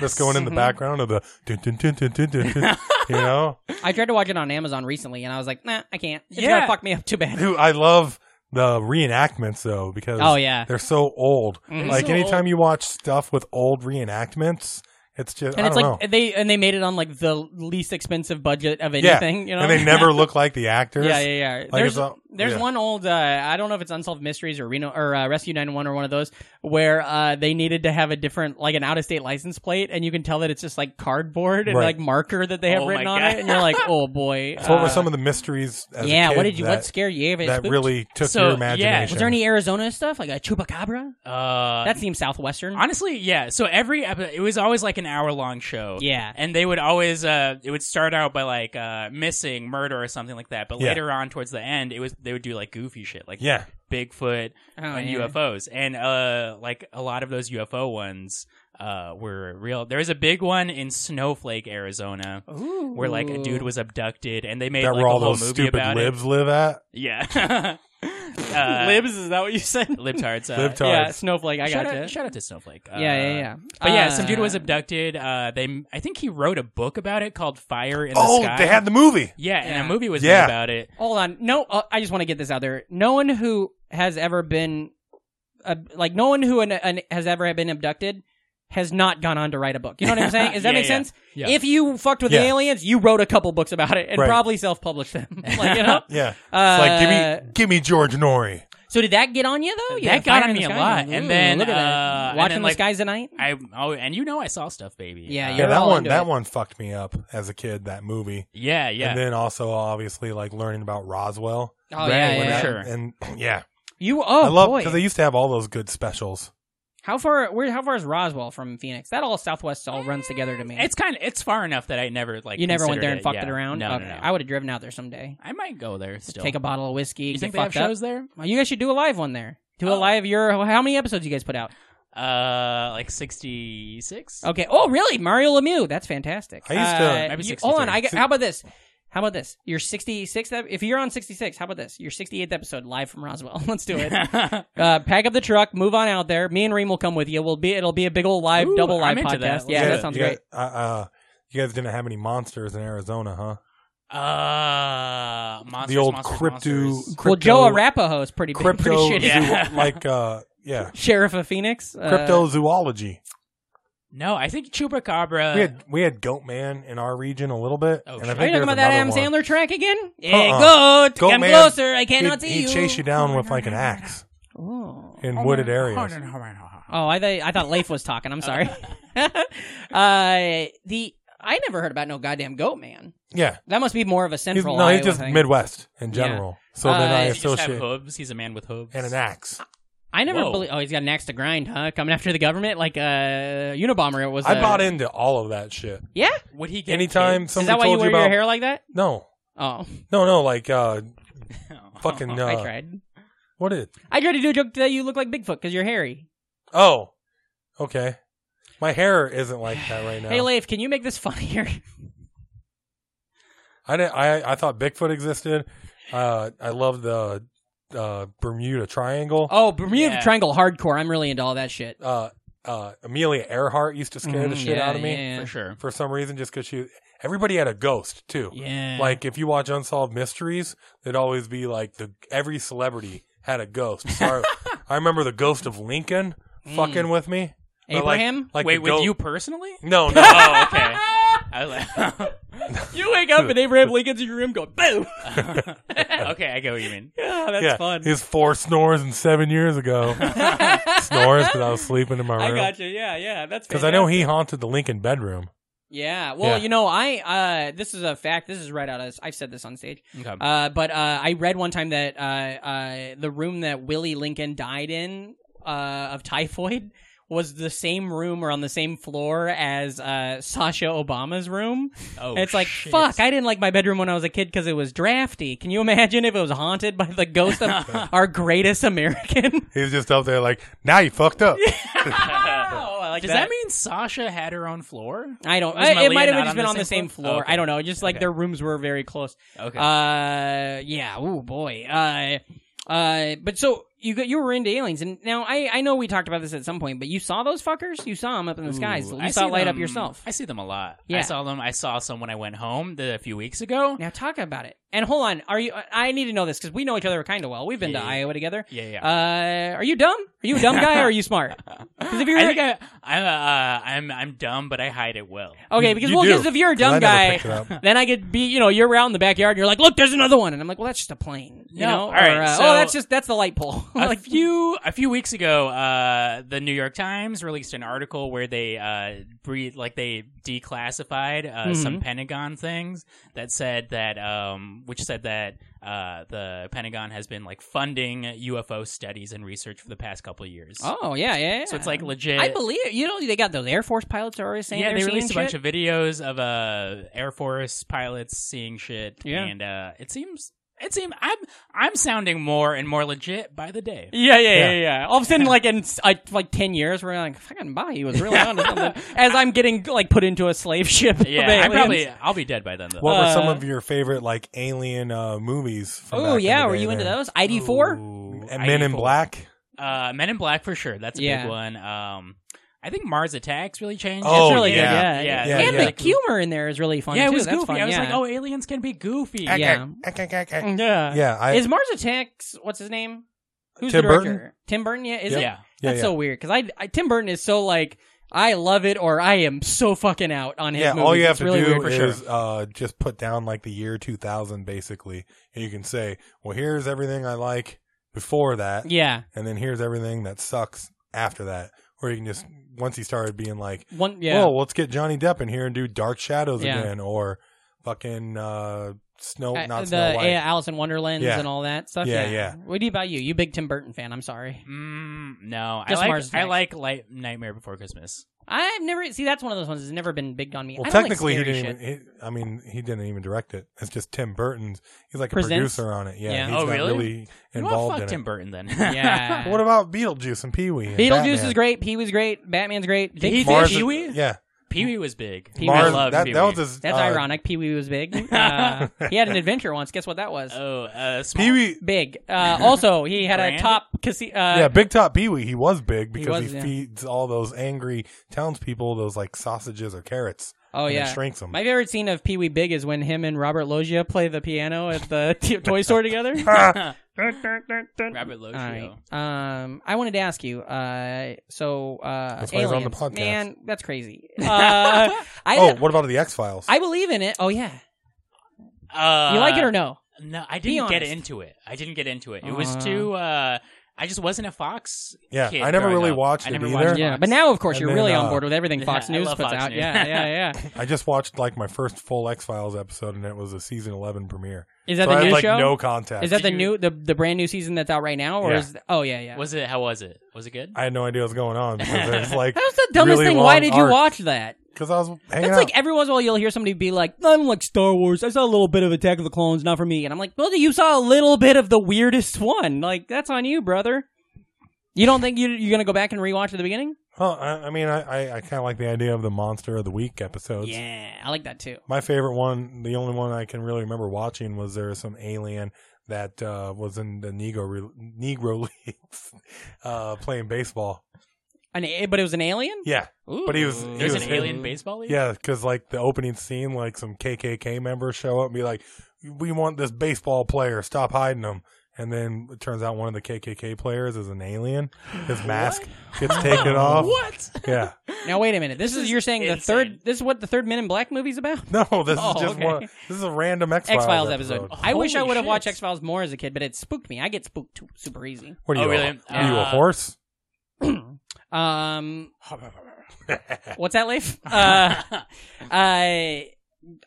Speaker 2: that's going in the
Speaker 1: Mhm.
Speaker 2: background of the dun, dun, dun, dun, dun, dun,
Speaker 1: <laughs>
Speaker 2: dun, you know.
Speaker 1: I tried to watch it on Amazon recently, and I was like, nah, I can't. It's
Speaker 5: Yeah.
Speaker 1: gonna fuck me up too bad.
Speaker 2: Dude, I love the reenactments though because
Speaker 1: Oh, yeah.
Speaker 2: they're so old.
Speaker 1: Mhm.
Speaker 2: Like
Speaker 5: so
Speaker 2: anytime
Speaker 5: old.
Speaker 2: you watch stuff with old reenactments, it's just
Speaker 1: And
Speaker 2: I
Speaker 1: it's
Speaker 2: don't
Speaker 1: like
Speaker 2: know.
Speaker 1: they and they made it on like the least expensive budget of
Speaker 2: yeah,
Speaker 1: anything. You know,
Speaker 2: and
Speaker 1: <laughs>
Speaker 2: they never look like the actors.
Speaker 1: Yeah, yeah, yeah.
Speaker 2: it's
Speaker 1: there's
Speaker 2: all-
Speaker 1: there's
Speaker 2: yeah.
Speaker 1: one old uh, I don't know if it's Unsolved Mysteries or Reno or uh, Rescue 911 or one of those where uh, they needed to have a different like an out of state license plate and you can tell that it's just like cardboard and
Speaker 2: Right.
Speaker 1: like marker that they have
Speaker 5: Oh
Speaker 1: written
Speaker 5: my
Speaker 1: on
Speaker 5: God.
Speaker 1: it and you're like oh
Speaker 2: <laughs>
Speaker 1: boy.
Speaker 2: So what were
Speaker 1: uh,
Speaker 2: some of the mysteries? As a
Speaker 1: yeah, what
Speaker 2: kid
Speaker 1: did you?
Speaker 2: That,
Speaker 1: what scared you?
Speaker 2: that
Speaker 1: spooked?
Speaker 2: really took
Speaker 5: So,
Speaker 2: your
Speaker 5: yeah, was
Speaker 2: imagination.
Speaker 1: Was there any Arizona stuff like a chupacabra?
Speaker 5: Uh,
Speaker 1: That seems southwestern.
Speaker 5: honestly, yeah. So every episode, it was always like an hour long show.
Speaker 1: Yeah.
Speaker 5: and they would always, uh, it would start out by like uh, missing, murder, or something like that. But
Speaker 2: Yeah.
Speaker 5: later on, towards the end, it was they would do like goofy shit, like
Speaker 2: Yeah,
Speaker 5: Bigfoot
Speaker 1: Oh,
Speaker 5: and
Speaker 1: yeah.
Speaker 5: UFOs, and uh, like a lot of those UFO ones uh were real. There was a big one in Snowflake, Arizona. Where like a dude was abducted, and they made
Speaker 2: that
Speaker 5: like
Speaker 2: were all
Speaker 5: a whole
Speaker 2: those
Speaker 5: movie
Speaker 2: stupid
Speaker 5: about
Speaker 2: libs live at.
Speaker 5: it. Yeah, <laughs> uh,
Speaker 1: libs? Is that what you said?
Speaker 5: libtards. Uh,
Speaker 2: Libtards.
Speaker 1: yeah, snowflake. I
Speaker 5: shout,
Speaker 1: got
Speaker 5: out,
Speaker 1: gotcha.
Speaker 5: shout out to Snowflake. Uh,
Speaker 1: Yeah, yeah, yeah.
Speaker 5: But yeah, some dude
Speaker 1: Uh,
Speaker 5: was abducted. Uh, they, I think he wrote a book about it called Fire in
Speaker 2: Oh,
Speaker 5: the Sky.
Speaker 2: they had the movie.
Speaker 5: yeah, and
Speaker 1: Yeah.
Speaker 5: a movie was
Speaker 2: Yeah.
Speaker 5: made about it.
Speaker 1: Hold on. No, uh, I just want to get this out there. No one who has ever been, uh, like, no one who an, an, has ever been abducted has not gone on to write a book. You know what I'm
Speaker 5: <laughs>
Speaker 1: saying? Does that
Speaker 5: Yeah,
Speaker 1: make
Speaker 5: yeah.
Speaker 1: sense?
Speaker 5: Yeah.
Speaker 1: If you fucked with
Speaker 2: Yeah.
Speaker 1: the aliens, you wrote a couple books about it and
Speaker 2: Right.
Speaker 1: probably self-published them. <laughs> like, you
Speaker 5: <laughs>
Speaker 1: know?
Speaker 2: Yeah, it's
Speaker 1: Uh,
Speaker 2: like give me, give me George Nori.
Speaker 1: So did that get on you though?
Speaker 5: That
Speaker 1: Yeah,
Speaker 5: got
Speaker 1: Fire
Speaker 5: on
Speaker 1: in the
Speaker 5: me a
Speaker 1: Sky.
Speaker 5: lot. And
Speaker 1: Ooh,
Speaker 5: then,
Speaker 1: look at
Speaker 5: uh,
Speaker 1: that.
Speaker 5: and
Speaker 1: watching
Speaker 5: then,
Speaker 1: the
Speaker 5: like-
Speaker 1: skies at night.
Speaker 5: I oh, and you know I saw stuff, baby.
Speaker 1: Yeah,
Speaker 5: Uh,
Speaker 1: you're
Speaker 2: Yeah, that
Speaker 1: all
Speaker 2: one
Speaker 1: into
Speaker 2: that
Speaker 1: it.
Speaker 2: one fucked me up as a kid. That movie,
Speaker 5: yeah, yeah.
Speaker 2: and then also obviously like learning about Roswell.
Speaker 1: Oh
Speaker 5: Right,
Speaker 1: yeah,
Speaker 5: when
Speaker 1: yeah.
Speaker 5: that-
Speaker 1: yeah.
Speaker 5: Sure.
Speaker 2: And yeah,
Speaker 1: You oh
Speaker 2: I love
Speaker 1: boy.
Speaker 2: because they used to have all those good specials.
Speaker 1: how far? Where? How far is Roswell from Phoenix? That all Southwest all runs together to me.
Speaker 5: it's kind of it's far enough that I never like.
Speaker 1: you never went
Speaker 5: considered
Speaker 1: there and fucked
Speaker 5: yeah.
Speaker 1: it around.
Speaker 5: No,
Speaker 1: okay.
Speaker 5: no, no.
Speaker 1: I would have driven out there someday.
Speaker 5: I might go there still.
Speaker 1: Take a bottle of whiskey.
Speaker 5: You
Speaker 1: get
Speaker 5: think they have
Speaker 1: fucked up.
Speaker 5: shows there?
Speaker 1: Well, Oh, you guys should do a live one there. Do a
Speaker 5: Oh.
Speaker 1: live your how many episodes you guys put out?
Speaker 5: Uh, like sixty six. <laughs>
Speaker 1: Okay. Oh, really? Mario Lemieux. That's fantastic.
Speaker 2: I used to-
Speaker 1: Uh,
Speaker 5: Maybe
Speaker 1: you- hold on.
Speaker 5: 63.
Speaker 1: I got, how about this? How about this? Your 66th. ep- If you're on 66, how about this? Your 68th episode live from Roswell. <laughs> Let's do
Speaker 5: <laughs>
Speaker 1: it. uh, pack up the truck. Move on out there. Me and Reem will come with you. We'll be. It'll be a big old live
Speaker 5: Ooh,
Speaker 1: double live
Speaker 5: I'm into
Speaker 1: podcast.
Speaker 5: that. Let's
Speaker 1: Yeah,
Speaker 5: do
Speaker 1: that
Speaker 5: it.
Speaker 1: sounds
Speaker 2: you
Speaker 1: great.
Speaker 2: Guys, uh, uh, you guys didn't have any monsters in Arizona, huh?
Speaker 1: <laughs>
Speaker 5: uh, monsters,
Speaker 2: the old
Speaker 5: monsters,
Speaker 2: crypto,
Speaker 5: monsters.
Speaker 2: crypto,
Speaker 1: Well, Joe Arapaho is pretty big, <laughs> pretty
Speaker 2: crypto,
Speaker 1: shitty.
Speaker 5: Yeah.
Speaker 2: zoo- like uh, yeah,
Speaker 1: Sheriff of Phoenix. <laughs> uh,
Speaker 2: cryptozoology.
Speaker 5: No, I think Chupacabra.
Speaker 2: we had we had Goat Man in our region a little bit.
Speaker 5: Oh,
Speaker 1: Are you
Speaker 2: and I
Speaker 5: shit.
Speaker 2: think
Speaker 1: talking
Speaker 2: there's
Speaker 1: about that Adam
Speaker 2: another one.
Speaker 1: Sandler track again? Hey,
Speaker 2: Uh-uh.
Speaker 1: goat,
Speaker 2: Goat
Speaker 1: come
Speaker 2: man,
Speaker 1: closer. I cannot
Speaker 2: He'd,
Speaker 1: see
Speaker 2: he'd
Speaker 1: you.
Speaker 2: chase you down with like an axe
Speaker 1: Oh.
Speaker 2: in wooded areas.
Speaker 1: Oh, I th- I thought Leif was talking.
Speaker 2: <laughs>
Speaker 1: I'm sorry. <laughs> uh, the I never heard about no goddamn goat man.
Speaker 2: Yeah,
Speaker 1: That must be more of a
Speaker 2: he's,
Speaker 1: central.
Speaker 2: no, he's
Speaker 1: Iowa
Speaker 2: just
Speaker 1: thing.
Speaker 2: Midwest in
Speaker 1: Yeah.
Speaker 2: general. So
Speaker 1: Uh,
Speaker 2: then I
Speaker 5: Does he just have
Speaker 2: associate
Speaker 5: hooves? He's a man with hooves.
Speaker 2: and an axe.
Speaker 1: I never
Speaker 5: Whoa.
Speaker 1: believe. Oh, he's got an axe to grind, huh? Coming after the government like uh, Unabomber was.
Speaker 2: I
Speaker 1: uh,
Speaker 2: bought into all of that shit.
Speaker 1: Yeah,
Speaker 5: Would he get
Speaker 2: Anytime
Speaker 5: kicked?
Speaker 1: is
Speaker 2: somebody
Speaker 1: that why you
Speaker 2: told
Speaker 1: wear
Speaker 2: about
Speaker 1: your hair like that?
Speaker 2: no,
Speaker 1: Oh,
Speaker 2: no, no, like uh, <laughs> fucking uh,
Speaker 1: I tried.
Speaker 2: what is?
Speaker 1: I tried to do a joke that you look like Bigfoot because you're hairy.
Speaker 2: Oh, okay. My hair isn't like that
Speaker 1: <sighs>
Speaker 2: right now.
Speaker 1: Hey, Leif, can you make this <laughs> funnier?
Speaker 2: I didn't. I I thought Bigfoot existed. Uh, I love the uh, Bermuda Triangle.
Speaker 1: oh, Bermuda
Speaker 5: Yeah.
Speaker 1: Triangle hardcore. I'm really into all that shit.
Speaker 2: Uh, uh, Amelia Earhart used to scare the
Speaker 1: Mhm,
Speaker 2: shit
Speaker 1: yeah,
Speaker 2: out of me
Speaker 1: yeah, yeah.
Speaker 5: for sure.
Speaker 2: for some reason, just because she. Everybody had a ghost too.
Speaker 5: Yeah.
Speaker 2: Like if you watch Unsolved Mysteries, it'd always be like the every celebrity had
Speaker 1: <laughs>
Speaker 2: a ghost. So I, I remember the ghost of Lincoln fucking with me. But, like-
Speaker 1: Mm. Abraham?
Speaker 2: Like,
Speaker 5: Wait,
Speaker 2: the
Speaker 5: with
Speaker 2: ghost-
Speaker 5: you personally?
Speaker 2: <laughs>
Speaker 1: <laughs>
Speaker 2: No, no.
Speaker 5: Oh, okay. I was
Speaker 1: <laughs>
Speaker 5: like,
Speaker 1: you wake up and Abraham Lincoln's in your room going,
Speaker 2: <laughs>
Speaker 1: boom.
Speaker 5: <laughs>
Speaker 1: <laughs>
Speaker 5: okay, I get what you mean.
Speaker 1: Yeah, that's
Speaker 2: yeah,
Speaker 1: fun.
Speaker 2: his four snores and seven
Speaker 1: <laughs>
Speaker 2: years ago snores because I was sleeping in my room.
Speaker 1: I got you. Yeah, yeah, that's
Speaker 2: Because I know he haunted the Lincoln bedroom.
Speaker 1: Yeah, well,
Speaker 2: Yeah.
Speaker 1: you know, I uh, this is a fact. This is right out of. I've said this on stage.
Speaker 5: Okay.
Speaker 1: Uh, but uh, I read one time that uh, uh, the room that Willie Lincoln died in uh, of typhoid was the same room or on the same floor as uh, Sasha Obama's room.
Speaker 5: Oh,
Speaker 1: And it's like
Speaker 5: shit.
Speaker 1: fuck. I didn't like my bedroom when I was a kid because it was drafty. Can you imagine if it was haunted by the ghost of
Speaker 5: <laughs>
Speaker 1: our greatest American?
Speaker 2: He was just up there like, now you
Speaker 1: <laughs>
Speaker 2: fucked up.
Speaker 1: oh, I like
Speaker 5: Does that mean Sasha had her own floor?
Speaker 1: I don't.
Speaker 5: Was
Speaker 1: I, it
Speaker 5: Malia
Speaker 1: might have
Speaker 5: not
Speaker 1: just
Speaker 5: on
Speaker 1: been
Speaker 5: the
Speaker 1: on the same
Speaker 5: same
Speaker 1: floor.
Speaker 5: floor? Oh, okay.
Speaker 1: I don't know. Just like
Speaker 5: Okay.
Speaker 1: their rooms were very close.
Speaker 5: Okay.
Speaker 1: Uh, yeah. Oh boy. Uh, Uh, but so you got you were into aliens, and now I I know we talked about this at some point, but you saw those fuckers. You saw them up in the skies. You
Speaker 5: I
Speaker 1: saw
Speaker 5: see
Speaker 1: it light up
Speaker 5: them-
Speaker 1: yourself.
Speaker 5: I see them a lot.
Speaker 1: Yeah.
Speaker 5: I saw them. I saw some when I went home the, a few weeks ago.
Speaker 1: Now talk about it. And hold on, are you? I need to know this because we know each other kind of well. We've been to
Speaker 5: Yeah.
Speaker 1: Iowa together.
Speaker 5: Yeah, yeah.
Speaker 1: Uh, are you dumb? Are you a dumb guy or are you
Speaker 5: <laughs>
Speaker 1: smart? Because if you're
Speaker 5: I think I, I'm, uh, I'm, I'm dumb, but I hide it well.
Speaker 1: okay, because
Speaker 2: You
Speaker 1: well,
Speaker 2: do,
Speaker 1: 'cause if you're a
Speaker 2: 'cause I
Speaker 1: dumb
Speaker 2: never picked
Speaker 5: <laughs>
Speaker 1: guy,
Speaker 2: it up.
Speaker 1: then I could be. You know, you're out in the backyard. and You're like, look, there's another one, and I'm like, well, that's just a plane. You
Speaker 5: No,
Speaker 1: know?
Speaker 5: all right,
Speaker 1: Or, uh,
Speaker 5: so-
Speaker 1: oh, that's just that's the light pole. <laughs>
Speaker 5: a
Speaker 1: Oh, like you.
Speaker 5: few a few weeks ago, uh, the New York Times released an article where they uh, breed like they declassified uh,
Speaker 1: Mm-hmm.
Speaker 5: some Pentagon things that said that um, which said that uh, the Pentagon has been like funding UFO studies and research for the past couple of years.
Speaker 1: Oh yeah, yeah.
Speaker 5: So it's
Speaker 1: yeah.
Speaker 5: like legit.
Speaker 1: I believe it. you know they got those Air Force pilots are always saying
Speaker 5: yeah,
Speaker 1: they're
Speaker 5: they released a
Speaker 1: seeing
Speaker 5: bunch
Speaker 1: shit.
Speaker 5: of videos of uh, Air Force pilots seeing shit.
Speaker 1: Yeah.
Speaker 5: and uh, it seems it seems I'm I'm sounding more and more legit by the day.
Speaker 1: Yeah, yeah, yeah, yeah, All of a
Speaker 5: <laughs>
Speaker 1: sudden, like in s- I- like ten years, we're like, "Fucking bye, he was really on something."
Speaker 5: <laughs>
Speaker 1: As I'm getting like put into a slave <laughs> ship. of
Speaker 5: Yeah, I
Speaker 1: aliens.
Speaker 5: probably I'll be dead by then though.
Speaker 2: What were some
Speaker 1: Uh,
Speaker 2: of your favorite like alien uh, movies? From back
Speaker 1: Oh
Speaker 2: in
Speaker 1: yeah,
Speaker 2: the
Speaker 1: were
Speaker 2: day
Speaker 1: you into
Speaker 2: there?
Speaker 1: those? ID four.
Speaker 5: Ooh,
Speaker 2: And Men in
Speaker 5: ID4.
Speaker 2: Black.
Speaker 5: Uh, Men in Black for sure. That's a
Speaker 1: Yeah.
Speaker 5: big one. Um, I think Mars Attacks really changed.
Speaker 2: Oh,
Speaker 1: That's really
Speaker 2: yeah.
Speaker 1: good. Yeah,
Speaker 5: Yeah,
Speaker 2: yeah,
Speaker 1: and
Speaker 2: yeah.
Speaker 1: the humor in there is really fun.
Speaker 5: yeah, it
Speaker 1: too.
Speaker 5: was
Speaker 1: That's
Speaker 5: goofy.
Speaker 1: Fun.
Speaker 5: I was
Speaker 1: yeah.
Speaker 5: like, oh, aliens can be goofy.
Speaker 1: yeah, Um, yeah,
Speaker 2: Yeah, I,
Speaker 1: is Mars Attacks? What's his name? Who's
Speaker 2: Tim
Speaker 1: the director?
Speaker 2: Burton?
Speaker 1: Tim Burton. Yeah, is
Speaker 5: Yeah.
Speaker 1: it?
Speaker 2: yeah,
Speaker 5: Yeah.
Speaker 1: That's
Speaker 2: yeah.
Speaker 1: so weird because I, I Tim Burton is so like I love it or I am so fucking out on his
Speaker 2: yeah,
Speaker 1: movies.
Speaker 2: all you have
Speaker 1: it's
Speaker 2: to
Speaker 1: really
Speaker 2: do
Speaker 1: weird for sure.
Speaker 2: is uh, just put down like the year 2000, basically, and you can say, "Well, here's everything I like before that,
Speaker 1: Yeah,
Speaker 2: and then here's everything that sucks after that." Or you can just once he started being like,
Speaker 1: one yeah.
Speaker 2: "Well, let's get Johnny Depp in here and do Dark Shadows
Speaker 1: Yeah.
Speaker 2: again," or fucking uh, Snow,
Speaker 1: Uh,
Speaker 2: not
Speaker 1: the
Speaker 2: Snow White.
Speaker 1: uh, Alice in Wonderlands
Speaker 2: Yeah.
Speaker 1: and all that stuff.
Speaker 2: Yeah,
Speaker 1: Yeah,
Speaker 2: yeah.
Speaker 1: What do you about you? You big Tim Burton fan? I'm sorry.
Speaker 5: Mm, no,
Speaker 1: Just
Speaker 5: I like
Speaker 1: Mars
Speaker 5: I
Speaker 1: Attacks.
Speaker 5: like Light Nightmare Before Christmas.
Speaker 1: I've never see that's one of those ones that's never been big on me.
Speaker 2: Well,
Speaker 1: I don't
Speaker 2: technically,
Speaker 1: like
Speaker 2: he
Speaker 1: scary
Speaker 2: didn't.
Speaker 1: shit.
Speaker 2: Even, he, I mean, he didn't even direct it. It's just Tim Burton's. He's like a
Speaker 1: Presents?
Speaker 2: producer on it. Yeah.
Speaker 1: Yeah.
Speaker 2: He's
Speaker 5: Oh,
Speaker 2: not
Speaker 5: really? You want
Speaker 2: involved
Speaker 5: fuck
Speaker 2: in
Speaker 5: Tim
Speaker 2: it.
Speaker 5: Burton
Speaker 1: <laughs>
Speaker 5: then?
Speaker 1: Yeah.
Speaker 2: <laughs> What about Beetlejuice and Pee Wee?
Speaker 1: Beetlejuice is great. Pee Wee's great. Batman's great. Big
Speaker 5: He
Speaker 1: Fish.
Speaker 5: did
Speaker 2: Mars,
Speaker 5: Pee Wee?
Speaker 2: Yeah.
Speaker 5: <laughs> Pee Wee was big.
Speaker 1: Pee Wee.
Speaker 5: I
Speaker 2: Mars.
Speaker 5: love
Speaker 2: that,
Speaker 5: Pee
Speaker 2: that
Speaker 5: Wee.
Speaker 2: was his.
Speaker 1: That's
Speaker 2: uh,
Speaker 1: ironic. Pee Wee was
Speaker 2: <laughs>
Speaker 1: big. Uh, he had an adventure once. Guess what that was?
Speaker 5: Oh, uh, small- <laughs>
Speaker 2: Pee Wee.
Speaker 1: big. Uh, also, he had a
Speaker 5: Brandon?
Speaker 1: top casino. Uh,
Speaker 2: Yeah, Big Top Pee Wee. He was big because he,
Speaker 1: was, yeah.
Speaker 2: feeds all those angry townspeople those like sausages or carrots.
Speaker 1: Oh
Speaker 2: and it
Speaker 1: yeah,
Speaker 2: shrinks them.
Speaker 1: My favorite scene of Pee Wee Big is when him and Robert Loggia play the piano at the <laughs> t- toy store
Speaker 5: <laughs>
Speaker 1: together.
Speaker 5: Ah, Robert Logio.
Speaker 1: All right. Um, I wanted to ask you. Uh, so uh,
Speaker 2: That's why he's on the
Speaker 1: aliens.
Speaker 2: podcast.
Speaker 1: Man, that's
Speaker 2: <laughs>
Speaker 1: crazy. Uh, I
Speaker 2: oh, what about the X Files?
Speaker 1: I believe in it. Oh yeah, you
Speaker 5: Uh,
Speaker 1: like it or no?
Speaker 5: No, I didn't get
Speaker 1: honest.
Speaker 5: into it. I didn't get into it. It was
Speaker 1: Uh.
Speaker 5: too. Uh, I just wasn't a Fox.
Speaker 2: Uh-huh. Yeah,
Speaker 5: kid
Speaker 2: I never
Speaker 5: growing
Speaker 2: really
Speaker 5: up.
Speaker 2: watched
Speaker 5: I
Speaker 2: it
Speaker 5: never
Speaker 2: either.
Speaker 5: Watched
Speaker 1: Yeah,
Speaker 5: Fox.
Speaker 1: but now of course
Speaker 2: Uh, And
Speaker 1: you're
Speaker 2: then,
Speaker 1: really on
Speaker 2: uh,
Speaker 1: board with everything Fox
Speaker 5: <laughs> I
Speaker 1: News
Speaker 5: love
Speaker 1: puts
Speaker 5: Fox
Speaker 1: out.
Speaker 5: News.
Speaker 1: Yeah, yeah,
Speaker 5: <laughs>
Speaker 1: yeah.
Speaker 2: I just watched like my first full X Files episode, and it was a season eleven premiere.
Speaker 1: Is that
Speaker 2: so
Speaker 1: the
Speaker 2: I
Speaker 1: new
Speaker 2: had, like
Speaker 1: show?
Speaker 2: no contact.
Speaker 1: Is that the
Speaker 5: Did you-
Speaker 1: new the the brand new season that's out right now? Or
Speaker 2: Yeah.
Speaker 1: is oh yeah yeah.
Speaker 5: was it? How was it? Was it good?
Speaker 2: I had no idea what was going on
Speaker 1: <laughs>
Speaker 2: because there's like
Speaker 1: that was the dumbest
Speaker 2: really
Speaker 1: thing. Why
Speaker 2: long
Speaker 1: did you
Speaker 2: arcs.
Speaker 1: watch that?
Speaker 2: because I was hanging
Speaker 1: That's
Speaker 2: out.
Speaker 1: like every once in a while you'll hear somebody be like, I don't like Star Wars. I saw a little bit of Attack of the Clones, not for me. And I'm like, well, you saw a little bit of the weirdest one. Like, that's on you, brother. You don't think you, you're going to go back and rewatch at the beginning?
Speaker 2: Huh, I, I mean, I, I, I kind of like the idea of the monster of the week episodes.
Speaker 1: Yeah, I like that too.
Speaker 2: My favorite one, the only one I can really remember watching, was there was some alien that uh, was in the Negro re- Negro <laughs> leagues uh, playing baseball.
Speaker 1: An, a- but it was an alien?
Speaker 2: Yeah, but he was-
Speaker 1: Ooh.
Speaker 2: he
Speaker 5: There's
Speaker 2: was
Speaker 5: an alien
Speaker 2: hidden.
Speaker 5: baseball league.
Speaker 2: yeah, because like the opening scene, like some KKK members show up and be like, "We want this baseball player. Stop hiding him." And then it turns out one of the KKK players is an alien. His mask
Speaker 1: <laughs>
Speaker 2: gets taken off.
Speaker 5: What?
Speaker 2: Yeah.
Speaker 1: Now, wait a minute. This,
Speaker 5: This
Speaker 1: is,
Speaker 5: is
Speaker 1: you're saying the
Speaker 5: insane.
Speaker 1: third, this is what the third Men in Black movie's about?
Speaker 2: <laughs> No, this
Speaker 1: Oh,
Speaker 2: is just
Speaker 1: okay.
Speaker 2: one. This is a random X
Speaker 1: X
Speaker 2: Files
Speaker 1: Files episode.
Speaker 2: episode.
Speaker 1: I wish I
Speaker 5: Holy
Speaker 1: would have
Speaker 5: shit.
Speaker 1: watched X Files more as a kid, but it spooked me. I get spooked too, super easy. <clears throat>
Speaker 2: What are
Speaker 5: Oh,
Speaker 2: you?
Speaker 5: really?
Speaker 2: a, are you a
Speaker 1: <laughs>
Speaker 5: Uh,
Speaker 2: horse? <laughs>
Speaker 1: Um, what's that, Leif?
Speaker 2: Oh.
Speaker 5: <laughs>
Speaker 1: Uh, I,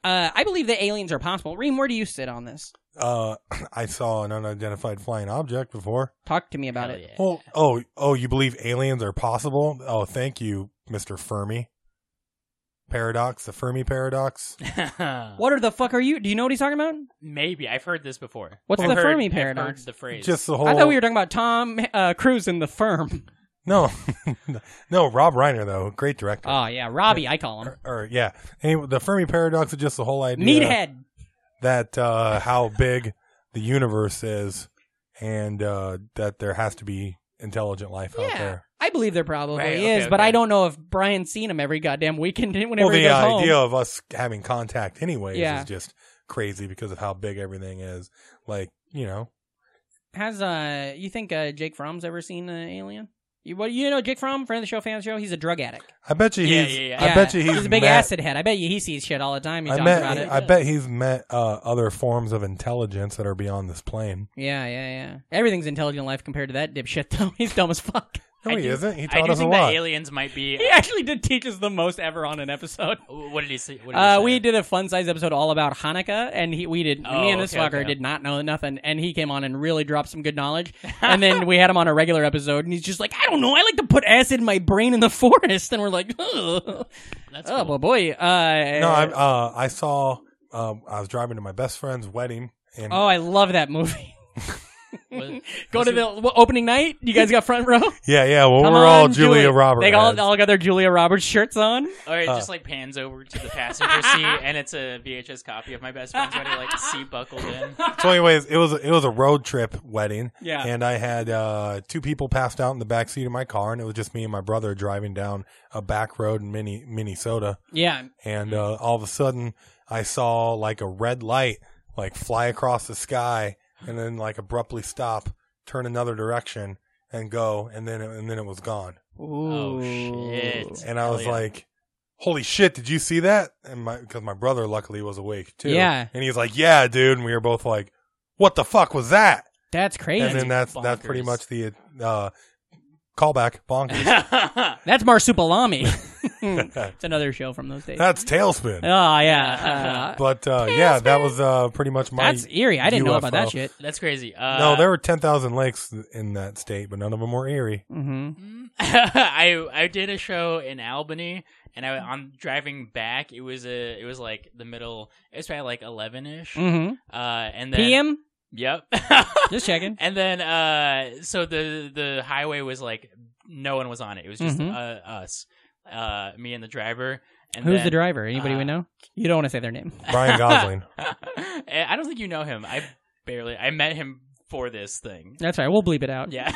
Speaker 1: uh, I believe that aliens are possible. Reem, where do you sit on this?
Speaker 2: Uh, I saw an unidentified flying object before.
Speaker 1: Talk to me about it.
Speaker 2: Well, oh, oh, you believe aliens are possible? Oh, thank you, Mister Fermi. Paradox, the Fermi paradox.
Speaker 5: Yeah. <laughs>
Speaker 1: What are the fuck are you? Do you know what he's talking about?
Speaker 5: Maybe I've heard this before.
Speaker 1: What's
Speaker 5: I've
Speaker 1: the
Speaker 5: heard-
Speaker 1: Fermi
Speaker 5: I've
Speaker 1: paradox?
Speaker 5: heard the phrase.
Speaker 2: Just the whole.
Speaker 1: I thought we were talking about Tom uh, Cruise in The Firm.
Speaker 2: <laughs> no, <laughs> no. Rob Reiner though, great director.
Speaker 1: Oh yeah, Robbie, I call him
Speaker 2: or, or, yeah, anyway, the Fermi paradox is just the whole idea
Speaker 1: Meathead.
Speaker 2: that uh, how big the universe is, and uh, that there has to be intelligent life out
Speaker 1: Yeah.
Speaker 2: there.
Speaker 1: I believe there probably
Speaker 5: Right,
Speaker 1: is,
Speaker 5: okay,
Speaker 1: but
Speaker 5: okay.
Speaker 1: I don't know if Brian's seen him every goddamn weekend <laughs> whenever
Speaker 2: well,
Speaker 1: he
Speaker 2: the uh,
Speaker 1: goes
Speaker 2: idea
Speaker 1: home.
Speaker 2: of us having contact anyways
Speaker 1: Yeah.
Speaker 2: is just crazy because of how big everything is. Like you know,
Speaker 1: Has uh, you think uh, Jake Fromm's ever seen an alien? You, what you know, Jake Fromm, friend of the show, fan of the show. He's a drug addict.
Speaker 2: I bet you
Speaker 5: Yeah,
Speaker 2: he's.
Speaker 5: yeah, yeah.
Speaker 2: I
Speaker 1: Yeah,
Speaker 2: bet you he's,
Speaker 1: a big
Speaker 2: met,
Speaker 1: acid head. I bet you he sees shit all the time. He
Speaker 2: I
Speaker 1: talks
Speaker 2: met.
Speaker 1: about it.
Speaker 2: I bet he's met uh, other forms of intelligence that are beyond this plane.
Speaker 1: yeah, yeah, yeah. Everything's intelligent in life compared to that dipshit <laughs> though. He's dumb as fuck.
Speaker 2: No,
Speaker 5: I
Speaker 2: he
Speaker 5: do-
Speaker 2: isn't. He
Speaker 5: I
Speaker 2: taught
Speaker 5: do
Speaker 2: us
Speaker 5: think
Speaker 2: a
Speaker 5: that
Speaker 2: lot.
Speaker 5: aliens might be.
Speaker 1: He actually did teach us the most ever on an episode.
Speaker 5: What did he say? What
Speaker 1: <laughs>
Speaker 5: did he
Speaker 1: Uh,
Speaker 5: say?
Speaker 1: we did a fun size episode all about Hanukkah, and he we did
Speaker 5: Oh,
Speaker 1: me and this
Speaker 5: okay,
Speaker 1: fucker
Speaker 5: okay.
Speaker 1: did not know nothing, and he came on and really dropped some good <laughs> knowledge. and then we had him on a regular episode, and he's just like, I don't know, I like to put acid in my brain in the <laughs> forest, and we're like, Ugh.
Speaker 5: That's
Speaker 1: oh
Speaker 5: cool.
Speaker 1: well, boy, uh,
Speaker 2: No, I, uh, I saw. Um, I was driving to my best friend's wedding, and
Speaker 1: oh, I love that movie. <laughs>
Speaker 5: Was-
Speaker 1: Go to the what, opening night. You guys got front row.
Speaker 2: yeah, yeah. Well,
Speaker 1: Come
Speaker 2: we're all
Speaker 1: on, do
Speaker 2: Julia
Speaker 1: it.
Speaker 2: Roberts.
Speaker 1: They all all got their Julia Roberts shirts on.
Speaker 5: Or it
Speaker 2: Uh.
Speaker 5: just like pans over to the
Speaker 2: <laughs>
Speaker 5: passenger seat, and it's a VHS copy of my best friend's wedding, like seat buckled in.
Speaker 2: so, anyways, it was it was a road trip wedding.
Speaker 1: Yeah.
Speaker 2: and I had uh, two people passed out in the back seat of my car, and it was just me and my brother driving down a back road in Mini, Minnesota.
Speaker 1: Yeah,
Speaker 2: and uh, all of a sudden I saw like a red light like fly across the sky and then like abruptly stop, turn another direction and go and then and then it was gone.
Speaker 5: Oh
Speaker 1: Ooh.
Speaker 5: shit!
Speaker 2: And I
Speaker 5: Hell
Speaker 2: was
Speaker 5: yeah.
Speaker 2: like Holy shit! Did you see that? And my because my brother luckily was awake too.
Speaker 1: Yeah.
Speaker 2: and he's like, "Yeah, dude." And we were both like, "What the fuck was that?"
Speaker 1: that's crazy.
Speaker 2: And then that's that's pretty
Speaker 5: bonkers.
Speaker 2: much the uh, callback.
Speaker 1: <laughs>
Speaker 2: Bonkers.
Speaker 1: That's Marsupilami. it's another show from those days.
Speaker 2: that's tailspin.
Speaker 1: oh yeah, uh,
Speaker 2: but uh, yeah, that was uh, pretty much my.
Speaker 1: that's eerie. I didn't know about that
Speaker 2: UFO.
Speaker 1: shit.
Speaker 5: <laughs> That's crazy. Uh,
Speaker 2: No, there were 10,000 lakes in that state, but none of them were eerie.
Speaker 1: hmm
Speaker 5: <laughs> Mm-hmm. I I did a show in Albany, and I on driving back. It was a it was like the middle. It was probably like eleven ish.
Speaker 2: Mm.
Speaker 1: hmm
Speaker 5: Uh, and then
Speaker 1: PM,
Speaker 5: Yep. <laughs>
Speaker 1: just checking.
Speaker 5: And then, uh, so the the highway was like no one was on it. It was just
Speaker 2: Mm-hmm.
Speaker 1: Mhm.
Speaker 5: uh, us, uh, me and the driver. And
Speaker 1: Who's
Speaker 5: then-
Speaker 1: the driver? Anybody we
Speaker 5: uh,
Speaker 1: know? You don't want to say their name. <laughs>
Speaker 2: Brian Gosling.
Speaker 5: <laughs> Eh, I don't think you know him. I barely. I met him for this thing.
Speaker 1: That's all right. We'll bleep it out.
Speaker 5: Yeah.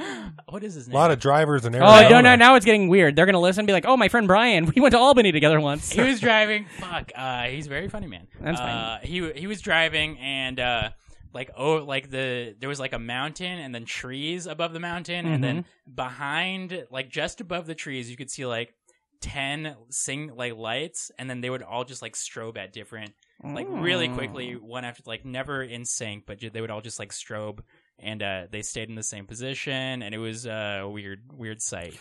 Speaker 5: <laughs> what is his
Speaker 2: A
Speaker 5: name?
Speaker 2: lot of drivers in Arizona.
Speaker 1: Oh no, no! Now it's getting weird. They're gonna listen and be like, "Oh, my friend Brian, <laughs> we went to Albany together once." <laughs>
Speaker 5: he was driving. Fuck. Uh, he's a very funny man.
Speaker 1: That's fine.
Speaker 5: Uh, he he was driving and uh, like oh like the there was like a mountain and then trees above the mountain and then
Speaker 1: Mm-hmm.
Speaker 5: behind like just above the trees you could see like ten sing like lights and then they would all just like strobe at different like really quickly
Speaker 1: Hmm.
Speaker 5: one after like never in sync but ju- they would all just like strobe. And uh, they stayed in the same position, and it was uh, a weird,
Speaker 1: <laughs>
Speaker 5: weird sight.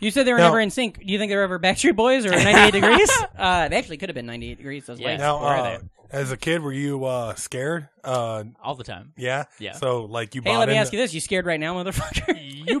Speaker 1: You said they were
Speaker 2: Now-
Speaker 1: never in sync. Do you think they were ever Backstreet Boys or 98 Degrees? Uh, they actually could have been 98 Degrees. Those
Speaker 5: Yeah.
Speaker 1: lights.
Speaker 2: Now,
Speaker 5: Where are
Speaker 2: uh, as a kid, were you uh, scared? Uh,
Speaker 5: All the time.
Speaker 2: yeah?
Speaker 5: Yeah.
Speaker 2: So, like, you
Speaker 1: Hey,
Speaker 2: bought
Speaker 1: let me
Speaker 2: into
Speaker 1: ask you this: You scared right now,
Speaker 5: <laughs>
Speaker 1: motherfucker?
Speaker 5: You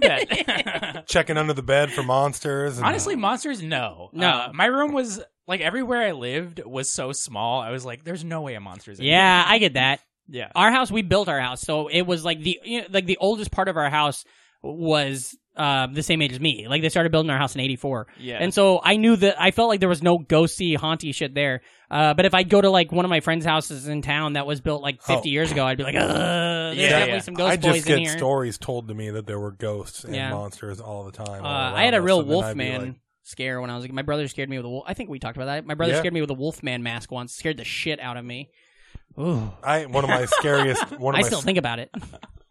Speaker 1: <laughs>
Speaker 5: bet.
Speaker 2: checking under the bed for monsters. And,
Speaker 5: Honestly, monsters, no.
Speaker 1: No.
Speaker 5: Uh, my room was like everywhere I lived was so small. I was like, there's no way a monster's in here.
Speaker 1: yeah, I get that.
Speaker 5: Yeah.
Speaker 1: Our house, we built our house, so it was like the you know, like the oldest part of our house was uh, the same age as me. Like they started building our house in '84.
Speaker 5: Yeah.
Speaker 1: And so I knew that I felt like there was no ghosty, haunty shit there. Uh, but if I'd go to like one of my friends' houses in town that was built like 50
Speaker 2: Oh.
Speaker 1: years ago, I'd be like, Ugh, there's
Speaker 5: Yeah,
Speaker 1: definitely
Speaker 5: yeah.
Speaker 1: some ghost
Speaker 2: I
Speaker 1: boys
Speaker 2: just
Speaker 1: in
Speaker 2: get
Speaker 1: here.
Speaker 2: stories told to me that there were ghosts and
Speaker 1: Yeah.
Speaker 2: monsters all the time.
Speaker 1: Uh,
Speaker 2: all
Speaker 1: I had a
Speaker 2: around
Speaker 1: real
Speaker 2: us, and then I'd be
Speaker 1: Wolfman
Speaker 2: like-
Speaker 1: scare when I was like, my brother scared me with a wolf. I think we talked about that. My brother
Speaker 2: Yeah.
Speaker 1: scared me with a Wolfman mask once. Scared the shit out of me. Ooh,
Speaker 2: I one of my
Speaker 1: <laughs>
Speaker 2: scariest one
Speaker 1: I
Speaker 2: of my
Speaker 1: still think about it.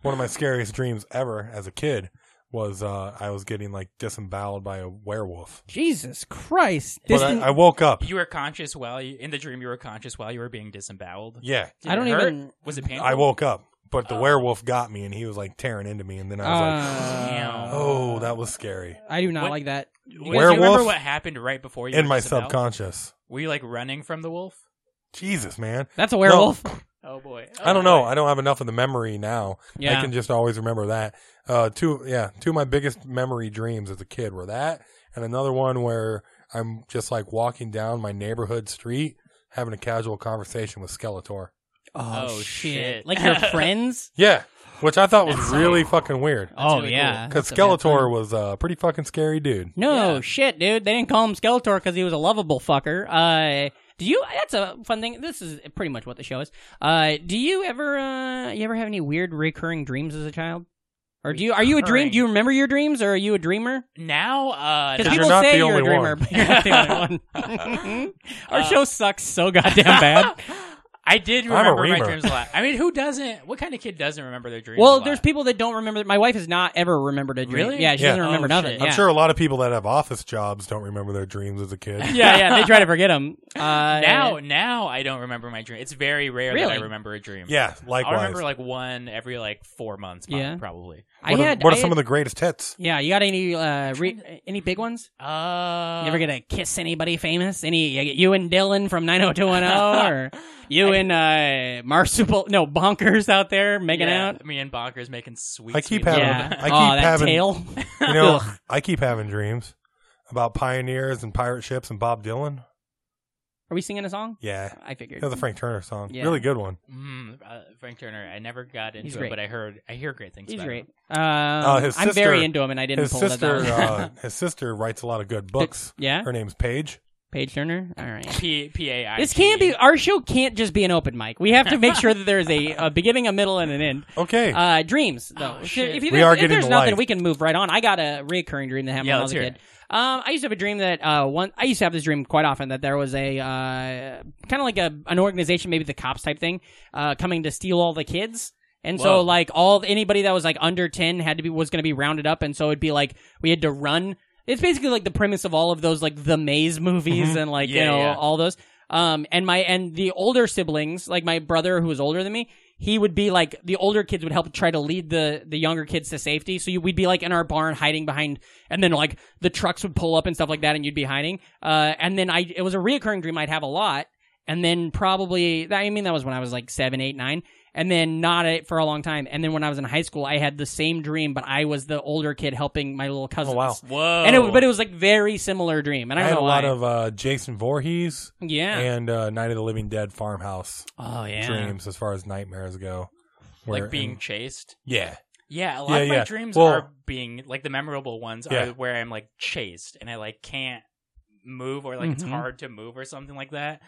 Speaker 2: one of my scariest dreams ever as a kid was uh, I was getting like disemboweled by a werewolf.
Speaker 1: Jesus Christ!
Speaker 2: But
Speaker 1: This
Speaker 2: I,
Speaker 1: didn't-
Speaker 2: I woke up.
Speaker 5: You were conscious while you, in the dream, you were conscious while you were being disemboweled.
Speaker 2: Yeah,
Speaker 5: Did
Speaker 1: I don't
Speaker 5: it hurt?
Speaker 1: even-
Speaker 5: Was it painful?
Speaker 2: I woke up, but the werewolf got me, and he was like tearing into me, and then I was
Speaker 1: Uh,
Speaker 2: like,
Speaker 5: Damn.
Speaker 2: "Oh, that was scary."
Speaker 1: I do not
Speaker 5: What-
Speaker 1: like that.
Speaker 5: Wait, do you remember
Speaker 2: werewolf
Speaker 5: what happened right before you
Speaker 2: In
Speaker 5: were
Speaker 2: my
Speaker 5: disemboweled?
Speaker 2: subconscious,
Speaker 5: Were you like running from the wolf?
Speaker 2: Jesus, man,
Speaker 1: That's a
Speaker 2: <laughs>
Speaker 1: werewolf.
Speaker 5: Oh boy.
Speaker 2: I don't know. I don't have enough of the memory now.
Speaker 1: Yeah.
Speaker 2: I can just always remember that. Uh, two, yeah, two of my biggest memory dreams as a kid were that, and another one where I'm just like walking down my neighborhood street, having a casual conversation with Skeletor.
Speaker 1: Oh,
Speaker 5: Oh,
Speaker 1: <laughs>
Speaker 5: shit.
Speaker 1: Like your friends?
Speaker 2: Yeah, which I thought was really fucking weird.
Speaker 1: oh
Speaker 5: really
Speaker 1: yeah,
Speaker 2: Because
Speaker 1: That's a bad time.
Speaker 2: Skeletor was a pretty fucking scary dude.
Speaker 1: No shit, dude. They didn't call him Skeletor because he was a lovable fucker. Uh, Do you? That's a fun thing. This is pretty much what the show is. Uh, do you ever, uh, you ever have any weird recurring dreams as a child? Or do you? Are you a dream?
Speaker 5: Recurring.
Speaker 1: Do you remember your dreams, or are you a dreamer?
Speaker 5: Now, uh,
Speaker 1: Because
Speaker 2: you're
Speaker 1: people
Speaker 2: not
Speaker 1: say
Speaker 2: the
Speaker 1: you're a
Speaker 2: only
Speaker 1: dreamer,
Speaker 2: one.
Speaker 1: but you're not the only <laughs> one. Our show sucks so goddamn <laughs> bad.
Speaker 5: <laughs> I did
Speaker 2: I'm a
Speaker 5: remember my
Speaker 2: reamer.
Speaker 5: dreams a lot. I mean, who doesn't? What kind of kid doesn't remember their dreams? a
Speaker 1: Well,
Speaker 5: lot?
Speaker 1: there's people that don't remember. that- My wife has not ever remembered a dream.
Speaker 5: Really?
Speaker 1: Yeah, she
Speaker 2: Yeah.
Speaker 1: doesn't remember
Speaker 5: Oh,
Speaker 1: nothing.
Speaker 5: shit.
Speaker 1: Yeah.
Speaker 2: I'm sure a lot of people that have office jobs don't remember their dreams as a kid.
Speaker 1: <laughs> yeah, yeah, they try to forget them. Uh,
Speaker 5: now. Now I don't remember my dream. It's very rare that I
Speaker 1: Really?
Speaker 5: remember a dream.
Speaker 2: Yeah,
Speaker 5: I
Speaker 2: likewise.
Speaker 5: remember like one every like four months. Probably,
Speaker 1: Yeah.
Speaker 5: probably.
Speaker 1: I
Speaker 2: what are,
Speaker 1: had.
Speaker 2: what are
Speaker 1: I
Speaker 2: some
Speaker 1: had-
Speaker 2: of the
Speaker 1: <laughs>
Speaker 2: greatest hits?
Speaker 1: Yeah, you got any uh, re- any big ones?
Speaker 5: Uh,
Speaker 1: You ever get to kiss anybody famous? Any you and Dylan from <laughs> 90210,
Speaker 5: <laughs>
Speaker 1: or you and uh, Marsupial? No, bonkers out there making
Speaker 5: yeah,
Speaker 1: out.
Speaker 5: Me and Bonkers making sweet.
Speaker 2: I keep
Speaker 5: sweet
Speaker 2: having-
Speaker 5: love.
Speaker 1: Yeah.
Speaker 2: I
Speaker 1: oh,
Speaker 2: keep
Speaker 1: that
Speaker 2: having-
Speaker 1: tail.
Speaker 2: You know, I keep having dreams about pioneers and pirate ships and Bob Dylan.
Speaker 1: Are we singing a song?
Speaker 2: Yeah,
Speaker 1: I figured.
Speaker 2: that was a Frank Turner song.
Speaker 1: Yeah.
Speaker 2: Really good one.
Speaker 5: <laughs> Mm, uh, Frank Turner. I never got into
Speaker 1: He's
Speaker 5: it,
Speaker 1: great.
Speaker 5: but I heard. I hear great things.
Speaker 1: He's
Speaker 5: about
Speaker 1: great.
Speaker 5: him.
Speaker 1: Um,
Speaker 2: Oh, his
Speaker 1: I'm very
Speaker 2: sister-
Speaker 1: into him, and I didn't
Speaker 2: His
Speaker 1: pull
Speaker 2: sister,
Speaker 1: that out.
Speaker 2: uh, his sister writes a lot of good books.
Speaker 1: <laughs> yeah,
Speaker 2: Her name's Paige.
Speaker 1: Paige Turner. All right.
Speaker 5: P P A I.
Speaker 1: This can't be
Speaker 5: T. E.
Speaker 1: our show. Can't just be an open mic. We have to make sure that there is a,
Speaker 2: <laughs>
Speaker 1: a beginning, a middle, and an end.
Speaker 2: Okay,
Speaker 1: Uh, dreams, though.
Speaker 5: Oh,
Speaker 1: If-
Speaker 5: shit.
Speaker 1: If, you-
Speaker 2: We
Speaker 1: if
Speaker 2: are getting
Speaker 1: there's
Speaker 2: to
Speaker 1: nothing,
Speaker 2: life.
Speaker 1: we can move right on. I got a recurring dream that happened
Speaker 5: Yeah,
Speaker 1: when I
Speaker 5: let's
Speaker 1: was a
Speaker 5: hear
Speaker 1: kid. Um, I used to have a dream that uh, one. I used to have this dream quite often that there was a uh, kind of like a an organization, maybe the cops type thing, uh, coming to steal all the kids. And so,
Speaker 5: Whoa.
Speaker 1: like all anybody that was like under ten had to be was going to be rounded up, and so it'd be like we had to run. It's basically like the premise of all of those like the maze
Speaker 2: Mm-hmm.
Speaker 1: movies and like you
Speaker 5: Yeah,
Speaker 1: know
Speaker 5: yeah.
Speaker 1: all those. Um, and my and the older siblings, like my brother who was older than me, he would be like the older kids would help try to lead the the younger kids to safety. So you, we'd be like in our barn hiding behind, and then like the trucks would pull up and stuff like that, and you'd be hiding. Uh, and then I it was a reoccurring dream I'd have a lot, and then probably I mean that was when I was like seven, eight, nine, and then not it for a long time. And then when I was in high school, I had the same dream, but I was the older kid helping my little cousins.
Speaker 2: Oh, wow. Oh.
Speaker 5: Whoa.
Speaker 1: And it, but it was like very similar dream, and
Speaker 2: I
Speaker 1: I don't
Speaker 2: had a
Speaker 1: know
Speaker 2: lot
Speaker 1: why.
Speaker 2: of uh, Jason Voorhees
Speaker 1: yeah.
Speaker 2: and uh, Night of the Living Dead farmhouse
Speaker 1: oh yeah.
Speaker 2: dreams as far as nightmares go. Where-
Speaker 5: like being
Speaker 2: and-
Speaker 5: chased.
Speaker 2: yeah,
Speaker 5: Yeah, a lot
Speaker 2: Yeah,
Speaker 5: of my
Speaker 2: yeah.
Speaker 5: dreams
Speaker 2: Well-
Speaker 5: are being like the memorable ones
Speaker 2: Yeah.
Speaker 5: are where I'm like chased and I like can't move or like it's
Speaker 1: Mhm.
Speaker 5: hard to move or something like that.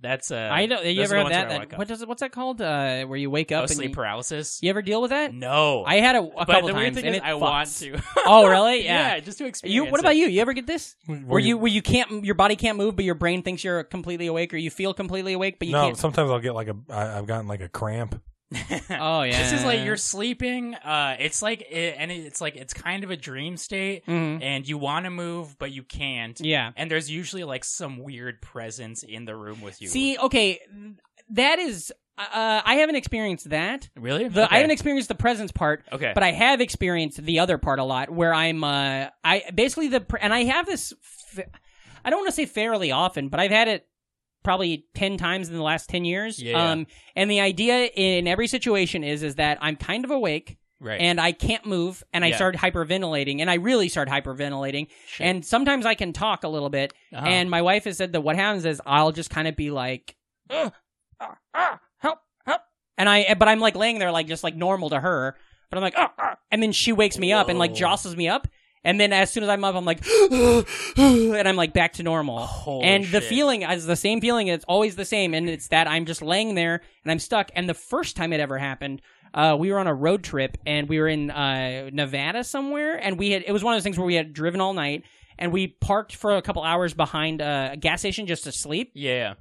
Speaker 5: That's uh,
Speaker 1: I know. You
Speaker 5: those
Speaker 1: ever
Speaker 5: are
Speaker 1: have
Speaker 5: the ones
Speaker 1: that?
Speaker 5: where I
Speaker 1: that
Speaker 5: wake
Speaker 1: what does it? What's that called? Uh, where you wake
Speaker 5: up.
Speaker 1: up
Speaker 5: Oh,
Speaker 1: and
Speaker 5: sleep
Speaker 1: you,
Speaker 5: paralysis.
Speaker 1: you ever deal with that?
Speaker 5: No,
Speaker 1: I had it a
Speaker 5: but
Speaker 1: couple
Speaker 5: the weird
Speaker 1: times.
Speaker 5: thing
Speaker 1: and
Speaker 5: is,
Speaker 1: it
Speaker 5: I
Speaker 1: fucks.
Speaker 5: want to.
Speaker 1: <laughs> Oh, really? Yeah.
Speaker 5: just to experience.
Speaker 1: You, what about you? You ever get this? Where you where you can't your body can't move, but your brain thinks you're completely awake, or you feel completely awake, but you
Speaker 2: no,
Speaker 1: can't.
Speaker 2: sometimes I'll get like a. I, I've gotten like a cramp.
Speaker 5: you?
Speaker 1: oh yeah.
Speaker 5: This is like you're sleeping. Uh, it's like it, and it's like it's kind of a dream state,
Speaker 1: Mhm.
Speaker 5: and you want to move but you can't.
Speaker 1: Yeah.
Speaker 5: And there's usually like some weird presence in the room with you.
Speaker 1: See, okay, that is. Uh, I haven't experienced that.
Speaker 5: really?
Speaker 1: The,
Speaker 5: Okay.
Speaker 1: I haven't experienced the presence part,
Speaker 5: Okay.
Speaker 1: but I have experienced the other part a lot, where I'm, uh, I basically the, pre- and I have this, f- I don't want to say fairly often, but I've had it probably 10 times in the last 10 years.
Speaker 5: Yeah, yeah.
Speaker 1: Um, and the idea in every situation is, is that I'm kind of awake
Speaker 5: right.
Speaker 1: and I can't move and I
Speaker 5: Yeah.
Speaker 1: start hyperventilating and I really start hyperventilating.
Speaker 5: Shit.
Speaker 1: And sometimes I can talk a little bit.
Speaker 5: Uh-huh.
Speaker 1: And my wife has said that what happens is I'll just kind of be like, "Ugh, ah, ah, help, help. And I, but I'm like laying there like just like normal to her, but I'm like, "Ah, ah." and then she wakes me up and like
Speaker 5: Whoa.
Speaker 1: jostles me up. And then as soon as I'm up, I'm like, <gasps> and I'm like back to normal.
Speaker 5: Holy
Speaker 1: and the
Speaker 5: shit.
Speaker 1: feeling is the same feeling. It's always the same. And it's that I'm just laying there and I'm stuck. And the first time it ever happened, uh, we were on a road trip and we were in uh, Nevada somewhere. And we had, it was one of those things where we had driven all night and we parked for a couple hours behind uh, a gas station just to sleep
Speaker 5: Yeah.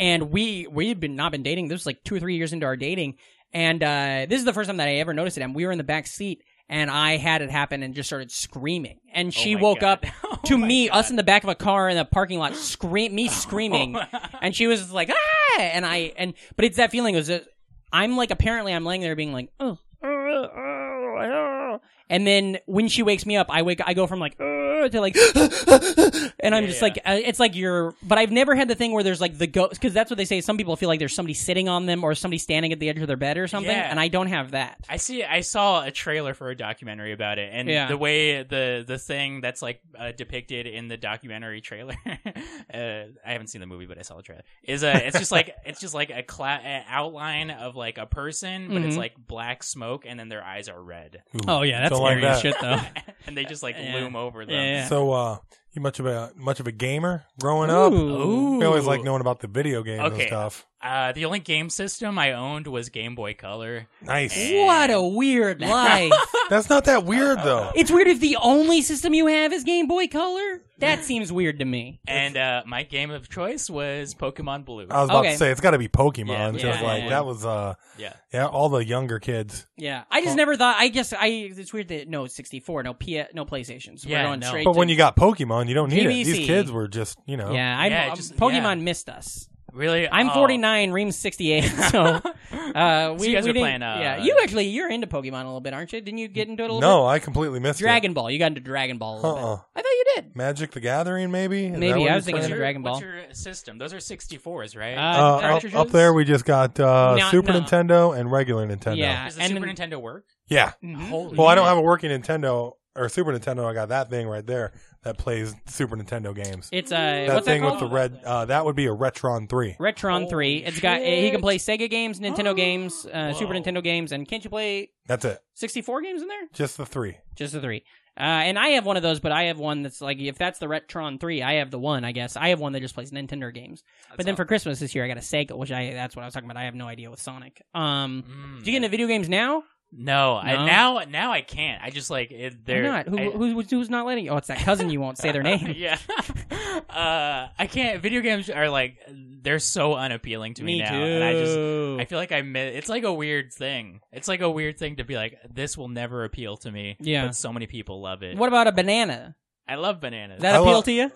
Speaker 1: and we we had been not been dating. This was like two or three years into our dating, and uh, this is the first time that I ever noticed it. And we were in the back seat, and I had it happen, and just started screaming. And she
Speaker 5: Oh my
Speaker 1: woke
Speaker 5: <laughs> God. Oh
Speaker 1: up to me, us in the back of a car in the parking lot, scream
Speaker 5: <laughs>
Speaker 1: me screaming, and she was like ah, and I and but it's that feeling. It was just- I'm like apparently I'm laying there being like oh. uh, uh, uh," And then when she wakes me up, I wake. I go from like "Uh," to like, <gasps> and I'm
Speaker 5: Yeah,
Speaker 1: just
Speaker 5: yeah.
Speaker 1: like, uh, it's like you're but i've never had the thing where there's like the ghost because that's what they say some people feel like there's somebody sitting on them or somebody standing at the edge of their bed or something
Speaker 5: Yeah.
Speaker 1: and i don't have that
Speaker 5: I see. I saw a trailer for a documentary about it, and
Speaker 1: Yeah.
Speaker 5: the way the the thing that's like uh, depicted in the documentary trailer. <laughs> uh, I haven't seen the movie, but I saw the trailer. Is a it's just like it's just like a cla- an outline of like a person, but it's
Speaker 1: Mhm.
Speaker 5: like black smoke, and then their eyes are red,
Speaker 2: Ooh,
Speaker 1: oh yeah that's
Speaker 2: don't like
Speaker 1: scary as
Speaker 2: that.
Speaker 1: shit though
Speaker 5: and they just like
Speaker 1: Uh, Yeah.
Speaker 5: loom over them.
Speaker 1: yeah.
Speaker 2: So, uh, you much of a much of a gamer <laughs> growing up?
Speaker 1: Ooh.
Speaker 2: I always like knowing about the video games and
Speaker 5: Okay.
Speaker 2: stuff.
Speaker 5: Uh, the only game system I owned was Game Boy Color.
Speaker 2: Nice.
Speaker 1: What a weird <laughs> life.
Speaker 2: That's not that weird
Speaker 1: <laughs>
Speaker 2: though.
Speaker 1: it's weird if the only system you have is Game Boy Color. That seems weird to me.
Speaker 5: And uh, my game of choice was Pokemon Blue.
Speaker 2: I was about
Speaker 1: Okay.
Speaker 2: to say it's got to be Pokemon
Speaker 5: Yeah,
Speaker 2: because
Speaker 5: yeah,
Speaker 2: like
Speaker 5: yeah.
Speaker 2: that was uh
Speaker 5: yeah.
Speaker 2: yeah all the younger kids.
Speaker 1: Yeah, I just never thought. I guess I. It's weird that no 64, no P, no PlayStations.
Speaker 5: Yeah,
Speaker 1: We're going
Speaker 5: no.
Speaker 1: straight.
Speaker 2: But
Speaker 1: to-
Speaker 2: when you got Pokemon, you don't need it.
Speaker 1: GBC.
Speaker 2: These kids were just you know
Speaker 1: yeah, I'm,
Speaker 5: Yeah,
Speaker 1: um,
Speaker 5: just-
Speaker 1: Pokemon
Speaker 5: yeah.
Speaker 1: missed us.
Speaker 5: Really?
Speaker 1: I'm
Speaker 5: Oh.
Speaker 1: 49, Reem's
Speaker 5: <laughs>
Speaker 1: 68. So uh, we
Speaker 5: you guys
Speaker 1: we
Speaker 5: are
Speaker 1: didn't-
Speaker 5: playing, uh,
Speaker 1: yeah, you actually you're into Pokemon a little bit, aren't you? Didn't you get into it a little bit?
Speaker 2: No, I completely missed
Speaker 1: Dragon Ball. You got into Dragon Ball a
Speaker 2: It.
Speaker 1: little
Speaker 2: Uh-uh.
Speaker 1: bit. I thought you did.
Speaker 2: Magic the Gathering maybe. Is that
Speaker 1: Maybe,
Speaker 2: what
Speaker 1: I
Speaker 2: you
Speaker 1: was thinking
Speaker 2: said?
Speaker 5: What's
Speaker 1: of
Speaker 5: your,
Speaker 1: Dragon Ball.
Speaker 5: what's your system? Those are 64s, right?
Speaker 1: Uh,
Speaker 2: Uh, up,
Speaker 1: cartridges?
Speaker 2: up there we just got uh,
Speaker 1: No,
Speaker 2: Super
Speaker 1: no.
Speaker 2: Nintendo and regular Nintendo.
Speaker 1: Yeah,
Speaker 5: Does the
Speaker 1: and mm-hmm.
Speaker 5: Super
Speaker 1: then-
Speaker 5: Nintendo work?
Speaker 2: Yeah.
Speaker 5: Holy
Speaker 2: Well, I don't
Speaker 5: shit.
Speaker 2: have a working Nintendo or Super Nintendo. I got that thing right there that plays Super Nintendo games.
Speaker 1: It's
Speaker 2: that
Speaker 1: uh, what's that
Speaker 2: thing
Speaker 1: called?
Speaker 2: with the red. Uh, that would be a Retron Three.
Speaker 1: Retron
Speaker 5: Holy
Speaker 1: Three. It's got he can
Speaker 5: shit.
Speaker 1: play Sega games,
Speaker 5: <gasps>
Speaker 1: Nintendo games, uh, Super
Speaker 5: Whoa.
Speaker 1: Nintendo games, and can't you play
Speaker 2: That's it.
Speaker 1: 64 games in there?
Speaker 2: Just the three.
Speaker 1: Just the three. Uh, and I have one of those, but I have one that's like if that's the Retron three, I have the one. I guess I have one that just plays Nintendo games. but then for Christmas this year, I got a Sega, which I that's what I was talking about. I have no idea with Sonic. Um,
Speaker 5: Mm.
Speaker 1: do you get into video games now?
Speaker 5: No, I
Speaker 1: No?
Speaker 5: now now I can't. I just like it,
Speaker 1: Why
Speaker 5: they're
Speaker 1: not? Who,
Speaker 5: I- <laughs>
Speaker 1: who's, who's not letting you? Oh, it's that cousin you won't say their name.
Speaker 5: yeah. <laughs> uh, I can't. Video games are like they're so unappealing to me,
Speaker 1: Me
Speaker 5: now,
Speaker 1: too.
Speaker 5: and I just I feel like I miss. It's like a weird thing. It's like a weird thing to be like this will never appeal to me.
Speaker 1: Yeah.
Speaker 5: but so many people love it.
Speaker 1: what about a banana?
Speaker 5: I love bananas.
Speaker 1: That
Speaker 2: I
Speaker 1: appeal
Speaker 2: love-
Speaker 1: to
Speaker 5: <laughs>
Speaker 1: you?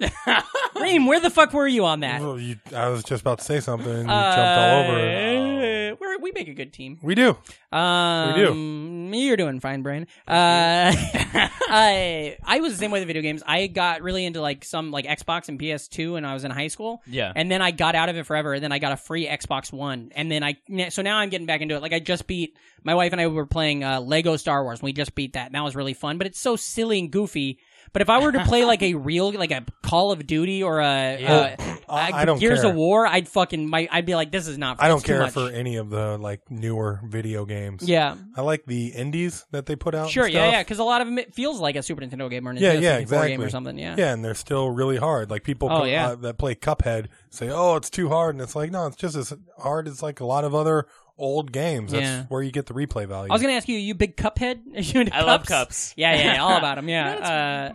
Speaker 1: Reem, where the fuck were you on that?
Speaker 2: Well, you- I was just about to say something and you
Speaker 1: Uh,
Speaker 2: jumped all over.
Speaker 1: We're, we make a good team.
Speaker 2: We do.
Speaker 1: Um,
Speaker 2: do.
Speaker 1: You're doing fine, Brian. Uh, <laughs> I I was the same way with video games. I got really into like some like Xbox and PS2 when I was in high school.
Speaker 5: Yeah.
Speaker 1: and then I got out of it forever. And then I got a free Xbox One, and then I so now I'm getting back into it. Like I just beat my wife and I were playing uh, Lego Star Wars. and We just beat that, and that was really fun. But it's so silly and goofy. But if I were to play like a real like a Call of Duty or a
Speaker 5: Yeah.
Speaker 1: uh,
Speaker 2: Oh, I,
Speaker 1: a
Speaker 2: I don't
Speaker 1: Gears
Speaker 2: care.
Speaker 1: of War, I'd fucking my, I'd be like, this is not.
Speaker 2: I don't
Speaker 1: it's too
Speaker 2: care
Speaker 1: much.
Speaker 2: for any of the like newer video games.
Speaker 1: Yeah,
Speaker 2: I like the indies that they put out. and
Speaker 1: Sure, yeah,
Speaker 2: stuff.
Speaker 1: yeah, because a lot of them it feels like a Super Nintendo game or E a Nintendo
Speaker 2: Yeah, yeah,
Speaker 1: 64 game or
Speaker 2: exactly.
Speaker 1: something. Yeah.
Speaker 2: Yeah, and they're still really hard. Like people
Speaker 1: Oh,
Speaker 2: co-
Speaker 1: yeah.
Speaker 2: uh, that play Cuphead say, "Oh, it's too hard," and it's like, no, it's just as hard as like a lot of other old games. That's
Speaker 1: Yeah.
Speaker 2: where you get the replay value.
Speaker 1: I was gonna ask you, you big Cuphead? <laughs> Are you into
Speaker 5: I love
Speaker 1: cups?
Speaker 5: cups.
Speaker 1: Yeah, yeah,
Speaker 5: <laughs>
Speaker 1: <laughs> yeah, all about them.
Speaker 5: No,
Speaker 1: Yeah.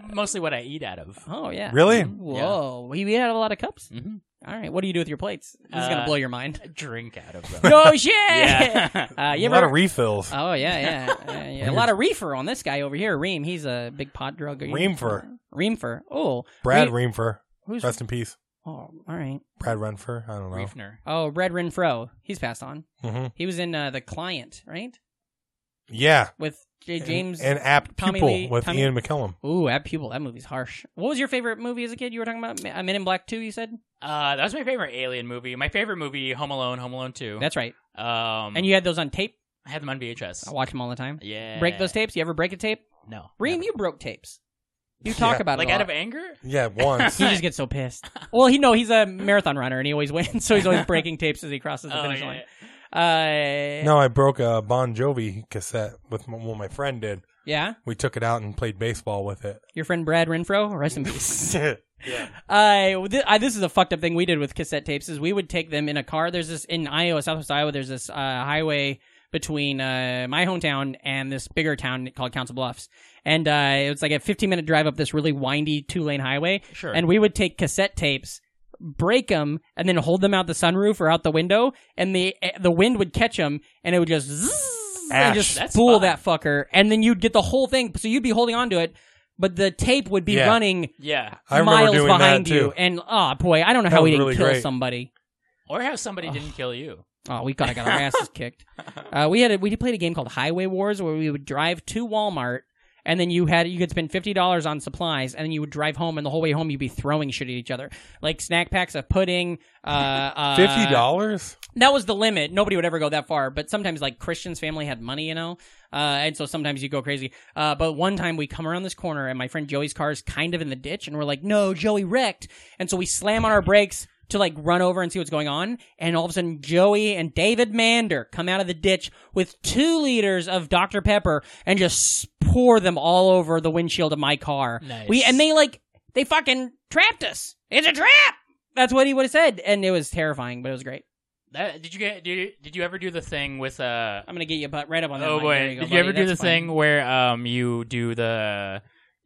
Speaker 5: that's mostly what I eat out of.
Speaker 1: uh, oh yeah.
Speaker 2: Really?
Speaker 1: Whoa, we we had a lot of cups.
Speaker 5: Mhm.
Speaker 1: All right, what do you do with your plates? Mm-hmm. This is
Speaker 5: Uh,
Speaker 1: gonna blow your mind.
Speaker 5: Drink out of
Speaker 1: <laughs>
Speaker 5: them.
Speaker 1: no shit.
Speaker 5: <laughs> Yeah.
Speaker 1: Uh, you
Speaker 2: a
Speaker 1: ever?
Speaker 2: lot of refills.
Speaker 1: oh yeah,
Speaker 2: <laughs>
Speaker 1: yeah, yeah, yeah. A lot of reefer on this guy over here, Reem. He's a big pot drug.
Speaker 2: Reemfer.
Speaker 1: Reemfer. Oh,
Speaker 2: Brad
Speaker 1: Re-
Speaker 2: Reamfer,
Speaker 1: who's?
Speaker 2: rest in peace.
Speaker 1: Oh, all right.
Speaker 2: Brad Renfer, I don't know.
Speaker 5: Reefner.
Speaker 1: Oh, Red Renfro. He's passed on.
Speaker 2: hmm
Speaker 1: He was in uh, the client, right?
Speaker 2: Yeah,
Speaker 1: with J- James
Speaker 2: and, and apt
Speaker 1: Tommy
Speaker 2: pupil
Speaker 1: Lee-
Speaker 2: with
Speaker 1: Tommy-
Speaker 2: Ian McKellen.
Speaker 1: Ooh, that pupil. That movie's harsh. What was your favorite movie as a kid? You were talking about Ma- uh, Men in Black Two. You said
Speaker 5: Uh, that was my favorite Alien movie. My favorite movie, Home Alone, Home Alone Two.
Speaker 1: that's right.
Speaker 5: um,
Speaker 1: And you had those on tape.
Speaker 5: I had them on VHS.
Speaker 1: I watch them all the time.
Speaker 5: yeah,
Speaker 1: Break those tapes. You ever break a tape?
Speaker 5: No,
Speaker 1: Reem, you broke tapes. You talk
Speaker 2: Yeah.
Speaker 1: about
Speaker 5: like
Speaker 1: it. a
Speaker 5: out
Speaker 1: lot.
Speaker 5: of anger.
Speaker 2: Yeah,
Speaker 1: <laughs>
Speaker 2: once.
Speaker 1: he just gets so
Speaker 5: <laughs>
Speaker 1: pissed. Well, he no, he's a marathon runner and he always wins, <laughs> so he's always breaking tapes as he crosses the
Speaker 5: Oh,
Speaker 1: finish
Speaker 5: yeah,
Speaker 1: line. Uh,
Speaker 2: no, I broke a Bon Jovi cassette with my, well, my friend did.
Speaker 1: yeah,
Speaker 2: We took it out and played baseball with it.
Speaker 1: your friend Brad Renfro, rest in peace. Uh, th- I, this is a fucked up thing we did with cassette tapes. Is we would take them in a car. There's this in Iowa, Southwest Iowa. There's this uh, highway between uh, my hometown and this bigger town called Council Bluffs, and uh, it was like a 15 minute drive up this really windy two lane highway.
Speaker 5: Sure.
Speaker 1: And we would take cassette tapes, break them, and then hold them out the sunroof or out the window, and the eh, the wind would catch them, and it would just zzz, and
Speaker 2: Ash.
Speaker 1: just
Speaker 5: That's
Speaker 1: spool
Speaker 5: fun.
Speaker 1: that fucker, and then you'd get the whole thing. So you'd be holding on to it. But the tape would be
Speaker 2: Yeah.
Speaker 1: running
Speaker 5: Yeah,
Speaker 2: I remember
Speaker 1: miles
Speaker 2: doing
Speaker 1: behind
Speaker 2: that,
Speaker 1: you,
Speaker 2: too.
Speaker 1: and oh boy, I don't know how
Speaker 2: That
Speaker 1: we
Speaker 2: was
Speaker 1: didn't
Speaker 2: really
Speaker 1: kill
Speaker 2: great.
Speaker 1: somebody.
Speaker 5: or how somebody didn't kill you.
Speaker 1: Oh, we kind of got our asses kicked. Uh, we had a, we played a game called Highway Wars where we would drive to Walmart, and then you had you could spend fifty dollars on supplies, and then you would drive home, and the whole way home you'd be throwing shit at each other, like snack packs of pudding. Uh, uh, oh,
Speaker 2: Fifty dollars?
Speaker 1: that was the limit. Nobody would ever go that far, but sometimes like Christian's family had money, you know, uh, and so sometimes you go crazy. Uh, but one time we come around this corner and my friend Joey's car is kind of in the ditch, and we're like, "No, Joey wrecked," and so we slam on our brakes, to like run over and see what's going on. And all of a sudden, Joey and David Mander come out of the ditch with two liters of Dr. Pepper and just pour them all over the windshield of my car.
Speaker 5: Nice.
Speaker 1: We and they like they fucking trapped us. It's a trap. That's what he would have said, and it was terrifying, but it was great.
Speaker 5: That, did you get? Did you, did you ever do the thing with uh?
Speaker 1: I'm gonna get you butt right up on that.
Speaker 5: Oh
Speaker 1: line.
Speaker 5: boy!
Speaker 1: There you go,
Speaker 5: did you ever
Speaker 1: buddy.
Speaker 5: do the
Speaker 1: That's fine.
Speaker 5: thing where um you do the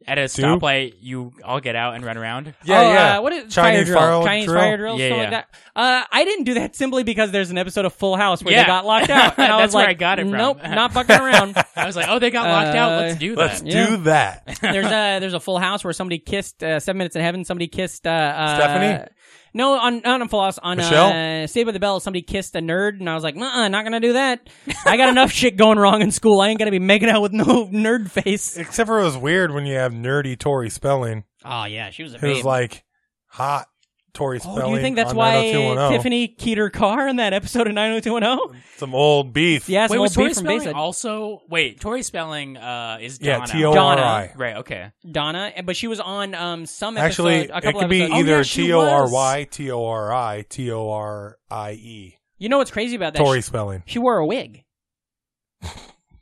Speaker 5: at a
Speaker 2: Do?
Speaker 5: stoplight you all get out and run around?
Speaker 2: Yeah,
Speaker 1: oh,
Speaker 2: yeah.
Speaker 1: Uh, what is
Speaker 2: Chinese
Speaker 1: fire drill?
Speaker 2: fire
Speaker 1: Chinese
Speaker 2: drill.
Speaker 1: fire drill,
Speaker 5: Yeah,
Speaker 1: something
Speaker 5: yeah.
Speaker 1: like that. Uh, I didn't do that simply because there's an episode of Full House where
Speaker 5: Yeah.
Speaker 1: they got locked
Speaker 5: <laughs>
Speaker 1: out, and I
Speaker 5: That's
Speaker 1: was
Speaker 5: where
Speaker 1: like,
Speaker 5: I got it from. <laughs>
Speaker 1: "Nope, not fucking around."
Speaker 5: I was like, oh, they got locked out. Let's
Speaker 1: Uh,
Speaker 5: do
Speaker 2: Let's
Speaker 5: that.
Speaker 1: Yeah.
Speaker 2: do
Speaker 1: <laughs>
Speaker 2: that.
Speaker 1: there's a there's a Full House where somebody kissed uh, Seven Minutes in Heaven. Somebody kissed uh, uh,
Speaker 2: Stephanie?
Speaker 1: No, on not on Full House on uh,
Speaker 2: Michelle?
Speaker 1: Saved by the Bell. Somebody kissed a nerd, and I was like, "Nah, not gonna do that. I got enough <laughs> shit going wrong in school. I ain't gonna be making out with no <laughs> nerd face."
Speaker 2: Except for it was weird when you have nerdy Tori Spelling,
Speaker 1: Oh yeah, she was a
Speaker 2: who's
Speaker 1: babe.
Speaker 2: like hot Tori
Speaker 1: Oh, do
Speaker 2: Spelling.
Speaker 1: you think that's
Speaker 2: on
Speaker 1: why
Speaker 2: 90210.
Speaker 1: Tiffany Keeter Carr in that episode of 90210?
Speaker 2: Some old beef.
Speaker 1: Yeah,
Speaker 5: Wait,
Speaker 1: some
Speaker 5: was
Speaker 1: old
Speaker 5: Tori
Speaker 1: beef from
Speaker 5: Spelling
Speaker 1: Bayside.
Speaker 5: also? Wait, Tori Spelling uh is
Speaker 2: Yeah,
Speaker 5: Donna.
Speaker 2: T O R I.
Speaker 5: Right. Okay.
Speaker 1: Donna, and- but she was on um some episode,
Speaker 2: Actually,
Speaker 1: a
Speaker 2: it
Speaker 1: couple
Speaker 2: could be
Speaker 1: episodes. Oh,
Speaker 2: either
Speaker 5: yeah, she
Speaker 2: T O R Y, T O R I, T O R I E.
Speaker 1: you know what's crazy about that?
Speaker 2: Tori
Speaker 1: She,
Speaker 2: Spelling.
Speaker 1: she wore a
Speaker 2: <laughs>
Speaker 1: wig.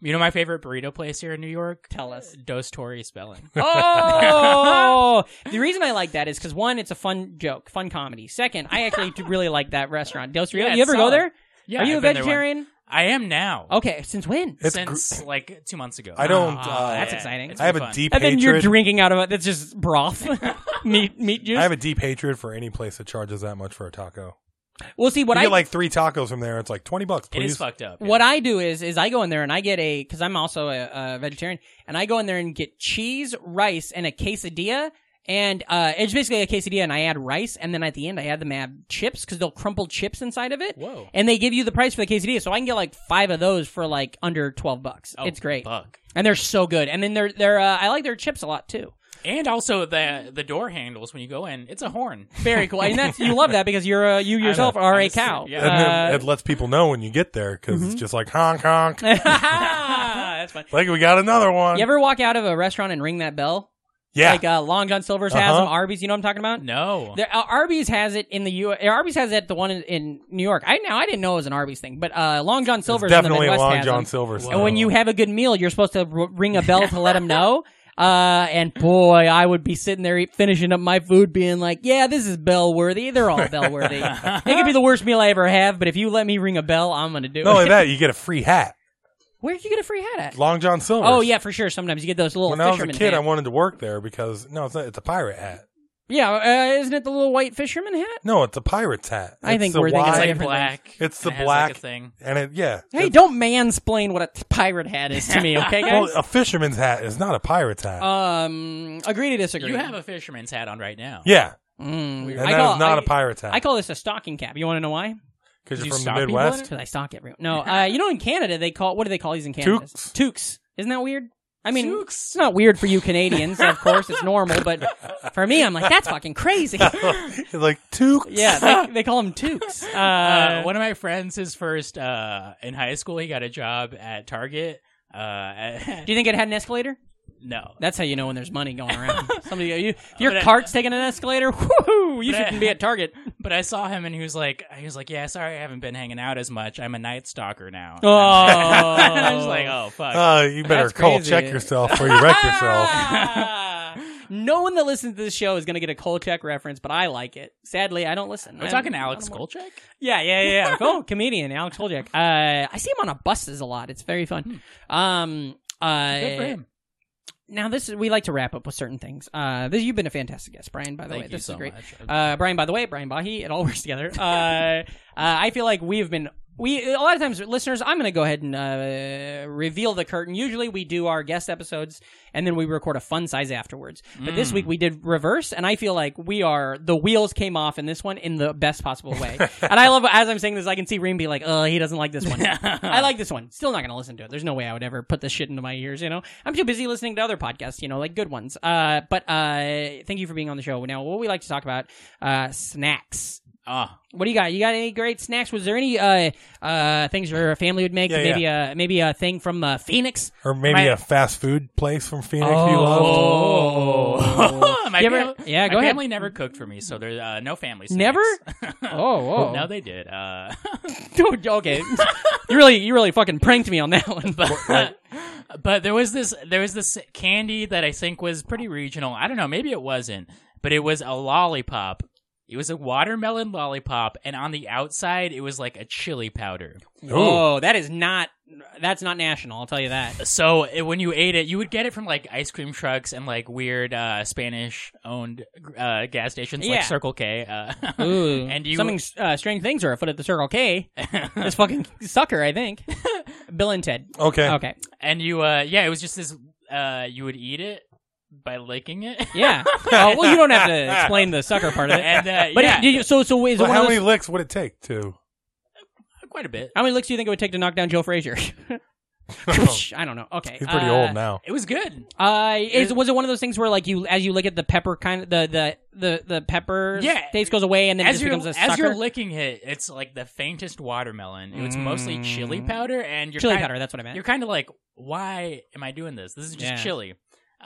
Speaker 5: You know my favorite burrito place here in New York?
Speaker 1: Tell us.
Speaker 5: Dos
Speaker 2: <laughs>
Speaker 5: Tori Spelling.
Speaker 1: Oh, the reason I like that is because one, it's a fun joke, fun comedy. Second, I <laughs> actually do really like that restaurant. Del Rio.
Speaker 5: Yeah,
Speaker 1: you ever
Speaker 5: it's
Speaker 1: go
Speaker 5: solid.
Speaker 1: there?
Speaker 5: Yeah,
Speaker 1: Are you
Speaker 5: I've
Speaker 1: a
Speaker 5: been there once.
Speaker 1: vegetarian? Oh,
Speaker 5: I am now.
Speaker 1: Okay, since when?
Speaker 2: It's
Speaker 5: since
Speaker 2: gr-
Speaker 5: like two months ago.
Speaker 2: I don't.
Speaker 1: Ah,
Speaker 2: uh,
Speaker 1: that's
Speaker 5: Yeah,
Speaker 1: exciting.
Speaker 5: it's
Speaker 2: I have
Speaker 5: been
Speaker 2: a
Speaker 5: fun.
Speaker 2: deep
Speaker 1: and then
Speaker 2: hatred.
Speaker 1: you're drinking out of it. That's just
Speaker 2: <laughs>
Speaker 1: broth, <laughs> meat, meat juice.
Speaker 2: I have a deep hatred for any place that charges that much for a taco.
Speaker 1: we'll see what
Speaker 2: you
Speaker 1: I
Speaker 2: get like three tacos from there. It's like twenty bucks,
Speaker 5: It
Speaker 2: please.
Speaker 5: is fucked up.
Speaker 1: What I do is is I go in there and I get a because I'm also a, a vegetarian and I go in there and get cheese, rice, and a quesadilla. And uh, it's basically a quesadilla, and I add rice, and then at the end I add them add chips because they'll crumple chips inside of it.
Speaker 5: Whoa.
Speaker 1: And they give you the price for the quesadilla, so I can get like five of those for like under twelve bucks.
Speaker 5: Oh,
Speaker 1: it's great,
Speaker 5: Fuck.
Speaker 1: and they're so good. And then they're they're uh, I like their chips a lot too.
Speaker 5: And also the the door handles when you go in, it's a horn.
Speaker 1: <laughs> Very cool, and that's you love that because you're a,
Speaker 5: <laughs>
Speaker 1: you yourself are
Speaker 5: I'm
Speaker 1: a
Speaker 5: just-
Speaker 1: cow.
Speaker 5: yeah.
Speaker 2: And then
Speaker 1: Uh, Mm-hmm.
Speaker 2: it lets people know when you get there because it's just like
Speaker 1: <laughs>
Speaker 2: honk honk.
Speaker 5: <laughs>
Speaker 2: like
Speaker 1: that's fun.
Speaker 2: we got another one.
Speaker 1: You ever walk out of a restaurant and ring that bell?
Speaker 2: yeah.
Speaker 1: Like uh, Long John Silver's has
Speaker 2: Uh-huh.
Speaker 1: them. Arby's, you know what I'm talking about?
Speaker 5: No.
Speaker 1: There, uh, Arby's has it in the U. uh, Arby's has it the one in, in New York. I now I didn't know it was an Arby's thing, but uh, Long John
Speaker 2: It's
Speaker 1: Silver's
Speaker 2: definitely
Speaker 1: in the Midwest
Speaker 2: Long
Speaker 1: has
Speaker 2: John
Speaker 1: them.
Speaker 2: Silver's.
Speaker 1: And when you have a good meal, you're supposed to r- ring a bell to let them
Speaker 2: <laughs>
Speaker 1: know. Uh, and boy, I would be sitting there eat, finishing up my food, being like, "Yeah, this is bell worthy. They're all bell worthy.
Speaker 2: <laughs>
Speaker 1: it could be the worst meal I ever have, but if you let me ring a bell, I'm gonna do
Speaker 2: <laughs> not
Speaker 1: it." <laughs>
Speaker 2: only that, you get a free hat.
Speaker 1: Where would you get a free hat at?
Speaker 2: Long John Silver's.
Speaker 1: Oh yeah, for sure. Sometimes you get those little
Speaker 2: When I was a
Speaker 1: fisherman
Speaker 2: kid,
Speaker 1: hats.
Speaker 2: I wanted to work there because no, it's not, it's a pirate hat.
Speaker 1: yeah, uh, isn't it the little white fisherman hat?
Speaker 2: No, it's a pirate's hat.
Speaker 1: I
Speaker 2: It's
Speaker 1: think
Speaker 2: the
Speaker 1: we're thinking
Speaker 5: it's
Speaker 2: wide-
Speaker 5: like
Speaker 1: different
Speaker 5: black.
Speaker 2: It's the
Speaker 5: and it has,
Speaker 2: black
Speaker 5: like, a thing.
Speaker 2: and it yeah.
Speaker 1: Hey,
Speaker 2: It's-
Speaker 1: don't mansplain what a t- pirate hat is
Speaker 2: <laughs>
Speaker 1: to me, okay,
Speaker 2: well,
Speaker 1: guys?
Speaker 2: a fisherman's hat is not a pirate's hat.
Speaker 1: um, agree to disagree.
Speaker 5: You have a fisherman's hat on right now.
Speaker 2: yeah,
Speaker 1: Mm,
Speaker 2: and
Speaker 1: I
Speaker 2: that
Speaker 1: call-
Speaker 2: is not
Speaker 1: I-
Speaker 2: a pirate's hat.
Speaker 1: I call this a stocking cap. You want to know why?
Speaker 2: because
Speaker 5: Did
Speaker 2: you're
Speaker 5: you
Speaker 2: from
Speaker 5: stop
Speaker 2: the
Speaker 5: people in
Speaker 2: Midwest.
Speaker 1: Because I stock everyone.
Speaker 2: <laughs>
Speaker 1: No, uh, you know, in Canada they call what do they call these in Canada?
Speaker 2: Toques.
Speaker 1: Toques. Isn't that weird? I mean,
Speaker 5: Toques.
Speaker 1: it's not weird for you Canadians, of course. It's normal, but for me, I'm like, that's fucking crazy.
Speaker 2: <laughs> It's like two.
Speaker 1: yeah, they, they call them toques. Uh,
Speaker 5: Uh, one of my friends, his first uh, in high school, he got a job at Target. Uh, <laughs> at-
Speaker 1: do you think it had an escalator?
Speaker 5: no,
Speaker 1: That's how you know when there's money going
Speaker 2: <laughs>
Speaker 1: around. Somebody, go, you, if your
Speaker 5: But I-
Speaker 1: cart's taking an escalator, whoo, you
Speaker 5: But I-
Speaker 1: shouldn't be at Target.
Speaker 5: but I saw him and he was like, he was like, yeah, sorry, I haven't been hanging out as much. I'm a night stalker now.
Speaker 1: Oh,
Speaker 5: and <laughs> I was like, oh fuck.
Speaker 2: Uh, you better
Speaker 1: That's
Speaker 2: call
Speaker 1: crazy.
Speaker 2: check yourself before you wreck yourself.
Speaker 1: <laughs> Ah. no one that listens to this show is going to get a Kolchak reference, but I like it. Sadly, um, I don't listen.
Speaker 5: We're
Speaker 1: I'm-
Speaker 5: talking to Alex
Speaker 1: I'm-
Speaker 5: Kolchak.
Speaker 1: Yeah, yeah, yeah. yeah.
Speaker 5: <laughs>
Speaker 1: cool comedian Alex Kolchak. Uh, I see him on a buses a lot. It's very fun. Um, uh,
Speaker 5: Hmm. Good for him.
Speaker 1: now this is, we like to wrap up with certain things. Uh, this you've been a fantastic guest, Brian. By the
Speaker 5: Thank
Speaker 1: way,
Speaker 5: you
Speaker 1: this
Speaker 5: so
Speaker 1: is great. <laughs>
Speaker 5: much.
Speaker 1: Uh, Brian, by the way, Brian Bahi. It all <laughs> works together. Uh, uh, I feel like we have been. We a lot of times, listeners. I'm going to go ahead and uh, reveal the curtain. Usually, we do our guest episodes and then we record a fun size afterwards. But this week we did reverse, and I feel like we are the wheels came off in this one in the best possible way. and I love as I'm saying this, I can see Reem be like, "Oh, he doesn't like this one." <laughs> I like this one. Still not going to listen to it. There's no way I would ever put this shit into my ears. You know, I'm too busy listening to other podcasts. You know, like good ones. Uh, but uh, thank you for being on the show. Now, what we like to talk about, uh, snacks.
Speaker 5: Ah,
Speaker 1: What do you got? You got any great snacks? Was there any uh, uh, things your family would make?
Speaker 2: Yeah,
Speaker 1: maybe Uh, maybe a thing from uh, Phoenix.
Speaker 2: Or maybe
Speaker 5: My-
Speaker 2: a fast food place from Phoenix you love.
Speaker 5: Oh. <laughs> my
Speaker 1: You ever-
Speaker 5: fam-
Speaker 1: yeah,
Speaker 5: my
Speaker 1: go ahead.
Speaker 5: family never cooked for me, so there's uh, no family. Snacks. <laughs>
Speaker 1: Never? Oh, whoa.
Speaker 5: no, they did. Uh, <laughs>
Speaker 1: Dude, okay. <laughs> you really, you really fucking pranked me on that one.
Speaker 5: but, <laughs> but there was this there was this candy that I think was pretty regional. I don't know, maybe it wasn't, but it was a lollipop. It was a watermelon lollipop, and on the outside, it was like a chili powder.
Speaker 1: Whoa, Oh, that is not. That's not national. I'll tell you that.
Speaker 5: So it, when you ate it, you would get it from like ice cream trucks and like weird uh, Spanish-owned uh, gas stations
Speaker 1: Yeah.
Speaker 5: like Circle K. Uh,
Speaker 1: Ooh,
Speaker 5: And you-
Speaker 1: something uh, strange things are afoot at the Circle K. this fucking sucker, I think. Bill and Ted.
Speaker 2: Okay.
Speaker 1: Okay.
Speaker 5: <laughs> and you uh yeah it was just this uh you would eat it by licking it <laughs>
Speaker 1: Yeah. Oh, well, you don't have to explain the sucker part of it.
Speaker 5: and uh
Speaker 1: But
Speaker 5: yeah
Speaker 1: it- did you- so, so is it
Speaker 2: Well,
Speaker 1: one
Speaker 2: how
Speaker 1: of those-
Speaker 2: many licks would it take
Speaker 1: <laughs>
Speaker 2: to?
Speaker 5: quite a bit
Speaker 1: how many licks do you think it would take to knock down Joe Frazier? <laughs>
Speaker 2: <laughs>
Speaker 1: I don't know. Okay,
Speaker 2: Oh. He's pretty
Speaker 1: uh,
Speaker 2: old now.
Speaker 5: it was good
Speaker 1: Uh, is, was it one of those things where like you, as you lick at the pepper kind of the the the the pepper
Speaker 5: Yeah.
Speaker 1: taste goes away and then it
Speaker 5: as
Speaker 1: just
Speaker 5: you're,
Speaker 1: becomes a
Speaker 5: as
Speaker 1: sucker?
Speaker 5: you're licking it it's like the faintest watermelon it's mostly chili powder and you're
Speaker 1: Mm. Chili
Speaker 5: kinda,
Speaker 1: powder. That's what I meant.
Speaker 5: you're kind of like why am i doing this this is just
Speaker 1: Yeah.
Speaker 5: chili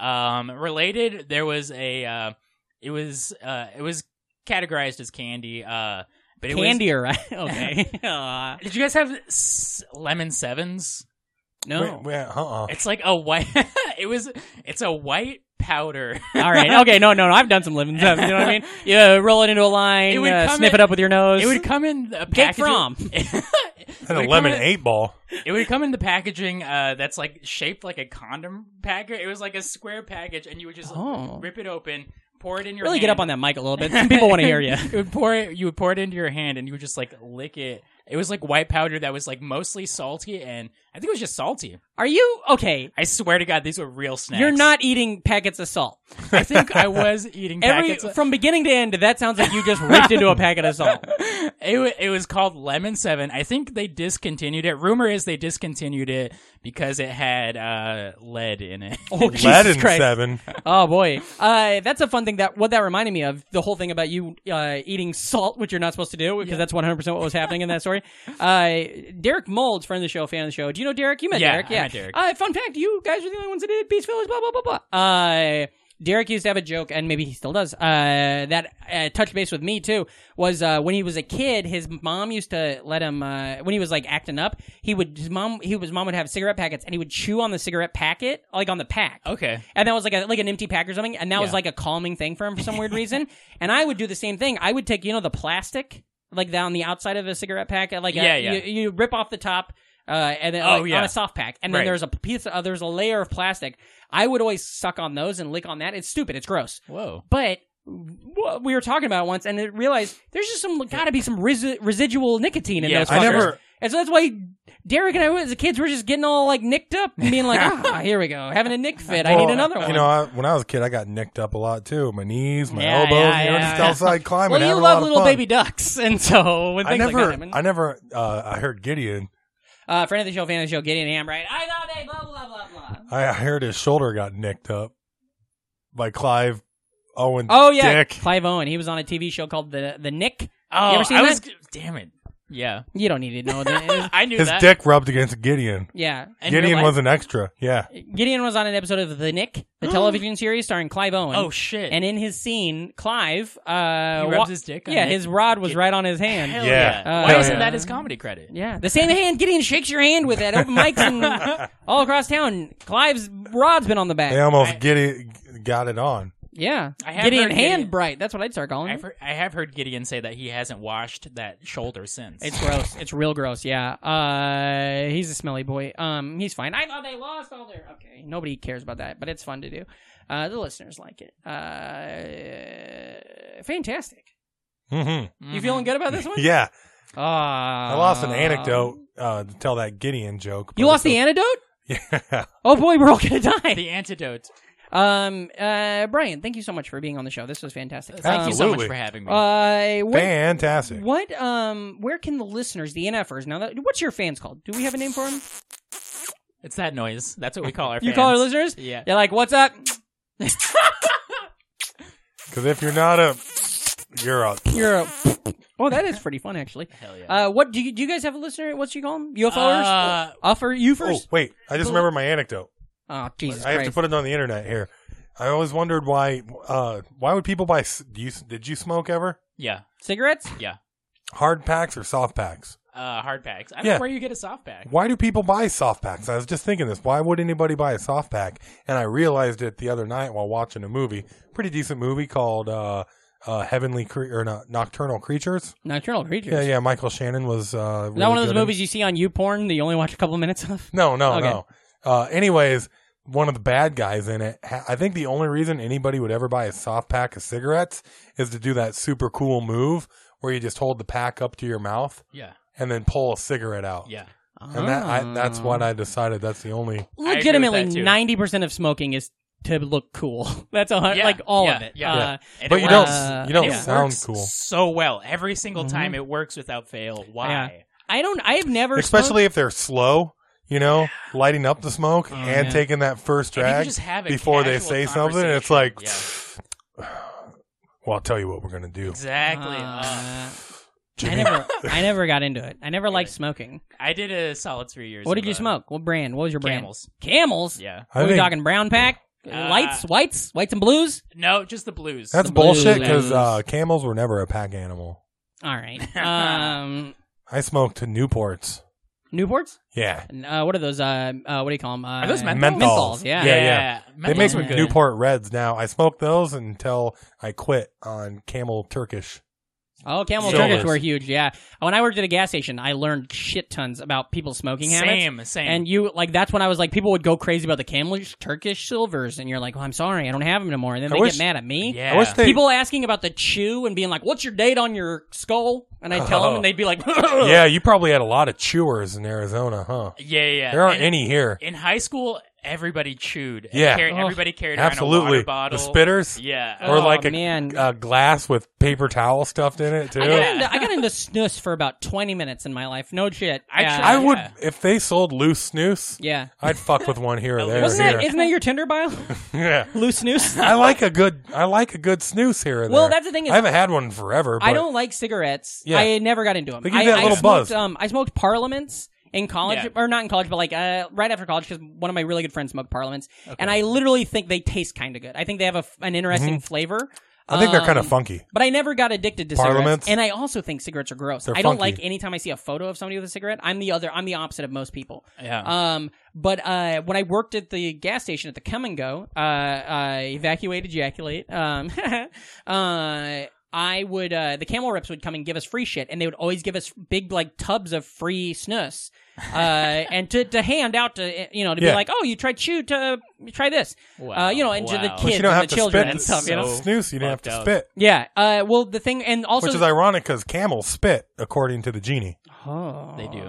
Speaker 5: um related there was a uh it was uh it was categorized as candy uh but it was-
Speaker 1: Candy, or <laughs> right? Okay.
Speaker 5: <laughs>
Speaker 1: Uh,
Speaker 5: did you guys have s- lemon sevens
Speaker 1: no.
Speaker 2: Wait, wait, uh-uh.
Speaker 5: It's like a white. <laughs> it was. It's a white powder.
Speaker 1: All <laughs> right. Okay. No. No. no I've done some lemon stuff. You know what I mean? <laughs> Yeah. Roll it into a line.
Speaker 5: It would
Speaker 1: uh,
Speaker 5: come
Speaker 1: sniff
Speaker 5: in-
Speaker 1: it up with your nose.
Speaker 5: It would come in a
Speaker 1: Cake
Speaker 5: package.
Speaker 1: from.
Speaker 5: <laughs> it,
Speaker 2: And a
Speaker 5: would
Speaker 2: lemon
Speaker 5: come in,
Speaker 2: eight
Speaker 1: <laughs>
Speaker 2: ball.
Speaker 5: it would come in the packaging uh, that's like shaped like a condom packet. It was like a square package, and you would just
Speaker 1: Oh.
Speaker 5: rip it open, pour it in your
Speaker 1: really
Speaker 5: hand.
Speaker 1: get up on that mic a little bit. Some people want to hear you.
Speaker 5: it would pour it. <laughs> You would pour it into your hand, and you would just like lick it. It was like white powder that was like mostly salty, and I think it was just salty.
Speaker 1: <laughs> Are you okay?
Speaker 5: I swear to God, these were real snacks.
Speaker 1: You're not eating packets of salt.
Speaker 5: <laughs> I think I was eating
Speaker 1: <laughs> Every
Speaker 5: packets of-
Speaker 1: from beginning to end, that sounds like you just ripped into a packet of salt.
Speaker 5: it, wa- it was called Lemon Seven. I think they discontinued it. Rumor is they discontinued it because it had uh, lead in it.
Speaker 1: Oh, Jesus
Speaker 2: That in
Speaker 1: Christ.
Speaker 2: seven.
Speaker 1: Oh boy, uh, that's a fun thing. That what that reminded me of the whole thing about you uh, eating salt, which you're not supposed to do, because that's 100 percent what was happening in that story. Uh, Derek Mold's friend of the show, fan of the show. Do you know Derek? You met
Speaker 5: Yeah,
Speaker 1: Derek.
Speaker 5: I
Speaker 1: Yeah,
Speaker 5: met Derek.
Speaker 1: Uh, fun fact: you guys are the only ones that did Beast Village. Blah blah blah blah. Uh, Derek used to have a joke, and maybe he still does. Uh, that uh, touch base with me too was uh, when he was a kid. His mom used to let him uh, when he was like acting up. He would his mom he his mom would have cigarette packets, and he would chew on the cigarette packet, like on the pack.
Speaker 5: <laughs> Okay.
Speaker 1: And that was like a, like an empty pack or something, and that was
Speaker 5: Yeah.
Speaker 1: like a calming thing for him for some
Speaker 5: <laughs>
Speaker 1: weird reason. And I would do the same thing. I would take you know the plastic like down the outside of a cigarette pack, uh, like a-
Speaker 5: Yeah, yeah.
Speaker 1: You, you rip off the top, uh, and then
Speaker 5: Oh,
Speaker 1: like,
Speaker 5: yeah.
Speaker 1: on a soft pack, and then
Speaker 5: Right.
Speaker 1: there's a piece, uh, there's a layer of plastic. I would always suck on those and lick on that. It's stupid. It's gross.
Speaker 5: Whoa.
Speaker 1: But w- we were talking about it once, and it realized there's just some got to be some resi- residual nicotine in
Speaker 5: Yeah,
Speaker 1: those.
Speaker 5: I
Speaker 1: fuckers.
Speaker 2: never-
Speaker 1: And so that's why Derek and I, as kids, were just getting all like nicked
Speaker 2: <laughs>
Speaker 1: up, and being like, "Ah, here we go, having a nick fit. I
Speaker 2: Well,
Speaker 1: need another one."
Speaker 2: You know, I, when I was a kid, I got nicked up a lot too. My knees, my
Speaker 1: Yeah,
Speaker 2: elbows.
Speaker 1: yeah,
Speaker 2: you know,
Speaker 1: yeah,
Speaker 2: just
Speaker 1: yeah.
Speaker 2: outside climbing.
Speaker 1: well, you
Speaker 2: having a lot
Speaker 1: love
Speaker 2: of
Speaker 1: little
Speaker 2: fun.
Speaker 1: baby ducks, <laughs> and so when
Speaker 2: I
Speaker 1: things
Speaker 2: never,
Speaker 1: like that happen,
Speaker 2: I never, uh, I heard Gideon.
Speaker 1: uh, friend of the show, fan of the show, Gideon Ham, right? I love it. Blah blah blah blah.
Speaker 2: I I heard his shoulder got nicked up by Clive Owen.
Speaker 1: Oh yeah,
Speaker 2: Dick.
Speaker 1: Clive Owen. He was on a TV show called the the Nick.
Speaker 5: Oh,
Speaker 1: ever seen
Speaker 5: I
Speaker 1: that?
Speaker 5: was. Damn it. Yeah.
Speaker 1: You don't need to know
Speaker 2: <laughs>
Speaker 1: that.
Speaker 5: <laughs> I knew
Speaker 2: His
Speaker 5: that.
Speaker 2: dick rubbed against Gideon.
Speaker 1: yeah,
Speaker 5: In real
Speaker 2: Gideon
Speaker 5: life?
Speaker 2: was an extra. Yeah.
Speaker 1: Gideon was on an episode of the Nick,
Speaker 2: <gasps>
Speaker 1: the television series starring Clive Owen.
Speaker 5: Oh shit.
Speaker 1: And in his scene, Clive, uh,
Speaker 5: He rubs
Speaker 1: wa-
Speaker 5: his dick on
Speaker 1: Yeah,
Speaker 5: it.
Speaker 1: his rod was right on his hand.
Speaker 5: Hell
Speaker 2: Yeah.
Speaker 5: yeah.
Speaker 1: Uh,
Speaker 5: Why
Speaker 1: hell
Speaker 5: isn't
Speaker 1: yeah.
Speaker 5: that his comedy credit?
Speaker 1: Yeah, the same hand Gideon shakes your hand with at open mics <laughs> and all across town. Clive's rod's been on the back.
Speaker 2: They almost Gideon got it on.
Speaker 1: Yeah,
Speaker 5: I have
Speaker 1: Gideon
Speaker 5: heard
Speaker 1: hand
Speaker 5: Gideon-
Speaker 1: bright. That's what I'd start calling.
Speaker 5: I've
Speaker 1: it.
Speaker 5: heard, I have heard Gideon say that he hasn't washed that shoulder since.
Speaker 1: It's gross. It's real gross. Yeah. Uh, he's a smelly boy. Um, he's fine. I thought they lost all their. Okay, nobody cares about that, but it's fun to do. Uh, the listeners like it. Uh, fantastic.
Speaker 2: hmm
Speaker 1: You feeling good about this one?
Speaker 2: <laughs> Yeah.
Speaker 1: Uh,
Speaker 2: I lost an anecdote uh, to tell that Gideon joke.
Speaker 1: Um, You
Speaker 2: but
Speaker 1: lost the
Speaker 2: it's
Speaker 1: antidote?
Speaker 2: a- <laughs> Yeah.
Speaker 1: Oh boy, we're all gonna <laughs> die.
Speaker 5: <laughs> the antidote.
Speaker 1: Um, uh, Brian, thank you so much for being on the show. This was fantastic. Um,
Speaker 5: Thank you so much
Speaker 2: Absolutely.
Speaker 5: for having me.
Speaker 1: Uh, what,
Speaker 2: Fantastic.
Speaker 1: what, um, where can the listeners, the NFers, now that what's your fans called? Do we have a name for them?
Speaker 5: it's that noise. That's what we <laughs> call our.
Speaker 1: You call our
Speaker 5: fans.
Speaker 1: listeners?
Speaker 5: Yeah.
Speaker 1: You're like, what's up?
Speaker 2: Because if you're not a, you're a.
Speaker 1: You're a, Oh, that is pretty fun actually.
Speaker 5: Hell <laughs> yeah.
Speaker 1: Uh, what do you do? You guys have a listener? What's you call them? UFOers?
Speaker 5: Uh,
Speaker 1: Offer you first.
Speaker 2: Oh, wait. I just remember my anecdote.
Speaker 1: Oh, Jesus
Speaker 2: I have
Speaker 1: Christ!
Speaker 2: to put it on the internet here. I always wondered why uh, why would people buy s- do you, did you smoke ever?
Speaker 5: yeah,
Speaker 1: Cigarettes?
Speaker 5: yeah.
Speaker 2: Hard packs or soft packs?
Speaker 5: Uh, hard packs. I don't
Speaker 2: Yeah.
Speaker 5: know where you get a soft pack.
Speaker 2: Why do people buy soft packs? I was just thinking this. Why would anybody buy a soft pack? And I realized it the other night while watching a movie, pretty decent movie called uh, uh, Heavenly Cre- or no, Nocturnal Creatures.
Speaker 1: Nocturnal creatures.
Speaker 2: Yeah, yeah. Michael Shannon was. Uh,
Speaker 1: Is
Speaker 2: really
Speaker 1: that one of
Speaker 2: good
Speaker 1: those
Speaker 2: in-
Speaker 1: movies you see on YouPorn that you only watch a couple minutes of?
Speaker 2: No, no,
Speaker 1: Okay.
Speaker 2: no. Uh, anyways, one of the bad guys in it. ha- I think the only reason anybody would ever buy a soft pack of cigarettes is to do that super cool move where you just hold the pack up to your mouth
Speaker 5: Yeah,
Speaker 2: and then pull a cigarette out.
Speaker 5: yeah.
Speaker 2: And that I, that's what
Speaker 1: Ah.
Speaker 2: I decided. That's the only.
Speaker 5: agree with
Speaker 1: legitimately
Speaker 5: that, too.
Speaker 1: ninety percent of smoking is to look cool. <laughs> That's a, hun-
Speaker 5: Yeah,
Speaker 1: like all
Speaker 5: yeah,
Speaker 1: of it.
Speaker 5: yeah.
Speaker 1: Uh,
Speaker 5: And
Speaker 2: But
Speaker 5: it
Speaker 2: you don't.
Speaker 5: works-
Speaker 1: Uh,
Speaker 2: you don't
Speaker 5: it
Speaker 2: sound
Speaker 5: works
Speaker 2: cool,
Speaker 5: so well. Every single time it works without fail. Why?
Speaker 1: I don't. I have never,
Speaker 2: especially if they're slow. You know, lighting up the smoke and
Speaker 1: Oh, yeah.
Speaker 2: taking that first
Speaker 5: If you
Speaker 2: drag
Speaker 5: just have a
Speaker 2: before they
Speaker 5: casual
Speaker 2: say something. and It's like, well, I'll tell you what we're gonna do.
Speaker 1: smoked-
Speaker 5: Exactly. Uh,
Speaker 1: Uh, I never. I never got into it. I never liked smoking.
Speaker 5: I did a solid three years.
Speaker 1: What did
Speaker 5: of,
Speaker 1: you
Speaker 5: uh,
Speaker 1: smoke? What brand? What was your brand?
Speaker 5: Camels.
Speaker 1: Camels.
Speaker 2: I
Speaker 5: Yeah.
Speaker 1: What are we
Speaker 2: think-
Speaker 1: talking? Brown pack.
Speaker 5: Uh,
Speaker 1: Lights, whites, whites and blues.
Speaker 5: No, just the blues.
Speaker 2: That's
Speaker 1: The blues
Speaker 2: bullshit because
Speaker 1: is-
Speaker 2: uh, camels were never a pack animal.
Speaker 1: All
Speaker 5: <laughs>
Speaker 1: right. Um,
Speaker 2: I smoked Newports.
Speaker 1: Newports.
Speaker 2: Yeah.
Speaker 1: And, Uh, what are those? Uh, uh, what do you call them? Uh,
Speaker 5: Are those menthols?
Speaker 1: menthols? Yeah.
Speaker 2: Yeah,
Speaker 5: yeah.
Speaker 2: they make
Speaker 5: Menthols are good.
Speaker 2: Newport Reds now. I smoked those until I quit on Camel Turkish.
Speaker 1: Oh, Camel
Speaker 2: Shoulders.
Speaker 1: Turkish were huge. Yeah. When I worked at a gas station, I learned shit tons about people's smoking habits.
Speaker 5: Same, same.
Speaker 1: And you like that's when I was like, people would go crazy about the Camel Turkish silvers, and you're like, well, I'm sorry, I don't have them anymore. And then
Speaker 2: I
Speaker 1: they
Speaker 2: wish-
Speaker 1: get mad at me.
Speaker 5: yeah.
Speaker 2: I wish they.
Speaker 1: People asking about the chew and being like, "What's your date on your skull?" And I tell them, and they'd be like, <laughs>
Speaker 2: <laughs> yeah, you probably had a lot of chewers in Arizona, huh?
Speaker 5: yeah, yeah.
Speaker 2: There aren't
Speaker 5: And
Speaker 2: any here.
Speaker 5: in high school. Everybody chewed. and
Speaker 2: Yeah.
Speaker 5: carried-
Speaker 2: Ugh.
Speaker 5: everybody carried around a
Speaker 2: Absolutely.
Speaker 5: water bottle.
Speaker 2: The spitters?
Speaker 5: Yeah.
Speaker 2: or
Speaker 1: Oh,
Speaker 2: like a,
Speaker 1: man.
Speaker 2: a glass with paper towel stuffed in it
Speaker 1: <laughs>
Speaker 2: too.
Speaker 1: I got, into, I got into snus for about 20 minutes in my life. No shit.
Speaker 5: I
Speaker 1: yeah.
Speaker 5: tried-
Speaker 2: I would
Speaker 5: Yeah.
Speaker 2: if they sold loose snus.
Speaker 1: yeah.
Speaker 2: I'd fuck with one
Speaker 1: <laughs>
Speaker 2: here or there.
Speaker 1: Wasn't
Speaker 2: here.
Speaker 1: that, isn't that your Tinder bio? <laughs>
Speaker 2: <laughs> yeah.
Speaker 1: Loose snus?
Speaker 2: I like a good I like a good snooze here. Or
Speaker 1: Well,
Speaker 2: there.
Speaker 1: that's the thing is-
Speaker 2: I haven't had one in forever. But
Speaker 1: I don't like cigarettes.
Speaker 2: Yeah.
Speaker 1: I never got into them.
Speaker 2: They give
Speaker 1: I,
Speaker 2: you that
Speaker 1: I
Speaker 2: little
Speaker 1: smoked,
Speaker 2: buzz.
Speaker 1: Um, I smoked parliaments in college,
Speaker 5: Yeah.
Speaker 1: or not in college, but like uh, right after college, because one of my really good friends smoked parliaments, and I literally think they taste kind of good. I think they have a f an
Speaker 2: Mm-hmm.
Speaker 1: interesting flavor.
Speaker 2: I think they're
Speaker 1: Um,
Speaker 2: kind of funky.
Speaker 1: But I never got addicted to
Speaker 2: Parliaments?
Speaker 1: cigarettes, and I also think cigarettes are gross.
Speaker 2: They're
Speaker 1: I don't
Speaker 2: funky.
Speaker 1: like anytime I see a photo of somebody with a cigarette. I'm the other. I'm the opposite of most people.
Speaker 5: Yeah.
Speaker 1: Um. But uh, when I worked at the gas station at the Come and Go, uh, I evacuate, ejaculate. Um. <laughs> uh. I would, uh, the camel reps would come and give us free shit, and they would always give us big, like, tubs of free snus,
Speaker 2: <laughs>
Speaker 1: uh, and to, to hand out to, you know, to
Speaker 2: Yeah.
Speaker 1: be like, oh, you tried chew, to try this,
Speaker 5: Wow.
Speaker 1: uh, you know, and to the
Speaker 5: Wow.
Speaker 1: kids
Speaker 5: But
Speaker 2: you don't
Speaker 1: and
Speaker 2: have
Speaker 1: the
Speaker 2: to
Speaker 1: children
Speaker 2: spit
Speaker 1: and
Speaker 2: the
Speaker 1: stuff, you know?
Speaker 5: so-
Speaker 2: snooze. You didn't have
Speaker 5: fucked
Speaker 2: to
Speaker 5: up.
Speaker 2: spit,
Speaker 1: Yeah. Uh, well, the thing, and also,
Speaker 2: which is ironic because camels spit, according to the genie.
Speaker 1: oh,
Speaker 5: They do.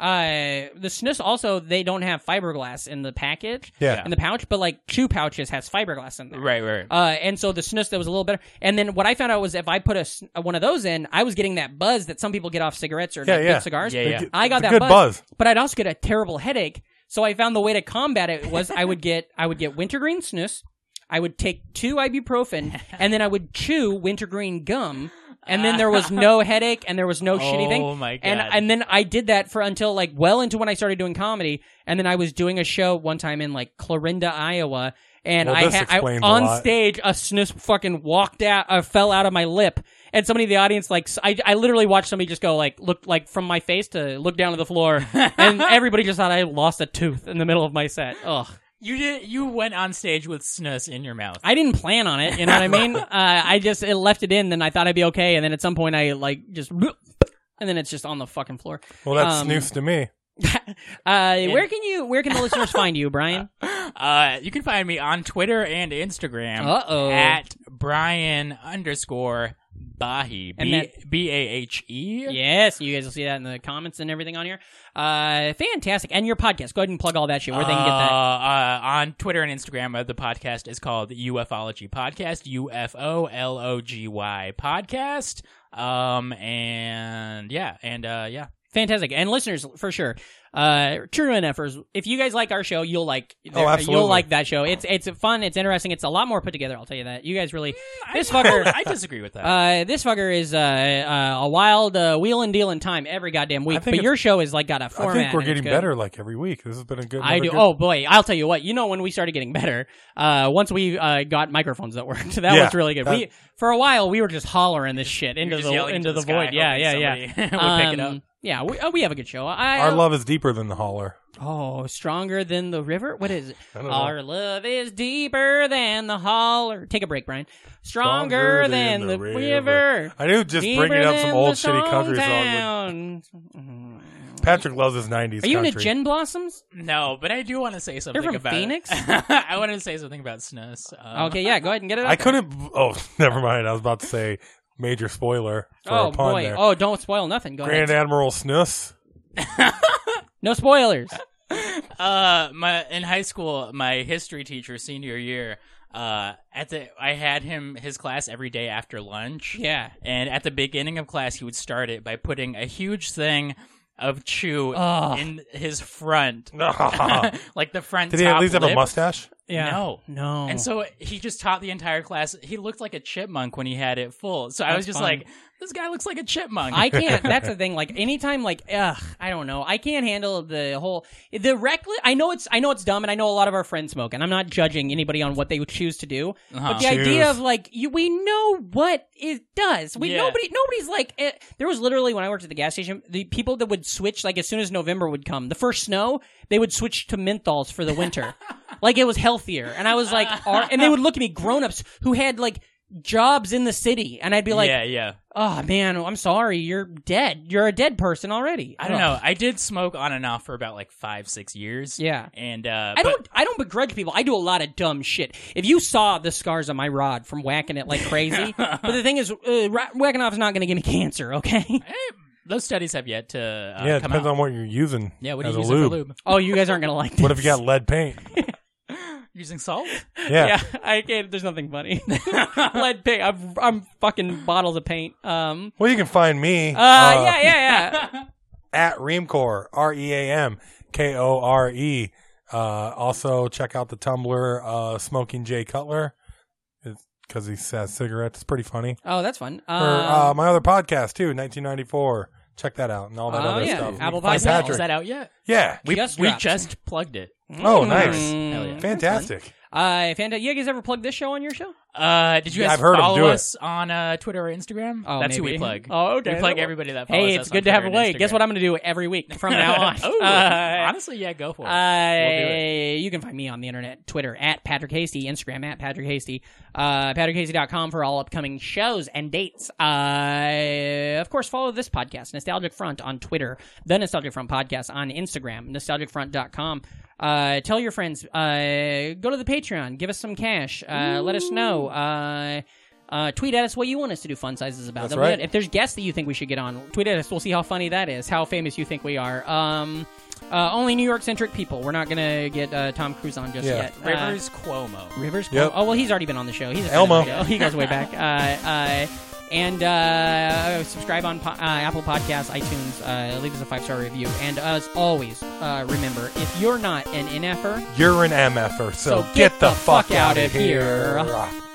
Speaker 1: Uh, the snus also they don't have fiberglass in the package,
Speaker 2: Yeah.
Speaker 1: in the pouch, but like chew pouches has fiberglass in there.
Speaker 5: Right, right.
Speaker 1: Uh, and so the snus that was a little better. And then what I found out was if I put a sn- one of those in, I was getting that buzz that some people get off cigarettes or
Speaker 2: Yeah,
Speaker 1: like,
Speaker 2: yeah.
Speaker 1: big cigars.
Speaker 5: Yeah, yeah.
Speaker 1: I got
Speaker 2: It's a
Speaker 1: that
Speaker 2: good buzz.
Speaker 1: but I'd also get a terrible headache. So I found the way to combat it was I would get I would get wintergreen snus, I would take two ibuprofen, and then I would chew wintergreen gum. And then there was no headache, and there was no shitty thing.
Speaker 5: Oh, my
Speaker 1: And
Speaker 5: God.
Speaker 1: and then I did that for until like well into when I started doing comedy. And then I was doing a show one time in like Clarinda, Iowa, and
Speaker 2: Well,
Speaker 1: I
Speaker 2: this
Speaker 1: had I,
Speaker 2: explains a
Speaker 1: on
Speaker 2: lot.
Speaker 1: stage a snus fucking walked out, uh, fell out of my lip, and somebody in the audience like s- I, I literally watched somebody just go like look like from my face to look down to the
Speaker 2: <laughs>
Speaker 1: floor, and everybody just thought I lost a tooth in the middle of my set. Ugh,
Speaker 5: you did. You went on stage with snus in your mouth.
Speaker 1: I didn't plan on it, you know what I
Speaker 2: <laughs>
Speaker 1: mean? uh, I just it left it in, then I thought I'd be okay, and then at some point I like just. And then it's just on the fucking floor.
Speaker 2: Well, that's
Speaker 1: Um,
Speaker 2: snooze to me.
Speaker 1: Uh, where can you? Where can the listeners find you, Brian?
Speaker 5: Uh, you can find me on Twitter and Instagram
Speaker 1: Uh-oh.
Speaker 5: at Brian underscore Bahi
Speaker 1: And
Speaker 5: B
Speaker 1: that-
Speaker 5: B A H E.
Speaker 1: Yes, you guys will see that in the comments and everything on here. Uh, fantastic. And your podcast. Go ahead and plug all that shit where they can get
Speaker 5: Uh,
Speaker 1: that.
Speaker 5: uh, on Twitter and Instagram, uh, the podcast is called UFOlogy Podcast, U F O
Speaker 1: <laughs>
Speaker 5: L O G Y Podcast. Um, and yeah, and uh, yeah,
Speaker 1: Fantastic. And listeners, for sure. Uh, true NFers, if you guys like our show, you'll like
Speaker 2: Oh, absolutely.
Speaker 1: you'll like that show. It's it's fun, it's interesting, it's a lot more put together, I'll tell you that. You guys
Speaker 2: Mm,
Speaker 1: really this fucker
Speaker 5: I disagree with that.
Speaker 1: uh, this fucker is uh, uh, a wild uh, wheel and deal in time every goddamn
Speaker 2: I
Speaker 1: week.
Speaker 2: think
Speaker 1: But your show is like got a
Speaker 2: I
Speaker 1: format.
Speaker 2: think we're
Speaker 1: and it's
Speaker 2: getting
Speaker 1: good.
Speaker 2: better like every week. This has been a good.
Speaker 1: I do.
Speaker 2: another Good,
Speaker 1: Oh boy, I'll tell you what. You know when we started getting better, uh, once we uh, got microphones that worked, <laughs> that
Speaker 2: Yeah, Uh,
Speaker 1: was really good.
Speaker 2: that-
Speaker 1: we for a while we were just hollering this shit
Speaker 5: You're
Speaker 1: into
Speaker 5: just
Speaker 1: the
Speaker 5: yelling
Speaker 1: into the,
Speaker 5: sky,
Speaker 1: void. Yeah,
Speaker 5: hoping
Speaker 1: yeah, yeah.
Speaker 5: somebody <laughs> would pick it up.
Speaker 1: Um, Yeah, we, uh, we have a good show. I,
Speaker 2: Our love is deeper than the holler.
Speaker 1: oh, stronger than the river. What is it?
Speaker 2: I don't know.
Speaker 1: Our love is deeper than the holler. Take a break, Brian. Stronger,
Speaker 2: Stronger
Speaker 1: than, the, river.
Speaker 2: I knew just
Speaker 1: Deeper
Speaker 2: bringing up some
Speaker 1: than
Speaker 2: old
Speaker 1: the
Speaker 2: shitty country song.
Speaker 1: Songtown.
Speaker 2: would- Patrick loves his '90s.
Speaker 1: Are you into
Speaker 2: country.
Speaker 1: Gin Blossoms?
Speaker 5: no, but I do want to say something
Speaker 1: from
Speaker 5: about
Speaker 1: Phoenix?
Speaker 5: <laughs> I want to say something about Snus. Um,
Speaker 1: Okay, yeah, go ahead and get it. Out
Speaker 2: I
Speaker 1: there.
Speaker 2: couldn't. Oh, <laughs> never mind. I was about to say major spoiler for
Speaker 1: Oh
Speaker 2: a pun
Speaker 1: boy!
Speaker 2: there.
Speaker 1: Oh, don't spoil nothing. Go
Speaker 2: Grand
Speaker 1: ahead.
Speaker 2: Admiral <laughs> Snus.
Speaker 1: No spoilers.
Speaker 5: uh my in high school my history teacher senior year uh at the i had him his class every day after lunch
Speaker 1: Yeah.
Speaker 5: and at the beginning of class he would start it by putting a huge thing of chew
Speaker 1: Ugh.
Speaker 5: in his front <laughs>
Speaker 1: <laughs>
Speaker 5: like the front
Speaker 2: Did he at
Speaker 5: top
Speaker 2: least have a
Speaker 5: lip.
Speaker 2: mustache?
Speaker 1: Yeah.
Speaker 5: no
Speaker 1: No.
Speaker 5: and so he just taught the entire class he looked like a chipmunk when he had it full so i was
Speaker 1: That's
Speaker 5: just
Speaker 1: fun.
Speaker 5: like this guy looks like a chipmunk
Speaker 1: I can't. That's
Speaker 5: <laughs>
Speaker 1: the thing. Like anytime, like ugh, I don't know. I can't handle the whole the reckless. I know it's I know it's dumb, and I know a lot of our friends smoke, and I'm not judging anybody on what they would choose to do.
Speaker 5: Uh-huh.
Speaker 1: But the idea of like you, we know what it does. We
Speaker 5: Yeah.
Speaker 1: nobody nobody's like eh, there was literally when I worked at the gas station, the people that would switch like as soon as November would come, the first snow, they would switch to menthols for the
Speaker 5: <laughs>
Speaker 1: winter. like it was healthier, and I was like, are, and they would look at me, grown ups who had like jobs in the city, and I'd be like,
Speaker 5: yeah yeah
Speaker 1: oh man, I'm sorry, you're dead. You're a dead person already.
Speaker 5: I
Speaker 1: Ugh.
Speaker 5: don't know. I did smoke on and off for about like five, six years.
Speaker 1: Yeah.
Speaker 5: And uh
Speaker 1: I
Speaker 5: but-
Speaker 1: don't. I don't begrudge people. I do a lot of dumb shit. If you saw the scars on my rod from whacking it like
Speaker 5: <laughs>
Speaker 1: crazy, but the thing is, uh, ra- whacking off is not going to give me cancer.
Speaker 5: <laughs>
Speaker 1: Okay.
Speaker 5: eh, those studies have yet to uh,
Speaker 2: yeah, it
Speaker 5: come
Speaker 2: depends
Speaker 5: out.
Speaker 2: on what you're using.
Speaker 5: yeah, what are
Speaker 2: as
Speaker 5: you
Speaker 2: a
Speaker 5: using
Speaker 2: lube.
Speaker 5: for lube?
Speaker 1: Oh, you guys aren't going to like this.
Speaker 2: What if you got lead paint?
Speaker 5: Using salt?
Speaker 2: Yeah.
Speaker 1: <laughs> Yeah, I can't. There's nothing
Speaker 5: <laughs>
Speaker 1: funny. Lead paint. I'm, I'm fucking bottles of paint. Um.
Speaker 2: Well, you can find me
Speaker 1: Uh. yeah. Yeah. Yeah.
Speaker 5: <laughs>
Speaker 2: at Reamcore, R E A M K O R E. Uh, also, check out the Tumblr, uh, Smoking Jay Cutler, because he says cigarettes. It's pretty funny.
Speaker 1: Oh, that's fun. Um,
Speaker 2: Or uh, my other podcast, too, 1994. Check that out and all that
Speaker 1: Oh,
Speaker 2: other
Speaker 1: yeah.
Speaker 2: stuff.
Speaker 1: Apple
Speaker 2: By
Speaker 1: Podcast.
Speaker 5: Is that-
Speaker 2: Patrick.
Speaker 5: Is that out yet?
Speaker 2: yeah.
Speaker 5: We
Speaker 1: Just
Speaker 5: we
Speaker 1: dropped.
Speaker 5: just plugged it.
Speaker 2: Oh, nice.
Speaker 5: Hell
Speaker 1: Mm.
Speaker 5: yeah.
Speaker 2: Fantastic.
Speaker 1: Uh, Fanta, you guys ever plug this show on your show?
Speaker 5: Uh, did you
Speaker 2: Yeah,
Speaker 5: guys
Speaker 2: I've heard 'em
Speaker 5: follow
Speaker 2: do it.
Speaker 5: us on uh, Twitter or Instagram?
Speaker 1: Oh,
Speaker 5: That's who
Speaker 1: maybe.
Speaker 5: we plug.
Speaker 1: Oh, okay.
Speaker 5: We plug everybody that follows
Speaker 1: Hey,
Speaker 5: us
Speaker 1: it's
Speaker 5: on
Speaker 1: good to have a
Speaker 5: Twitter
Speaker 1: way.
Speaker 5: and
Speaker 1: Guess what
Speaker 5: Instagram.
Speaker 1: I'm going to do every week
Speaker 5: <laughs>
Speaker 1: from now on.
Speaker 5: oh,
Speaker 1: Uh,
Speaker 5: honestly, yeah, go for it.
Speaker 1: Uh, you can find me on the internet, Twitter at Patrick Hasty, Instagram at Patrick Hasty, uh, patrickhasty.com for all upcoming shows and dates. Uh, of course, follow this podcast, Nostalgic Front, on Twitter, the Nostalgic Front podcast on Instagram, nostalgicfront.com. Uh, tell your friends, uh, go to the Patreon, give us some cash, uh, let us know. Uh, uh, tweet at us what you want us to do fun sizes about.
Speaker 2: That's
Speaker 1: That'll be
Speaker 2: right.
Speaker 1: it. If there's guests that you think we should get on, tweet at us. We'll see how funny that is, how famous you think we are. Um, uh, only New York centric people. We're not gonna get uh, Tom Cruise on just
Speaker 2: Yeah.
Speaker 1: yet. Uh,
Speaker 5: Rivers Cuomo.
Speaker 1: Rivers.
Speaker 2: Yep.
Speaker 1: Oh well, he's already been on the show. He's a friend
Speaker 2: Elmo.
Speaker 1: of the show. He goes way
Speaker 2: <laughs>
Speaker 1: back. Uh, uh, and uh, subscribe on po- uh, Apple Podcasts, iTunes. Uh, leave us a five star review. And as always, uh, remember if you're not an NFer,
Speaker 2: You're an MFer, so,
Speaker 1: So get the fuck outta
Speaker 2: outta
Speaker 1: here.
Speaker 2: here.